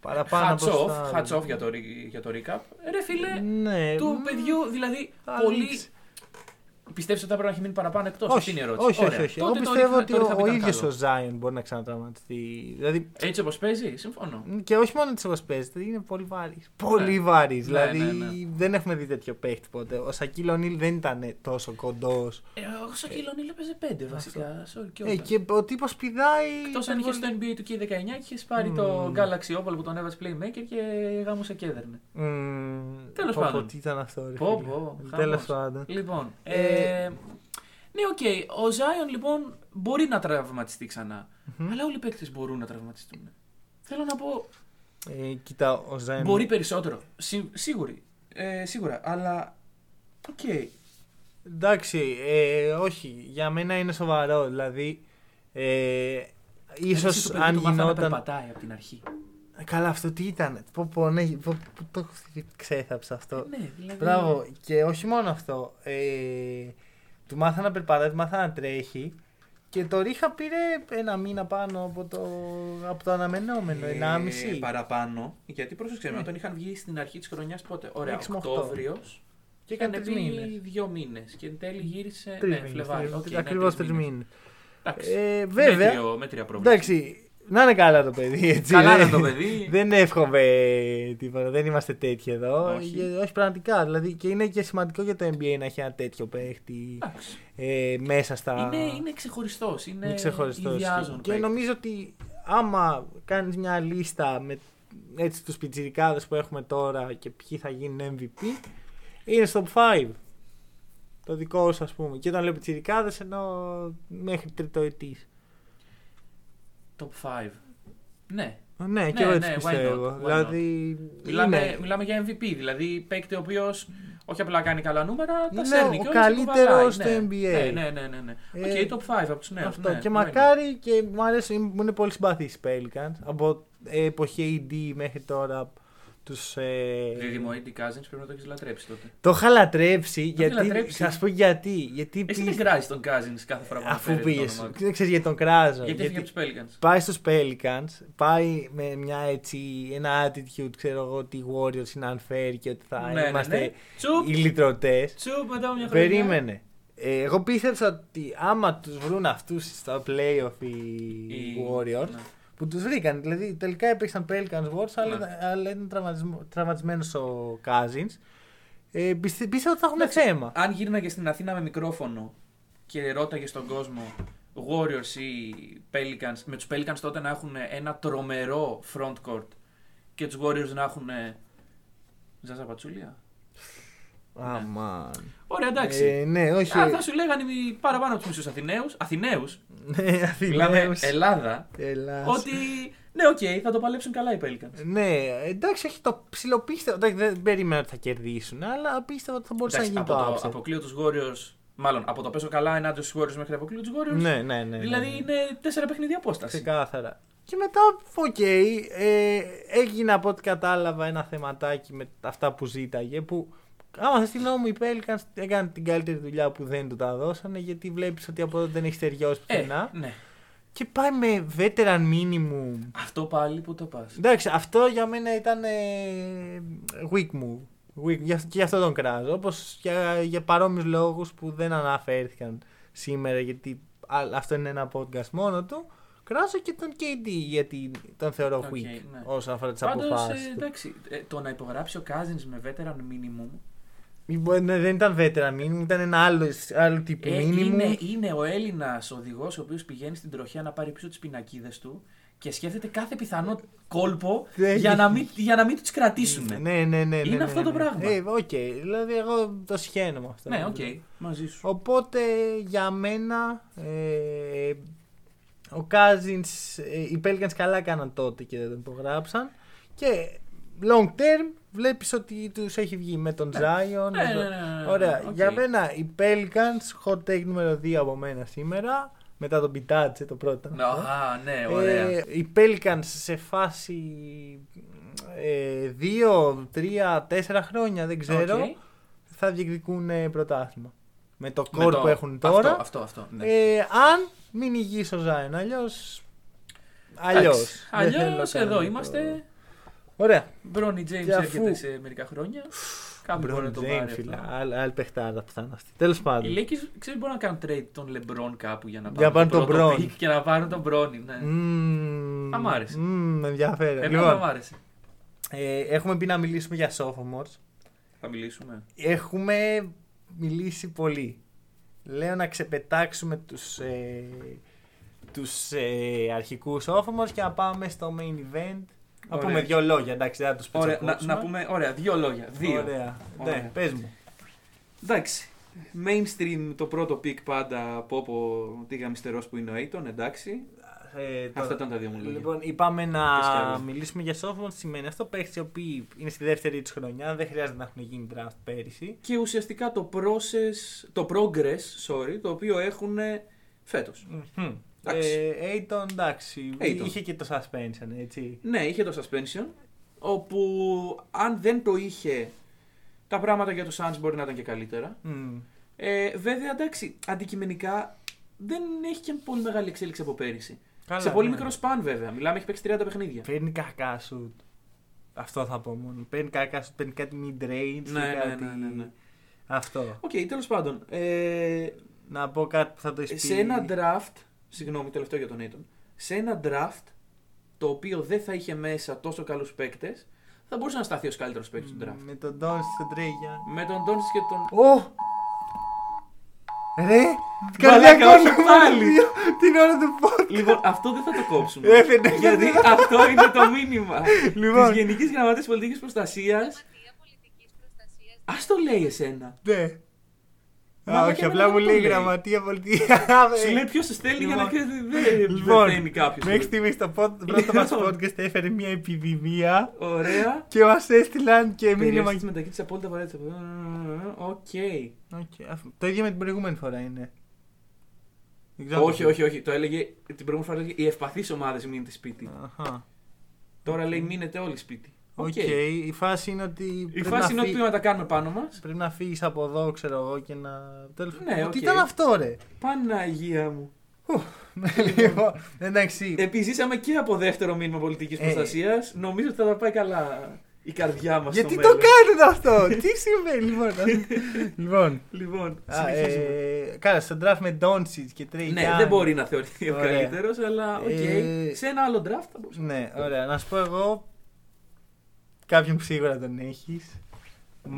A: παραπάνω
B: Hats
A: από
B: off,
A: τα
B: hats off για, το, re- για το recap. Ρε φίλε,
A: Ναι.
B: του
A: μ,
B: παιδιού, δηλαδή,
A: θα
B: πολύ.
A: ανοίξει.
B: Πιστεύεις ότι θα πρέπει να έχει μείνει παραπάνω εκτός. Αυτή
A: Όχι,
B: είναι η ερώτηση.
A: όχι, όχι,
B: Ωραία.
A: όχι. Εγώ
B: Τότε το
A: πιστεύω
B: rehab-
A: ότι
B: το
A: ο,
B: rehab
A: ο
B: ήταν
A: ίδιο ο
B: καλό.
A: Ζάιον μπορεί να ξανατραυματιστεί. Δηλαδή,
B: Έτσι όπως παίζει, συμφωνώ.
A: και όχι μόνο της παίζεται, είναι πολύ βαρύ. Πολύ βαρύ.
B: Ναι,
A: δηλαδή,
B: ναι, ναι.
A: δεν έχουμε δει τέτοιο παίχτη ποτέ. Ο Σακίλ Ονίλ δεν ήταν τόσο κοντός.
B: Ε, ο Σακύλο Νίλ έπαιζε 5 βασικά. sorry, και
A: Ε,
B: όλα.
A: και ο τύπος πηδάει.
B: Εκτός αν
A: τον
B: είχε
A: βολ-
B: στο NBA του K19 και είχες πάρει το Galaxy Opal που τον έβαζε Playmaker και γάμουσε και έδερνε.
A: Μμμ,
B: Τέλος
A: πω, πω,
B: πάντων.
A: Τι ήταν αυτό, ρε.
B: Πω, πω,
A: Τέλος
B: χαμός.
A: πάντων.
B: Λοιπόν.
A: Ε,
B: ε, ναι, οκ. Ο Ζάιον λοιπόν μπορεί να τραυματιστεί ξανά. Αλλά όλοι οι παίκτες μπορούν να τραυματιστούν. Θέλω να πω,
A: Ε, κοίτα, ο Ζάιον.
B: Μπορεί περισσότερο. Σι, σίγουρη. Ε, σίγουρα. Αλλά. Οκ.
A: Εντάξει, ε, όχι. Για μένα είναι σοβαρό. Δηλαδή, ε,
B: Εντάξει, το
A: ίσως
B: παιδί
A: αν
B: το μάθαμε να
A: γινόταν...
B: περπατάει από την αρχή.
A: Ε, Καλά, αυτό τι ήταν. Πω, πω, ναι, πω, πω, το έχω θυ- ξέθαψα αυτό.
B: Ναι, δηλαδή.
A: Ε, Μπράβο. Και όχι μόνο αυτό. Ε, του μάθα να περπατάει, του μάθα να τρέχει. Και το ρίχα πήρε ένα μήνα πάνω από το, από το αναμενόμενο.
B: Ε,
A: ένα μισή.
B: Παραπάνω. Γιατί πρόσεξε με,
A: Ναι.
B: όταν είχαν βγει στην αρχή της χρονιάς πότε. Ωραία,
A: Έξι με οκτώ.
B: Οκτώβριος.
A: Και έκανε τρει μήνες.
B: δύο μήνες. Και εν τέλει γύρισε. ναι,
A: Τρει
B: Φλεβάρι. Οκ,
A: μήνες.
B: ναι,
A: Ακριβώς
B: τρεις
A: τρεις μήνες.
B: Εντάξει.
A: Ε, βέβαια.
B: Μέτριο, μέτρια πρόβλημα.
A: Εντάξει, να είναι καλά το παιδί. Έτσι,
B: Καλά
A: δεν-
B: είναι το παιδί.
A: Δεν εύχομαι τίποτα. Δεν είμαστε τέτοιοι εδώ.
B: Όχι.
A: Ε, όχι πραγματικά. Δηλαδή και είναι και σημαντικό για το NBA να έχει ένα τέτοιο παίχτη
B: Εντάξει.
A: ε, μέσα στα.
B: Είναι, είναι ξεχωριστός. Είναι,
A: είναι ξεχωριστός.
B: ιδιάζων
A: Και
B: παίκτης.
A: νομίζω ότι άμα κάνεις μια λίστα με έτσι τους πιτσιρικάδες που έχουμε τώρα και ποιοι θα γίνουν MVP, είναι στο top 5. Το δικό σου ας πούμε. Και όταν λέω πιτσιρικάδες εννοώ μέχρι τριτοετής.
B: Top 5. Ναι,
A: Ναι, και
B: Ναι,
A: εγώ
B: ναι,
A: έτσι
B: why
A: πιστεύω.
B: not, why
A: δηλαδή.
B: Μιλάμε,
A: είναι-
B: μιλάμε για MVP, δηλαδή παίκτη ο οποίος όχι απλά κάνει καλά νούμερα, τα
A: Είναι
B: σέρνει
A: Ναι, ο
B: και όλες και
A: καλύτερος
B: κουβαλάει.
A: στο
B: ναι.
A: NBA.
B: Ναι, ναι, ναι. ναι, ναι.
A: Ε,
B: Οκ, top 5 από τους νέους.
A: αυτό.
B: ναι,
A: και
B: ναι, ναι.
A: μακάρι και μου αρέσει, μου είναι πολύ συμπαθή οι Pelicans. Από ε, εποχή AD μέχρι τώρα τους. Ε,
B: Δίδυμο Eddie Cousins πρέπει να το έχεις λατρέψει τότε.
A: το είχα λατρέψει. γιατί,
B: λατρέψει.
A: Θα σου πω γιατί. γιατί
B: Εσύ
A: πήγε-
B: δεν κράζεις τον Cousins κάθε φορά που
A: αφού
B: αναφέρεται το
A: πήγες.
B: όνομά του.
A: Δεν ξέρεις γιατί τον κράζω.
B: Γιατί έφυγε από τους Pelicans.
A: Πάει στους Pelicans, πάει με μια έτσι, ένα attitude, ξέρω εγώ, ότι οι Warriors είναι unfair και ότι θα
B: Ναι, ναι,
A: είμαστε
B: ναι. Τσουπ,
A: οι λυτρωτές.
B: τσουπ μετά από μια χρονιά.
A: Περίμενε. Ε, εγώ πίστεψα ότι άμα τους βρουν αυτούς στα playoff οι,
B: Οι-
A: Warriors.
B: ναι.
A: Που τους βρήκαν. Δηλαδή τελικά έπαιξαν Pelicans Wars, αλλά,
B: Ναι.
A: αλλά ήταν τραυματισμένος ο Cousins. Ε, πιστε- πίστευα ότι θα έχουν θέμα.
B: Αν γύρναγε στην Αθήνα με μικρόφωνο και ρώταγε στον κόσμο Warriors ή Pelicans, με τους Pelicans τότε να έχουν ένα τρομερό frontcourt και τους Warriors να έχουν Ζάζα Πατσούλια.
A: Αμάν.
B: Ωραία, Ναι. εντάξει.
A: Ε, ναι, όχι.
B: Αν θα σου λέγανε οι παραπάνω από τους μισούς Αθηναίους, Αθηναίους,
A: Ναι,
B: μιλάμε
A: Αθηναίος.
B: Ελλάδα,
A: Ελλάς.
B: ότι ναι, οκ, θα το παλέψουν καλά οι Pelicans.
A: Ναι, εντάξει, όχι το ψιλοπίστευα. Εντάξει, δεν περίμενα ότι θα κερδίσουν, αλλά πίστευα ότι θα μπορούσε να
B: Εντάξει,
A: γίνει
B: από
A: το
B: το
A: upset.
B: αποκλείο τους Warriors, μάλλον από το πέσω καλά ενάντια στους Warriors μέχρι το αποκλείο τους Warriors.
A: Ναι, ναι, ναι, ναι.
B: δηλαδή
A: ναι.
B: είναι τέσσερα παιχνίδια απόσταση.
A: Ξεκάθαρα. Και μετά, οκ, ε, έγινε από ό,τι κατάλαβα ένα θεματάκι με αυτά που ζήταγε που άμα θες τη γνώμη μου οι Pelicans έκαναν την καλύτερη δουλειά που δεν του τα δώσανε γιατί βλέπεις ότι από εδώ δεν έχεις ταιριώσει
B: Ε,
A: πουθενά
B: ναι.
A: και πάει με veteran minimum.
B: Αυτό πάλι που το πας.
A: Εντάξει, αυτό για μένα ήταν ε, weak move. Weak, γι' αυ- και γι' αυτό τον κράζω. Όπως για, για παρόμοιους λόγους που δεν αναφέρθηκαν σήμερα γιατί α- αυτό είναι ένα podcast μόνο του. Κράζω και τον KD γιατί τον θεωρώ
B: Οκ,
A: weak
B: ναι.
A: όσον αφορά τις
B: Πάντως,
A: αποφάσεις.
B: εντάξει, ε, το να υπογράψει ο Cousins με veteran minimum.
A: ναι, Δεν ήταν veteran minimum, ήταν ένα άλλο, άλλο τύπου
B: Ε,
A: minimum.
B: είναι, είναι ο Έλληνας οδηγός ο οποίος πηγαίνει στην τροχιά να πάρει πίσω τις πινακίδες του και σκέφτεται κάθε πιθανό κόλπο
A: Δεν
B: για
A: έχει.
B: να μην, για να μην τους κρατήσουν.
A: Ναι, ναι, ναι, ναι,
B: Είναι
A: ναι,
B: αυτό
A: ναι,
B: το
A: ναι.
B: πράγμα.
A: Ε, οκ, δηλαδή εγώ το σχαίνω με αυτό.
B: Ναι, οκ, μαζί σου.
A: Οπότε για μένα ε, ο Cousins, ε, οι Pelicans καλά κάναν τότε και δεν τον υπογράψαν και long term βλέπεις ότι τους έχει βγει με τον Zion.
B: Ναι,
A: με τον-
B: ναι, ναι, ναι, ναι,
A: Ωραία,
B: οκ.
A: για μένα οι Pelicans, hot take νούμερο 2 από μένα σήμερα, μετά τον Πιτάτσε το πρώτο. ήταν
B: Ναι,
A: αυτό.
B: α, ναι, ωραία.
A: Ε, οι Pelicans σε φάση ε, 2, 3, 4 χρόνια δεν ξέρω
B: Οκ.
A: θα διεκδικούν ε, πρωτάθλημα. Με το
B: Με
A: κορ
B: το-
A: που έχουν τώρα.
B: Αυτό, αυτό, αυτό. Ναι.
A: Ε, αν μην υγιείς ο Ζάιν, αλλιώς... Αλλιώς.
B: Εντάξει,
A: Δεν θέλω να
B: Αλλιώς
A: κάνω
B: εδώ
A: το-
B: είμαστε.
A: Ωραία.
B: Μπρόνι Τζέιμς
A: Και αφού-
B: έρχεται σε μερικά χρόνια. Κάπου μπορεί να
A: Μπρον
B: το πάρει.
A: Τζέιμ,
B: αυτό.
A: φίλα. Άλλη άλλη παιχτάρα που θα είναι αυτή. Τέλος πάντων.
B: Οι Lakers ξέρεις μπορούν να κάνουν trade τον LeBron κάπου για να
A: Για να
B: πάρουν,
A: πάρουν
B: το
A: τον
B: πρώτο
A: Bron.
B: pick και να πάρουν τον Bronny. Ναι.
A: Μμμ.
B: Θα μ' άρεσε.
A: Μμμ, με ενδιαφέρει.
B: Εμένα θα μ'
A: λοιπόν,
B: άρεσε.
A: ε, έχουμε πει να μιλήσουμε για sophomores.
B: Θα μιλήσουμε.
A: Έχουμε μιλήσει πολύ. Λέω να ξεπετάξουμε τους, ε, τους ε, αρχικούς sophomores και να πάμε στο main event. Να
B: Ωραία.
A: πούμε δύο λόγια, εντάξει, δεν θα τους
B: Ωραία, να,
A: πετσοκόψουμε.
B: να πούμε, ωραία, δύο λόγια. Δύο.
A: Ωραία.
B: Ωραία.
A: Ναι, πες μου.
B: Εντάξει. Mainstream το πρώτο pick πάντα από όπου τι γαμιστερός που είναι ο Aiton, εντάξει.
A: Ε, το-
B: Αυτά ήταν τα δύο μου λόγια.
A: Λοιπόν, είπαμε να
B: Πες κι άλλο.
A: μιλήσουμε για sophomore. Σημαίνει αυτό παίχτες οι οποίοι είναι στη δεύτερη τους χρονιά, δεν χρειάζεται να έχουν γίνει draft πέρυσι.
B: Και ουσιαστικά το process, το progress, sorry, το οποίο έχουν φέτος.
A: Μμμ.
B: Εντάξει.
A: Ε, Aiton, εντάξει.
B: Aiton.
A: Είχε και το suspension, έτσι.
B: Ναι, είχε το suspension, όπου αν δεν το είχε, τα πράγματα για το Suns μπορεί να ήταν και καλύτερα.
A: Μμ.
B: Ε, βέβαια, εντάξει, αντικειμενικά δεν έχει και πολύ μεγάλη εξέλιξη από πέρυσι.
A: Καλά,
B: Σε πολύ
A: ναι.
B: μικρό σπαν, βέβαια. Μιλάμε, έχει παίξει 30 παιχνίδια.
A: Παίρνει κακά σου. Αυτό θα πω μόνο. Παίρνει κακά σου, παίρνει κάτι mid-range.
B: Ναι,
A: και
B: ναι,
A: κάτι...
B: ναι, ναι, ναι.
A: Αυτό.
B: Οκ, τέλος πάντων. Ε,
A: Να πω κάτι που θα το εισπεί.
B: σε ένα draft. Συγγνώμη, τελευταίο για τον Aiton. Σε ένα draft το οποίο δεν θα είχε μέσα τόσο καλούς παίκτες, θα μπορούσε να σταθεί ως καλύτερος παίκτης του draft.
A: Με τον Donis στον Τρέγια.
B: Με τον Τόνι και τον.
A: Ω! Ρε!
B: Μαλάκα,
A: Καρδιακό
B: όχι πάλι.
A: Την ώρα του podcast.
B: Λοιπόν, αυτό δεν θα το κόψουμε.
A: Ε, δεν-
B: γιατί
A: δεν-
B: αυτό είναι το μήνυμα
A: Λοιπόν.
B: της Γενικής Γραμματέας Πολιτικής Προστασίας.
C: Γραμματεία Πολιτικής Προστασίας
B: Ας το λέει εσένα.
A: Ναι.
B: Μα,
A: Α,
B: μα
A: όχι,
B: και
A: απλά
B: εμένα
A: μου
B: δεν το
A: λέει η
B: λέει.
A: γραμματεία πολιτεία.
B: Σου λέει ποιος στέλνει για να
A: Λοιπόν.
B: ξέρει. Δεν δεν
A: Λοιπόν,
B: θέλει κάποιος.
A: μέχρι στιγμής το pod- πρώτο μας
B: Λοιπόν.
A: podcast έφερε μια επιδημία
B: Ωραία.
A: και μας έστειλαν και μήνυμα.
B: Μήνυμα τη μετακίνηση απόλυτα βαρέτησα. Οκ.
A: Οκ, αφού- Το ίδιο με την προηγούμενη φορά είναι. Δεν ξέρω αν
B: Όχι,
A: το-
B: όχι, όχι. Το έλεγε την προηγούμενη φορά. έλεγε, Οι ευπαθείς ομάδες μείνετε σπίτι.
A: Αχα.
B: Τώρα λέει μείνετε όλοι σπίτι.
A: Οκ,
B: Οκ.
A: η φάση είναι ότι.
B: Η
A: πρέπει να
B: φάση είναι ότι
A: φύ-
B: πρέπει να τα κάνουμε πάνω μας.
A: Πρέπει να φύγεις από εδώ, ξέρω εγώ, και να. Τέλος
B: Ναι,
A: πάντων.
B: οκ.
A: Τι ήταν αυτό, ρε.
B: Παναγία μου.
A: Λοιπόν, εντάξει.
B: Επιζήσαμε και από δεύτερο μήνυμα πολιτικής
A: Ε.
B: προστασίας. Νομίζω ότι θα τα πάει καλά η καρδιά μας.
A: Γιατί το κάνετε αυτό, τι συμβαίνει, λοιπόν. ας- Λοιπόν.
B: Λοιπόν,
A: α,
B: συνεχίζουμε.
A: ε, Καλά, στον draft με Doncic και Trey
B: Ναι,
A: Young.
B: δεν μπορεί να θεωρηθεί ο
A: Ωραία.
B: καλύτερος, αλλά οκ.
A: Ε,
B: Σε ένα άλλο draft θα μπορούσε.
A: Ναι, ωραία. Να σου πω εγώ. Κάποιον που σίγουρα τον έχεις.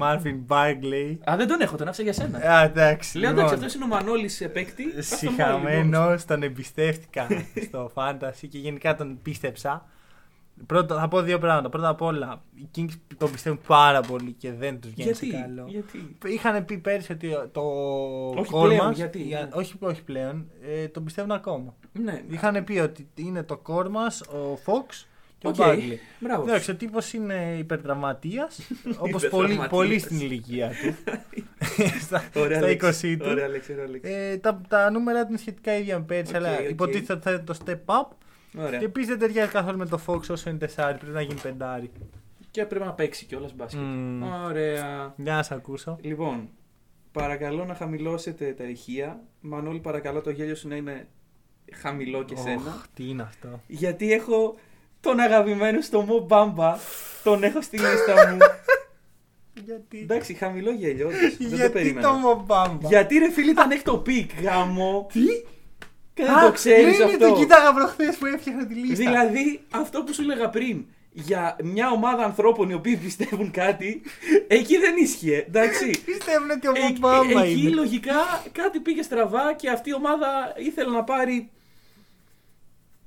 A: Marvin Bagley.
B: Α, δεν τον έχω, τον άφησα για σένα.
A: Α, εντάξει.
B: Λέω
A: Ε, λοιπόν.
B: εντάξει, αυτός είναι ο Μανώλης σε παίκτη. ας τον βάλω, λοιπόν.
A: Συχαμένο, τον εμπιστεύτηκα στο fantasy και γενικά τον πίστεψα. Πρώτα, θα πω δύο πράγματα. Πρώτα απ' όλα, οι Kings τον πιστεύουν πάρα πολύ και δεν τους βγαίνει σε
B: Γιατί,
A: καλό.
B: γιατί.
A: Είχαν πει πέρσι ότι το
B: Όχι
A: core
B: πλέον,
A: μας-
B: γιατί,
A: για-
B: ναι.
A: όχι, όχι πλέον, ε, τον πιστεύουν ακόμα.
B: Ναι,
A: Είχαν πει ότι είναι το core μας, ο Fox και
B: Οκ,
A: ο Bagley.
B: Μπράβο.
A: Εντάξει, ο τύπος είναι υπερτραυματίας, όπως πολύ,
B: Υπερτραυματίας.
A: πολύ στην ηλικία του. στα
B: Ωραία,
A: στα
B: λέξη.
A: 20 του.
B: Ωραία, λέξη, ωραία, λέξη.
A: Ε, τα, τα νούμερα του είναι σχετικά ίδια με πέρυσι,
B: Οκ,
A: αλλά
B: οκ.
A: υποτίθεται ότι θα είναι το step up.
B: Ωραία.
A: Και
B: Και...
A: επίσης δεν ταιριάζει καθόλου με το Fox όσο είναι τεσάρι, πρέπει να γίνει πεντάρι.
B: πρέπει να παίξει κιόλας μπάσκετ.
A: Μμμ.
B: Ωραία.
A: Για να σε ακούσω.
B: Λοιπόν, παρακαλώ να χαμηλώσετε τα ηχεία. Μανώλη, παρακαλώ το γέλιο σου να είναι χαμηλό και
A: Οχ,
B: σένα.
A: τι είναι αυτό.
B: Γιατί έχω τον αγαπημένο στο μου μπάμπα. Τον έχω στη λίστα μου.
A: Γιατί,
B: Εντάξει, χαμηλό γέλιο. όντως. Δεν το
A: Γιατί
B: περίμενα.
A: το Μομπάμπα.
B: Γιατί ρε φίλε ήταν έχει το πικ γάμο.
A: Τι,
B: Δεν το ξέρεις
A: Ναι, ναι, το
B: αυτό.
A: κοίταγα προχθές που έφτιαχνα τη λίστα.
B: Δηλαδή, αυτό που σου έλεγα πριν για μια ομάδα ανθρώπων οι οποίοι πιστεύουν κάτι, εκεί δεν ίσχυε. Εντάξει.
A: Πιστεύουν ότι ο
B: Ε-
A: Μπομπάμα
B: εκεί
A: είναι.
B: λογικά κάτι πήγε στραβά και αυτή η ομάδα ήθελε να πάρει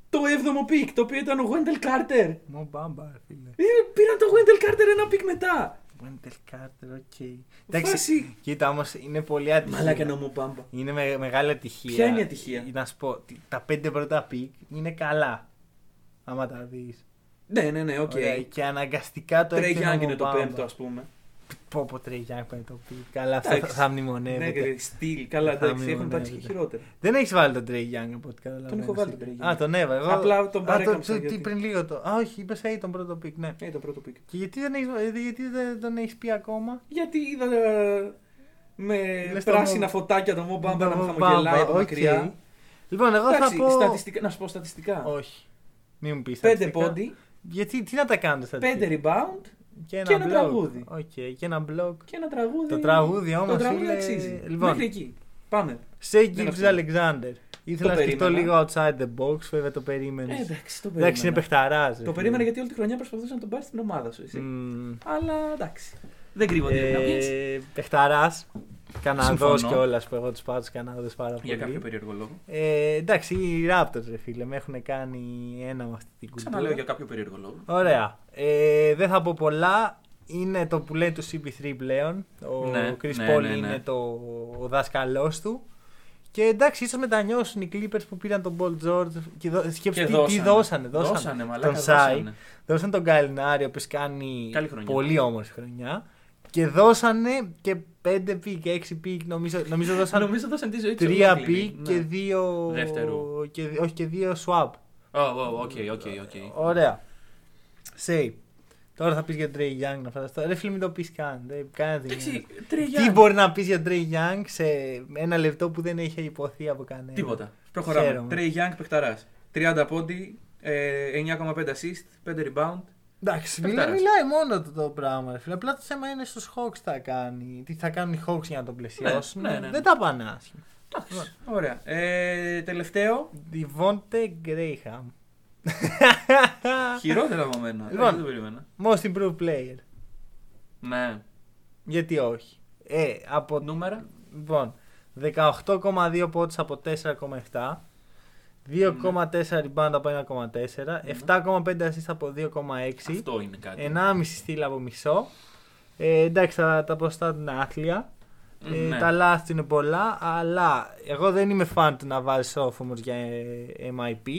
B: το 7ο πικ, το οποίο ήταν ο Wendell Κάρτερ.
A: Μπομπάμα, ρε φίλε.
B: Πήραν το Wendell Κάρτερ ένα πικ μετά.
A: Wendell Carter, οκ.
B: Φάση.
A: Εντάξει, κοίτα όμως είναι πολύ άτυχη.
B: Ε, Μαλάκα να μου πάμπα.
A: Είναι με- μεγάλη ατυχία.
B: Ποια είναι η ατυχία?
A: Να σου πω, ότι τα πέντε πρώτα πικ είναι καλά. Άμα τα δεις.
B: Ναι, ναι, ναι, οκ. Okay.
A: Και αναγκαστικά το
B: Τρέι
A: έπαιρνε
B: Γιάνγκ
A: ο
B: είναι το
A: Μομπάμα.
B: πέμπτο, ας πούμε.
A: Πω πω Τρέι Γιάνγκ πέμπτο το πικ. Καλά, αυτό θα,
B: Εντάξει.
A: θα
B: Ναι,
A: μνημονεύεται.
B: και στυλ, καλά,
A: Θα
B: εντάξει, έχουν
A: μνημονεύεται.
B: υπάρξει και χειρότερα.
A: Δεν έχεις βάλει τον Τρέι Γιάνγκ από ό,τι καταλαβαίνω.
B: Τον έχω βάλει
A: εσύ.
B: τον Trae Young.
A: Α, τον έβαλε. Εγώ...
B: Απλά τον
A: Α,
B: παρέκαμψα,
A: το-
B: γιατί-
A: τι- Πριν λίγο το. Α, όχι, είπες hey, τον πρώτο πικ, ναι.
B: Ε, το πρώτο πικ.
A: Και γιατί δεν, έχεις, ε, γιατί δεν τον έχεις πει ακόμα.
B: Γιατί είδα ε, με
A: Λες το
B: πράσινα
A: Mo-
B: φωτάκια τον Μομπάμπα να μου
A: Μπαμπα,
B: χαμογελάει από
A: οκ.
B: μακριά.
A: Λοιπόν, εγώ
B: Εντάξει,
A: θα πω.
B: στατιστικά, να σου πω στατιστικά.
A: Όχι. Μην μου πεις.
B: Πέντε πόντι,
A: Γιατί τι να τα κάνω στα
B: πέντε rebound και ένα
A: blog.
B: τραγούδι.
A: Οκ, και ένα blog.
B: και ένα τραγούδι.
A: Το τραγούδι
B: Το
A: όμως
B: τραγούδι
A: είναι-
B: αξίζει.
A: Λοιπόν.
B: Μέχρι εκεί. Πάμε. Ε,
A: Σε
B: Δεν
A: Gibbs
B: αυτό.
A: Alexander. Ήθελα να σκεφτώ λίγο
B: περίμενα.
A: outside the box, βέβαια το περίμενες.
B: Ε, εντάξει, το περίμενα.
A: Εντάξει, είναι παιχταρά.
B: Το περίμενα γιατί όλη τη χρονιά προσπαθούσε να τον πάρεις στην ομάδα σου. Εσύ.
A: γιατί.
B: Αλλά εντάξει. Δεν κρύβονται
A: Ε,
B: οι ερμηνείε.
A: Πεχταρά. Καναδός
B: Συμφωνώ.
A: και όλα που εγώ τους πάω τους Καναδού πάρα πολύ.
B: Για κάποιο περίεργο λόγο.
A: Ε, εντάξει, οι Raptors, ρε φίλε, με έχουν κάνει ένα με αυτή την κουλτούρα.
B: Ξαναλέω για κάποιο περίεργο λόγο.
A: Ωραία. Ε, δεν θα πω πολλά. Είναι το που λέει του CP3 πλέον. Ο
B: Ναι,
A: Chris
B: ναι,
A: Paul
B: ναι, ναι.
A: είναι το, ο δάσκαλός του. Και εντάξει, ίσως μετανιώσουν οι Clippers που πήραν τον Paul George. Και δο, σκέψου
B: Και
A: τι- τι
B: δώσανε.
A: δώσανε. Δώσανε,
B: Δώσανε, μαλάκα,
A: τον Σάι.
B: δώσανε.
A: Δώσανε τον Καλινάρη, ο οποίος κάνει
B: Καλή χρονιά.
A: πολύ όμορφη χρονιά. Και δώσανε και 5 πικ, 6 πικ, νομίζω, νομίζω δώσανε
B: Νομίζω ναι. δώσαν τη ζωή τους.
A: Τρία πικ και δύο.
B: Δεύτερου.
A: Και, δι- όχι, και δύο swap.
B: Οκ, οκ, οκ.
A: Ωραία. Say. Τώρα θα πεις για Trey Young να φανταστώ. Ρε φίλε, μην το πεις καν. Δεν- Κανένα δεν νοιάζει.
B: Εντάξει, τρία.
A: Τι μπορεί να πεις για Trey Young σε ένα λεπτό που δεν έχει υποθεί από κανένα.
B: Τίποτα. Προχωράμε.
A: Χαίρομαι.
B: Τρέι Γιάνγκ παιχταρά. 30 πόντι, ε, 9,5 assist, 5 rebound.
A: Εντάξει, μιλά,
B: Πεκτάρας.
A: μιλάει μόνο το, το πράγμα. Ρε φίλε. Απλά το θέμα είναι στους Hawks θα κάνει. Τι θα κάνουν οι Hawks για να τον πλαισιώσουν.
B: ναι, ναι.
A: Δεν τα πάνε άσχημα.
B: Εντάξει.
A: Λοιπόν.
B: Ωραία. Ε, τελευταίο.
A: Devonte Graham.
B: Χειρότερα από μένα.
A: Λοιπόν.
B: Δεν το περίμενα.
A: Most improved player.
B: Ναι.
A: Γιατί όχι. Ε, από
B: Νούμερα.
A: Λοιπόν, 18,2 πόντους από 4,7. 2,4 rebound από 1,4. 7,5 assist από 2,6.
B: Ναι. Αυτό είναι κάτι.
A: 1,5 στυλ από μισό. Ε, εντάξει, τα, τα ποσοστά του είναι άθλια. Ε,
B: Ναι.
A: Τα λάθη του είναι πολλά, αλλά εγώ δεν είμαι fan του να βάζει όφωμο για ε, MIP.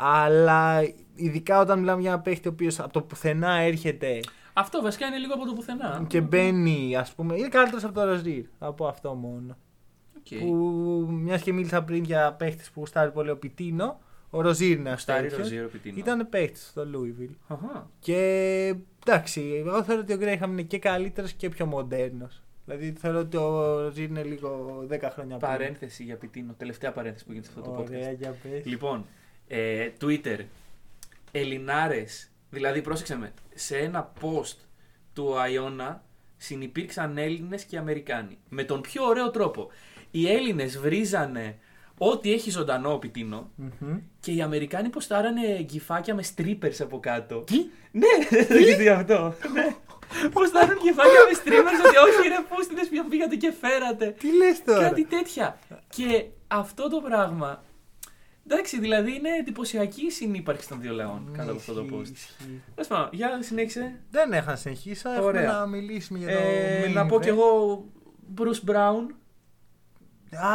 A: Αλλά ειδικά όταν μιλάμε για ένα παίχτη ο οποίος από το πουθενά έρχεται
B: Αυτό βασικά είναι λίγο από το πουθενά.
A: και μπαίνει, ας πούμε. Είναι καλύτερος από το Ροζίρ. Από αυτό μόνο.
B: Okay.
A: Που μιας και μίλησα πριν για παίχτες που γουστάρει πολύ ο Πιτίνο, ο Ροζίρ είναι
B: Γουστάρει
A: τέτοιος.
B: Ροζίρο Πιτίνο.
A: Ήταν παίχτης στο Louisville.
B: Αχα.
A: Και εντάξει, εγώ θεωρώ ότι ο Γκρέιχαμ είναι και καλύτερος και πιο μοντέρνος. Δηλαδή θεωρώ ότι ο Ροζίρ είναι λίγο 10 χρόνια πριν.
B: Παρένθεση για πιτίνο. Τελευταία παρένθεση που γίνεται σε αυτό το
A: Ωραία,
B: podcast.
A: για πες.
B: Λοιπόν, ε, Twitter. Ελληνάρες. Δηλαδή, πρόσεξε με. Σε ένα post του Αϊώνα συνυπήρξαν Έλληνες και Αμερικάνοι. Με τον πιο ωραίο τρόπο. Οι Έλληνες βρίζανε ό,τι έχει ζωντανό ο πιτίνο.
A: Μμμ.
B: Και οι Αμερικάνοι ποστάρανε γκυφάκια με strippers από κάτω.
A: Τι?
B: Ναι, δεν έχεις δει αυτό. Ναι. Ποστάρουν γκυφάκια με strippers ότι όχι ρε πούστιδες που πήγατε και φέρατε.
A: Τι λες τώρα.
B: Κάτι τέτοια. Και αυτό το πράγμα. Εντάξει, δηλαδή είναι εντυπωσιακή η συνύπαρξη των δύο λαών
A: Ναι,
B: κάτω από αυτό το
A: ισχύει,
B: post.
A: ισχύει.
B: Τέλο πάντων, για συνέχισε.
A: Δεν έχω να συνεχίσω. Έχουμε
B: Ωραία.
A: να μιλήσουμε για το.
B: Ε,
A: main
B: να πω
A: event.
B: κι εγώ Bruce Brown.
A: Α,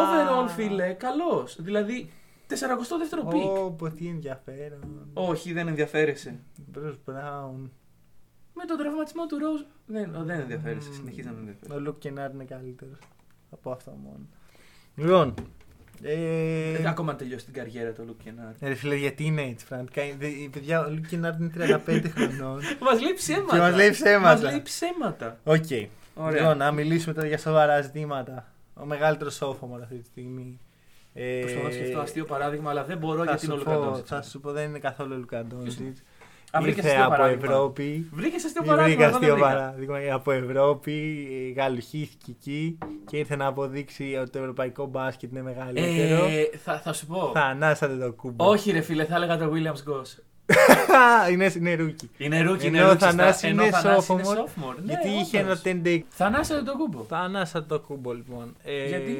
B: Overall, φίλε, καλός. Δηλαδή, 42ο πικ.
A: Ω, πω, τι ενδιαφέρον.
B: Όχι, δεν ενδιαφέρεσαι.
A: Bruce Brown.
B: Με τον τραυματισμό του Ροζ. Δεν, ο, δεν ενδιαφέρεσαι.
A: Mm.
B: Συνεχίζει να με ενδιαφέρει.
A: Ο Λουκ Κενάρ είναι καλύτερος. Από αυτό μόνο. Λοιπόν. Ε,
B: Ε, ακόμα να τελειώσει την καριέρα του Λουκ Κενάρ.
A: ε, ρε φίλε, γιατί είναι έτσι, πραγματικά. είναι- δε- Η παιδιά, ο Λουκ Κενάρ είναι 35 χρονών.
B: Μας λέει ψέματα.
A: Και μας λέει ψέματα.
B: Μα λέει ψέματα.
A: Οκ.
B: Ωραία.
A: Λοιπόν, να μιλήσουμε τώρα για σοβαρά ζητήματα. Ο μεγαλύτερος σόφωμα αυτή τη στιγμή. Ε,
B: Προσπαθώ να σκεφτώ αστείο παράδειγμα, αλλά δεν μπορώ
A: θα
B: γιατί
A: σου
B: είναι ο
A: πω-
B: Λουκ Ντόντσιτς.
A: Θα σου πω, δεν είναι καθόλου ο Λουκαντόντζιτ.
B: Α, βρήκες
A: Ήρθε
B: αστείο
A: από
B: παράδειγμα.
A: Ευρώπη.
B: Βρήκες αστείο
A: Βρήκα
B: παράδειγμα. δεν
A: αστείο
B: το βρήκα.
A: παράδειγμα. Από Ευρώπη ε, γαλουχήθηκε εκεί και ήρθε να αποδείξει ότι το ευρωπαϊκό μπάσκετ είναι μεγαλύτερο.
B: Ε, θα, θα σου πω.
A: Θα ανάσατε το κούμπο.
B: Όχι, ρε φίλε, θα έλεγα το Williams Goss.
A: είναι, είναι ρούκι.
B: Είναι ρούκι, είναι
A: Ενώ ο
B: ρούκι.
A: Θανάσης
B: στα- ενώ
A: είναι
B: ο Θανάσης είναι
A: sophomore,
B: sophomore. Ναι,
A: γιατί είχε ένα
B: όντως.
A: 10 day.
B: Θανάση τον κούμπο.
A: Θα ανάσα το κούμπο λοιπόν. Ε,
B: Γιατί?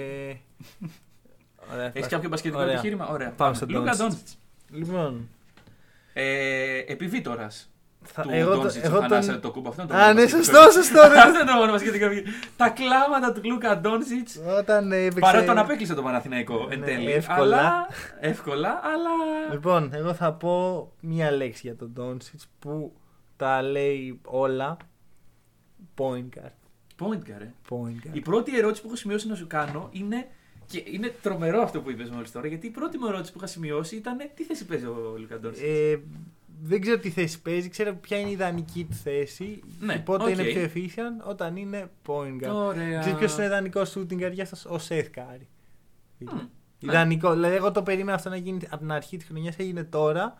A: Ωραία,
B: Έχεις
A: φτάσαμε.
B: κάποιο μπασκετικό
A: Ωραία.
B: επιχείρημα. Ωραία.
A: Πάμε στον
B: Λούκα
A: Doncic.
B: Ντόντζιτ.
A: Λοιπόν,
B: Επιβίτορα.
A: θα-
B: Του
A: εγώ, το-
B: Ντόντζιτ
A: εγώ
B: τον
A: τον...
B: Θανάση τον κούμπο. Αυτό είναι το
A: Α,
B: μόνο
A: ναι,
B: μπασκετικό
A: σωστό, σωστό.
B: επιχείρημα.
A: ρε.
B: Αυτό είναι το μόνο μπασκετικό επιχείρημα. Τα κλάματα του Λούκα Ντόντζιτ.
A: Όταν ε, έπαιξε...
B: Παρότι τον απέκλεισε το Παναθηναϊκό εν
A: Ναι,
B: τέλει.
A: εύκολα.
B: Αλλά, εύκολα, αλλά.
A: Λοιπόν, εγώ θα πω μία λέξη για τον Ντόνσιτς που τα λέει όλα. Point guard.
B: Point guard, ε.
A: Point
B: Η
A: guard.
B: πρώτη ερώτηση που έχω σημειώσει να σου κάνω είναι. Και είναι τρομερό αυτό που είπες μόλις τώρα, γιατί η πρώτη μου ερώτηση που είχα σημειώσει ήταν τι θέση παίζει ο Λούκα Ντόντζιτ.
A: Ε, δεν ξέρω τι θέση παίζει, ξέρω ποια είναι η ιδανική του θέση.
B: Ναι,
A: πότε
B: οκ.
A: είναι πιο efficient όταν είναι point guard.
B: Ωραία.
A: Ξέρεις ποιος είναι ο ιδανικός shooting guard για σας, ο Seth Curry. Λοιπόν,
B: Μμ. Ναι.
A: Ιδανικό. Δηλαδή, εγώ το περίμενα αυτό να γίνει από την αρχή της χρονιάς, έγινε τώρα.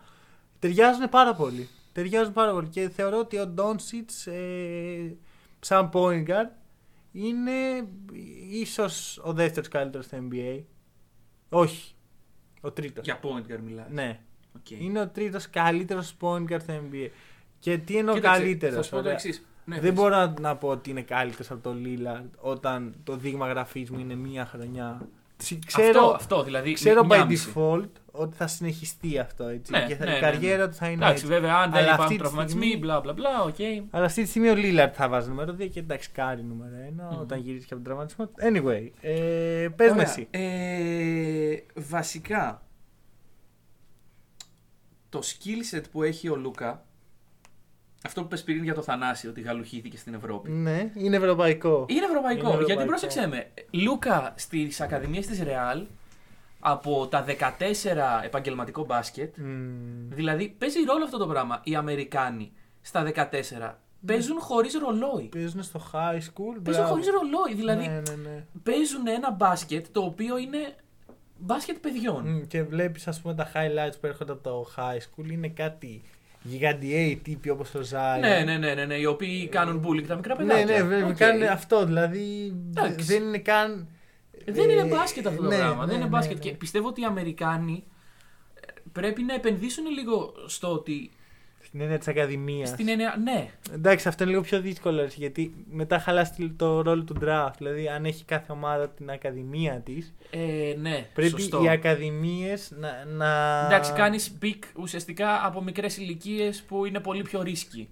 A: Ταιριάζουν πάρα πολύ. Ταιριάζουν πάρα πολύ. Και θεωρώ ότι ο Ντόνσιτ, ε, σαν point guard, είναι ίσως ο δεύτερος καλύτερος στο NBA. Όχι. Ο τρίτος.
B: Για point guard μιλάει.
A: Ναι.
B: Οκ.
A: Είναι ο τρίτος καλύτερος point guard στο NBA. Και τι εννοώ
B: Κοίταξε,
A: καλύτερος.
B: Θα σου πω το εξής. Ναι,
A: Δεν
B: πες.
A: μπορώ να- να πω ότι είναι καλύτερος από τον Λίλαρντ όταν το δείγμα γραφής μου είναι μία χρονιά. Τσι- Ξέρω,
B: Αυτό, αυτό δηλαδή.
A: ξέρω
B: μια
A: by
B: μισή.
A: default ότι θα συνεχιστεί αυτό έτσι.
B: Ναι,
A: και θα,
B: ναι,
A: η
B: ναι,
A: καριέρα
B: ναι.
A: του θα είναι.
B: Εντάξει,
A: έτσι.
B: βέβαια,
A: Αλλά
B: αν δεν
A: αυτή
B: υπάρχουν
A: τη
B: τραυματισμοί,
A: στιγμή-
B: μπλα μπλα μπλα, οκ.
A: Αλλά αυτή τη στιγμή ο Λίλαρτ θα βάζει νούμερο 2 και εντάξει, κάρι νούμερο 1
B: Μμμ.
A: όταν γυρίσει και από τον τραυματισμό. Anyway, ε, πες με
B: Ωραία.
A: εσύ.
B: Ε, βασικά, το skill set που έχει ο Λούκα, αυτό που πες πριν για το Θανάση, ότι γαλουχήθηκε στην Ευρώπη.
A: Ναι, είναι ευρωπαϊκό.
B: Είναι ευρωπαϊκό,
A: Είναι ευρωπαϊκό.
B: γιατί πρόσεξέ με. Λούκα στις ακαδημίες της Ρεάλ, από τα 14 επαγγελματικό μπάσκετ,
A: Μμμ.
B: δηλαδή παίζει ρόλο αυτό το πράγμα. Οι Αμερικάνοι στα 14 παίζουν χωρίς ρολόι.
A: Παίζουν στο high school.
B: Παίζουν
A: Ναι. μπράβο.
B: χωρίς ρολόι, δηλαδή
A: Ναι, ναι, ναι.
B: παίζουν ένα μπάσκετ το οποίο είναι μπάσκετ παιδιών.
A: Μμ, Και βλέπεις, ας πούμε, τα highlights που έρχονται από το high school είναι κάτι γιγαντιαίοι τύποι όπως ο Ζάι.
B: Ναι, ναι, ναι, ναι, ναι, οι οποίοι κάνουν bullying τα μικρά
A: Ναι,
B: παιδάκια.
A: ναι, βέβαια.
B: Οκ.
A: Κάνουν αυτό. Δηλαδή
B: Εντάξει.
A: δεν είναι καν.
B: Δεν
A: ε,
B: είναι μπάσκετ αυτό το
A: ναι,
B: πράγμα.
A: ναι,
B: δεν είναι
A: ναι,
B: μπάσκετ.
A: ναι.
B: Και πιστεύω ότι οι Αμερικάνοι ε, πρέπει να επενδύσουν λίγο στο ότι.
A: Στην έννοια της Ακαδημίας.
B: Στην έννοια. Ναι,
A: Εντάξει, αυτό είναι λίγο πιο δύσκολο έτσι, γιατί μετά χαλάσει το ρόλο του draft. Δηλαδή, αν έχει κάθε ομάδα την Ακαδημία της,
B: ε, ναι.
A: πρέπει
B: σωστό.
A: οι Ακαδημίες να, να.
B: Εντάξει, κάνεις pick ουσιαστικά από μικρές ηλικίες που είναι πολύ πιο ρίσκι.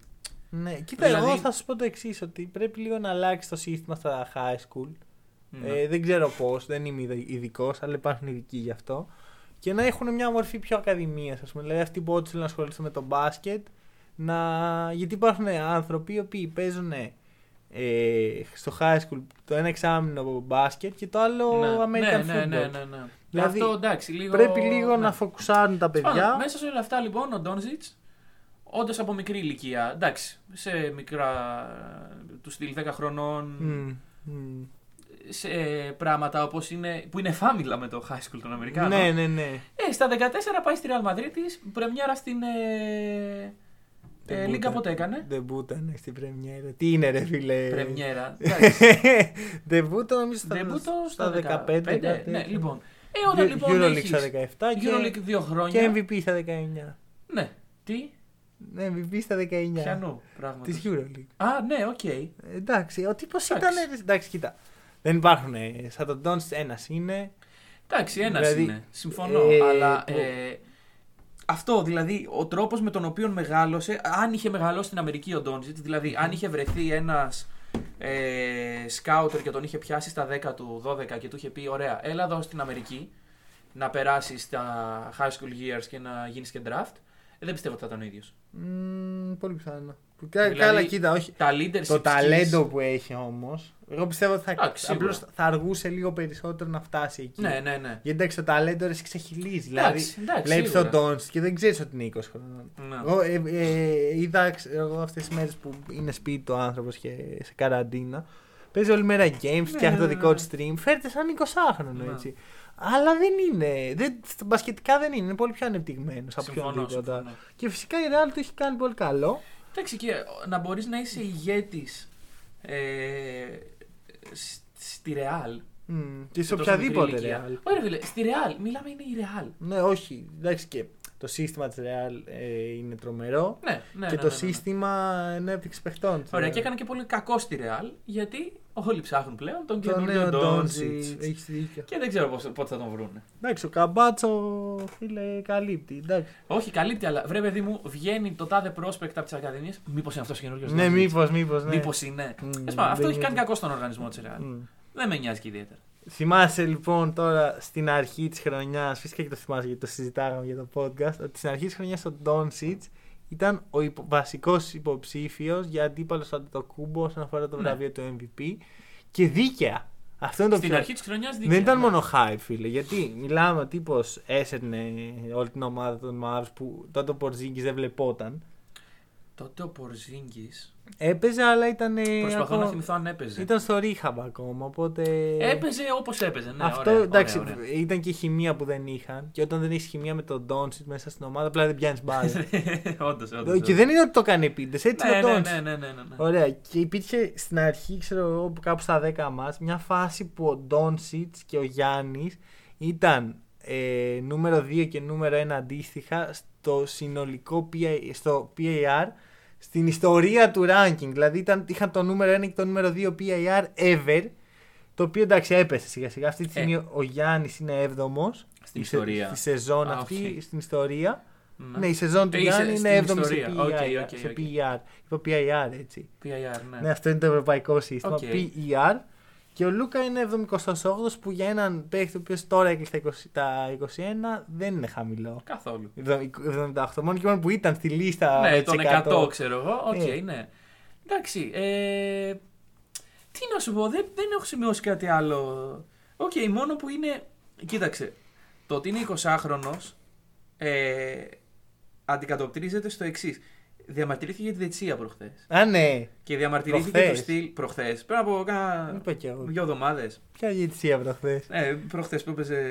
A: Ναι, κοίτα,
B: Δηλαδή-
A: εγώ θα σου πω το εξής, ότι πρέπει λίγο να αλλάξει το σύστημα στα high school.
B: Ναι.
A: Ε, δεν ξέρω πώς, δεν είμαι ειδικός, αλλά υπάρχουν ειδικοί γι' αυτό. Και να έχουν μια μορφή πιο ακαδημίας, ας πούμε. Δηλαδή, αυτοί που όντω θέλουν να ασχοληθούν με το μπάσκετ. Να... Γιατί υπάρχουν άνθρωποι οι οποίοι παίζουν ε, στο high school το ένα εξάμεινο από μπάσκετ και το άλλο
B: ναι,
A: American
B: ναι,
A: football.
B: ναι, ναι, ναι.
A: Δηλαδή,
B: αυτό εντάξει, λίγο.
A: Πρέπει λίγο
B: ναι.
A: να φοκουσάρουν τα
B: Πάνω,
A: παιδιά.
B: μέσα σε όλα αυτά λοιπόν ο Ντόνζιτ, όντως από μικρή ηλικία, εντάξει, σε μικρά. του στυλ 10 χρονών,
A: Μμμ, μμμ.
B: σε πράγματα όπως είναι, που είναι φάμιλα με το high school των Αμερικάνων.
A: Ναι, ναι, ναι.
B: Ε, στα 14 πάει στη Real Μαδρίτης, πρεμιέρα στην ε, ε,
A: Δεν
B: Λίγκα
A: μπούτανε-
B: πότε έκανε.
A: Δεν μπούτανε στην πρεμιέρα. Τι είναι, ρε φίλε.
B: Πρεμιέρα. εντάξει.
A: Δεβούτο νομίζω Ε, στα,
B: Ντεμπούτο
A: στα 15. κάτι
B: Ναι,
A: τέτοιο.
B: λοιπόν. Ε, όταν
A: Euro-
B: λοιπόν
A: Euroleague
B: έχεις
A: στα 17 και,
B: Euroleague δύο χρόνια.
A: και MVP στα 19.
B: Ναι. Τι,
A: Ναι, MVP στα 19.
B: πιανού πράγματος.
A: Της Euroleague.
B: Α, ναι, οκ.
A: Ε, Εντάξει, ο τύπος ήταν.
B: Εντάξει.
A: Εντάξει, κοίτα. Δεν υπάρχουν. ε, Σαν τον Τόντ ένας είναι.
B: Εντάξει, ένας
A: Δηλαδή,
B: είναι. Συμφωνώ.
A: ε,
B: αλλά
A: το-
B: ε, αυτό δηλαδή, ο τρόπος με τον οποίο μεγάλωσε, αν είχε μεγαλώσει στην Αμερική ο Ντόντζιτ, δηλαδή αν είχε βρεθεί ένας ε, σκάουτερ και τον είχε πιάσει στα 10 του 12 και του είχε πει: Ωραία, έλα εδώ στην Αμερική να περάσει στα high school years και να γίνεις και draft. Ε, δεν πιστεύω ότι θα ήταν ο ίδιος.
A: Μμμ, πολύ πιθανό. Που κα-
B: Δηλαδή,
A: Καλά, κοίτα, όχι.
B: Τα leadership.
A: Το
B: skills-
A: ταλέντο που έχει όμως. Εγώ πιστεύω ότι θα,
B: Εντάξει, σίγουρα.
A: απλώς θα αργούσε λίγο περισσότερο να φτάσει εκεί.
B: Ναι, ναι, ναι.
A: Γιατί εντάξει, το ταλέντο ρε σε ξεχυλίζει.
B: Εντάξει,
A: Δηλαδή,
B: εντάξει,
A: βλέπεις
B: σίγουρα.
A: τον Τόντ και δεν ξέρεις ότι είναι 20 χρονών.
B: Ναι.
A: Εγώ ε, ε, είδα ξέρω εγώ, αυτές τις μέρες που είναι σπίτι ο άνθρωπος και σε καραντίνα. Παίζει όλη μέρα games,
B: Ναι,
A: φτιάχνει το
B: ναι,
A: δικό
B: ναι.
A: του stream. Φέρεται σαν 20χρονο
B: Ναι.
A: έτσι. Αλλά δεν είναι. Δεν, στα μπασκετικά δεν είναι. Είναι πολύ πιο ανεπτυγμένος από οποιονδήποτε. Και φυσικά η Real το έχει κάνει πολύ καλό.
B: Εντάξει, και να μπορείς να είσαι ηγέτης ε, σ- στη Ρεάλ.
A: Μμμ, Και σε
B: τόσο μικρή
A: οποιαδήποτε
B: ηλικία.
A: Real.
B: Ωραία, φίλε, στη Ρεάλ. Μιλάμε είναι η Ρεάλ.
A: Ναι, όχι. Εντάξει και το σύστημα της Real ε, είναι τρομερό.
B: Ναι, ναι.
A: και
B: ναι,
A: το
B: ναι, ναι.
A: σύστημα ανέπτυξη παιχτών. της
B: Ωραία,
A: Real.
B: και έκανε και πολύ κακό στη Ρεάλ γιατί όλοι ψάχνουν πλέον τον
A: το
B: καινούριο
A: νέο
B: Ντόντζιτ.
A: Ντόντζιτ. Έχεις δίκιο.
B: Και δεν ξέρω πόσο- πότε θα τον βρουν.
A: Εντάξει, ο Καμπάτσο φίλε καλύπτει. Εντάξει.
B: Όχι, καλύπτει, αλλά βρε παιδί μου, βγαίνει το τάδε prospect από τις Ακαδημίες. Μήπως είναι αυτός καινούριο
A: Ναι, μήπως, μήπως. Ναι.
B: Μήπως είναι.
A: Μμμ,
B: Τέλος πάντων, αυτό
A: δεν
B: έχει κάνει
A: είναι.
B: κακό στον οργανισμό της Ρεάλ.
A: Μμμ.
B: Δεν με νοιάζει και ιδιαίτερα.
A: Θυμάσαι λοιπόν τώρα στην αρχή της χρονιάς, φυσικά και το θυμάσαι γιατί το συζητάγαμε για το podcast, ότι στην αρχή της χρονιάς ο Ντόνσιτ ήταν ο υπο- βασικός υποψήφιος για αντίπαλο στο Αντιτοκούμπο όσον αφορά το
B: Ναι.
A: βραβείο του MVP. Και δίκαια. Αυτό είναι το
B: Στην
A: πιο.
B: αρχή ναι. της χρονιάς
A: Δεν ήταν μόνο hype, φίλε. Γιατί μιλάμε, ο τύπος έσαιρνε όλη την ομάδα των Μαύρου που τότε ο Πορζίνγκη δεν βλεπόταν.
B: Τότε ο Πορζίνγκης.
A: Έπαιζε, αλλά ήταν. ε,
B: Προσπαθώ
A: ακόμα-
B: να θυμηθώ αν έπαιζε.
A: Ήταν στο ρίχαμα ακόμα, οπότε.
B: Έπαιζε όπως έπαιζε. Ναι,
A: Αυτό
B: ωραία,
A: εντάξει,
B: Ωραία, ωραία.
A: ήταν και η χημεία που δεν είχαν. Και όταν δεν έχεις χημεία με τον Ντόνσιτ μέσα στην ομάδα, απλά δεν πιάνεις μπάλα.
B: όντως, όντως,
A: ε, και
B: όντως.
A: δεν είναι ότι το κάνει επίτηδε, έτσι είναι
B: ναι,
A: ο
B: ναι,
A: Ντόνσιτ.
B: ναι, ναι, ναι, ναι, ναι.
A: Ωραία. Και υπήρχε στην αρχή, ξέρω εγώ, που κάπου στα 10 μας, μια φάση που ο Ντόνσιτ και ο Γιάννης ήταν ε, νούμερο 2 και νούμερο 1 αντίστοιχα στο συνολικό PA, στο PAR στην ιστορία του ranking. Δηλαδή ήταν, είχαν το νούμερο 1 και το νούμερο 2 PAR ever. Το οποίο εντάξει έπεσε σιγά σιγά. Αυτή τη
B: Ε.
A: στιγμή ο Γιάννης είναι 7ο.
B: Στην ιστορία.
A: Στη σεζόν
B: Α,
A: αυτή,
B: οκ.
A: στην ιστορία.
B: Ναι.
A: Ναι, η σεζόν του
B: Ε, είσαι
A: Γιάννη
B: στην
A: είναι 7η σε
B: ιστορία.
A: PER.
B: Οκ, οκ,
A: σε
B: οκ.
A: PER. Είπα PIR έτσι.
B: PIR, ναι.
A: Ναι, αυτό είναι το ευρωπαϊκό σύστημα.
B: Οκ.
A: PER. Και ο Λούκα είναι 78ο που για έναν παίχτη ο οποίος τώρα έκλεισε τα 20 τα 21 δεν είναι χαμηλό.
B: Καθόλου.
A: 78. Μόνο και μόνο που ήταν στη λίστα. με
B: ναι,
A: τις
B: τον 100, ξέρω εγώ. Οκ,
A: Ε.
B: ναι. Εντάξει. Ε, τι να σου πω, δεν, δεν έχω σημειώσει κάτι άλλο. Οκ, μόνο που είναι. Κοίταξε. Το ότι είναι 20χρονο ε, αντικατοπτρίζεται στο εξής. Διαμαρτυρήθηκε για τη Δετσία προχθές.
A: Α, ναι.
B: Και διαμαρτυρήθηκε
A: Προχθές.
B: το στυλ προχθές. Πριν από κάνα.
A: Είπα και εγώ.
B: δύο εβδομάδες.
A: Ποια γετσία προχθές.
B: Ε, προχθές που έπαιζε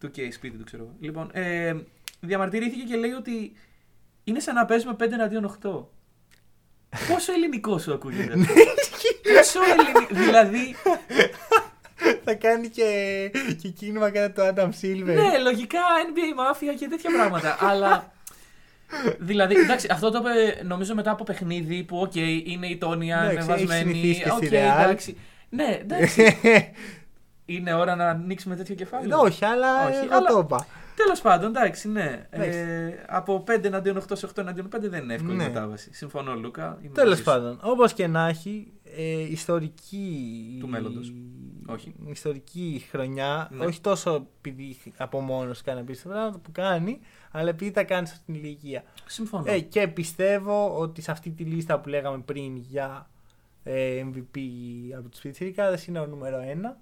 B: του και σπίτι του, ξέρω εγώ. Λοιπόν, ε, διαμαρτυρήθηκε και λέει ότι είναι σαν να παίζουμε 5 εναντίον 8. Πόσο ελληνικό σου ακούγεται.
A: Ναι.
B: αυτό. Πόσο ελληνικό. δηλαδή, Ναι.
A: Θα κάνει και, και κίνημα κατά του Άνταμ Σίλβερ.
B: ναι, λογικά NBA μάφια και τέτοια πράγματα. αλλά. Δηλαδή, εντάξει, αυτό το είπε νομίζω μετά από παιχνίδι που, οκ, είναι η Τόνια
A: Εντάξει, έχει
B: ανεβασμένη.
A: συνηθίσει και
B: οκ,
A: στη Real.
B: εντάξει. Ναι, εντάξει. είναι ώρα να ανοίξουμε τέτοιο κεφάλαιο.
A: Ναι, Όχι, αλλά
B: Όχι,
A: εγώ
B: αλλά-
A: το είπα.
B: Τέλος πάντων, εντάξει, ναι.
A: Εντάξει.
B: Ε, από 5 εναντίον 8 σε 8 εναντίον 5 δεν είναι εύκολη
A: Ναι.
B: μετάβαση. Συμφωνώ, Λούκα. είμαι μαζί
A: Τέλο
B: σου.
A: πάντων, όπως και να έχει, ε, ιστορική.
B: Του μέλλοντος. Όχι.
A: Ιστορική χρονιά.
B: Ναι.
A: Όχι τόσο επειδή από μόνο κάνει απίστευτα πράγματα που κάνει, αλλά επειδή τα κάνεις σε αυτήν την ηλικία.
B: Συμφωνώ.
A: Ε, και πιστεύω ότι σε αυτή τη λίστα που λέγαμε πριν για ε, MVP από τους Πιτσυρικάδε είναι ο νούμερο 1.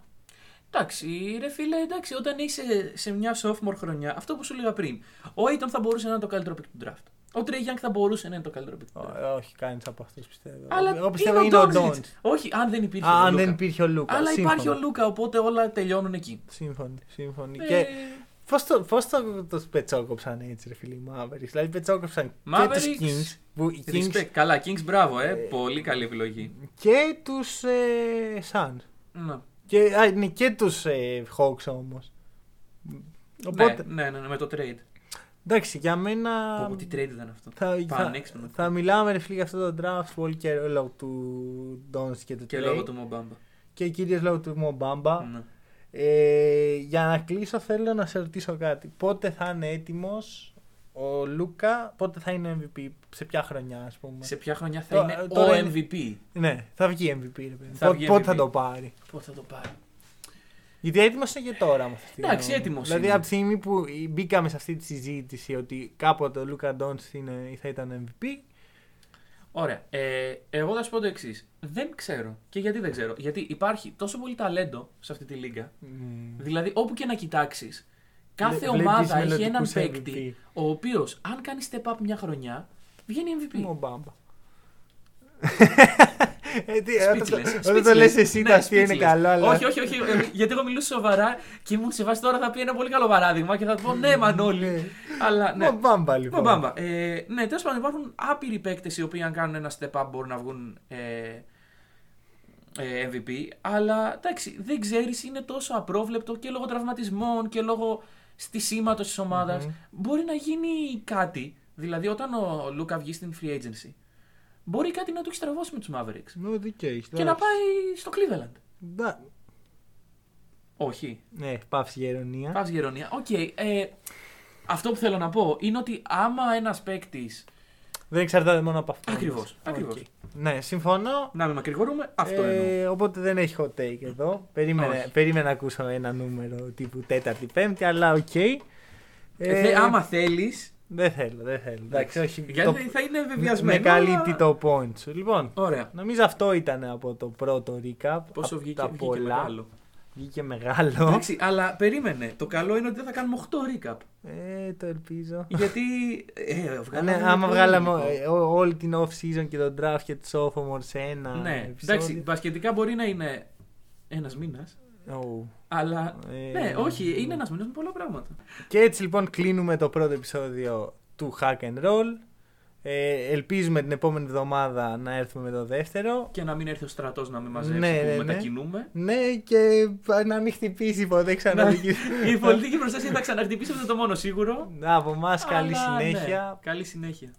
B: Εντάξει, ρε φίλε, εντάξει, όταν είσαι σε μια sophomore χρονιά, αυτό που σου λέγα πριν, ο Aiton θα μπορούσε να είναι το καλύτερο pick του draft. Ο Trey Young θα μπορούσε να είναι το καλύτερο pick του draft.
A: Ε, όχι, κάνει από αυτούς πιστεύω.
B: Ναι. Αλλά
A: Εγώ
B: τι
A: πιστεύω είναι ο
B: Doncic.
A: Ντόντ.
B: Όχι, αν δεν υπήρχε. ο
A: Αν
B: Λούκα.
A: δεν υπήρχε ο Λούκα.
B: Αλλά
A: Σύμφωνο.
B: υπάρχει ο Λούκα, οπότε όλα τελειώνουν εκεί.
A: Σύμφωνοι, σύμφωνοι.
B: Ε,
A: Και Πώς το, πώς το, το πετσόκοψαν έτσι, ρε φίλοι, οι Mavericks. Δηλαδή, πετσόκοψαν και
B: Mavericks,
A: τους Kings, που, οι Kings
B: respect. Καλά, Kings, μπράβο, ε. Πολύ καλή επιλογή.
A: και τους ε, Suns.
B: Ναι.
A: Και, α, είναι και τους ε, Hawks όμως. Οπότε,
B: Ναι, ναι, ναι, ναι, με το trade.
A: εντάξει, για μένα.
B: Πω, πω, τι trade ήταν αυτό.
A: θα, θα,
B: Πανέξυπνο.
A: θα μιλάμε ρε φίλοι για αυτό το draft πολύ και λόγω του Dons και του
B: Και
A: Trey.
B: λόγω του Μομπάμπα.
A: και κυρίως λόγω του Μομπάμπα.
B: Ναι.
A: Ε, για να κλείσω θέλω να σε ρωτήσω κάτι. Πότε θα είναι έτοιμος ο Λούκα, πότε θα είναι MVP, σε ποια χρονιά ας πούμε.
B: Σε ποια χρονιά θα
A: Τώρα-
B: είναι
A: τώρα
B: ο
A: είναι-
B: MVP.
A: Ναι, θα βγει MVP ρε παιδί.
B: Θα
A: Πο-
B: βγει
A: Πότε
B: MVP.
A: θα το πάρει.
B: Πότε θα το πάρει.
A: Γιατί έτοιμος είναι και τώρα. με αυτή τη
B: Εντάξει,
A: γνώμη.
B: έτοιμος
A: Δηλαδή
B: είναι.
A: από τη στιγμή που μπήκαμε σε αυτή τη συζήτηση ότι κάποτε ο Λούκα Ντόντς είναι- θα ήταν MVP,
B: Ωραία. Ε, εγώ θα σου πω το εξής. Δεν ξέρω. Και γιατί δεν ξέρω. Γιατί υπάρχει τόσο πολύ ταλέντο σε αυτή τη λίγα.
A: μ,
B: Δηλαδή, όπου και να κοιτάξεις, κάθε
A: βλέ- βλέπεις
B: ομάδα έχει έναν
A: μελλοντικούς
B: παίκτη, ο οποίος, αν κάνει step up μια χρονιά, βγαίνει MVP.
A: Μομπάμπα. Ε, τι,
B: Speechless,
A: όταν το- Όταν το
B: speechless.
A: λες εσύ, το
B: Ναι,
A: αστείο είναι
B: speechless.
A: καλό, αλλά.
B: Όχι, όχι, όχι. ε, γιατί εγώ μιλούσα σοβαρά και ήμουν σε βάση τώρα θα πει ένα πολύ καλό παράδειγμα και θα του πω ναι,
A: Ναι.
B: Μανώλη. αλλά ναι.
A: Μπομπάμπα, λοιπόν.
B: Μπομπάμπα. Ε, ναι, τέλος πάντων υπάρχουν άπειροι παίκτες οι οποίοι αν κάνουν ένα step up μπορούν να βγουν ε, ε, MVP. Αλλά εντάξει, δεν ξέρεις, είναι τόσο απρόβλεπτο και λόγω τραυματισμών και λόγω στισήματος της ομαδα Μπορεί να γίνει κάτι. Δηλαδή, όταν ο Λούκα βγει στην free agency, μπορεί κάτι να του έχει στραβώσει με τους Mavericks.
A: Ναι, οκ, έχεις,
B: Και να
A: εντάξει.
B: πάει στο Cleveland.
A: Ντα-
B: Όχι.
A: Ναι, πάυση για ειρωνία.
B: Πα Γερονία. Οκ. ε, αυτό που θέλω να πω είναι ότι άμα ένας παίκτης.
A: Δεν εξαρτάται μόνο από αυτό.
B: Ακριβώς,
A: όμως.
B: ακριβώς.
A: Οκ. Ναι, συμφωνώ.
B: Να μην μακρηγορούμε, αυτό
A: Ε,
B: εννοώ.
A: Οπότε δεν έχει hot take εδώ. Περίμενε,
B: Όχι.
A: περίμενα να ακούσω ένα νούμερο τύπου τέταρτη, πέμπτη, αλλά οκ.
B: Ε, θε- άμα θέλεις.
A: Δεν θέλω, δεν θέλω. Εντάξει, όχι. το-
B: Γιατί θα είναι
A: με
B: βεβαιασμένο.
A: καλύπτει
B: αλλά-
A: το point σου. Λοιπόν,
B: Ωραία.
A: νομίζω αυτό ήταν από το πρώτο recap.
B: Πόσο
A: από
B: βγήκε,
A: τα
B: βγήκε
A: πολλά. Ε.
B: μεγάλο.
A: Βγήκε μεγάλο.
B: Εντάξει, αλλά περίμενε. Το καλό είναι ότι δεν θα κάνουμε 8 recap.
A: Ε, το ελπίζω.
B: γιατί. Ε,
A: Ναι,
B: βγάλαμε
A: άμα
B: πολύ
A: βγάλαμε
B: υλικό.
A: ε, ό- όλη την off season και τον draft και τους sophomore σε ένα.
B: Ναι,
A: Ε, επεισόδιο.
B: εντάξει, μπασκετικά μπορεί να είναι ένας μήνας.
A: Ω.
B: Αλλά.
A: Ε,
B: Ναι, όχι, είναι ένας μήνας με πολλά πράγματα.
A: Και έτσι λοιπόν κλείνουμε το πρώτο επεισόδιο του Hack and Roll. Ε, ελπίζουμε την επόμενη εβδομάδα να έρθουμε με το δεύτερο.
B: Και να μην έρθει ο στρατός να με μαζέψει
A: Ναι,
B: που
A: ναι, ναι.
B: μετακινούμε.
A: Ναι, και να μην χτυπήσει ποτέ
B: Να-
A: ξαναδική.
B: Η πολιτική προστασία θα ξαναχτυπήσει αυτό είναι το μόνο σίγουρο.
A: Από εμάς, καλή
B: Αλλά, ναι,
A: συνέχεια.
B: Καλή συνέχεια.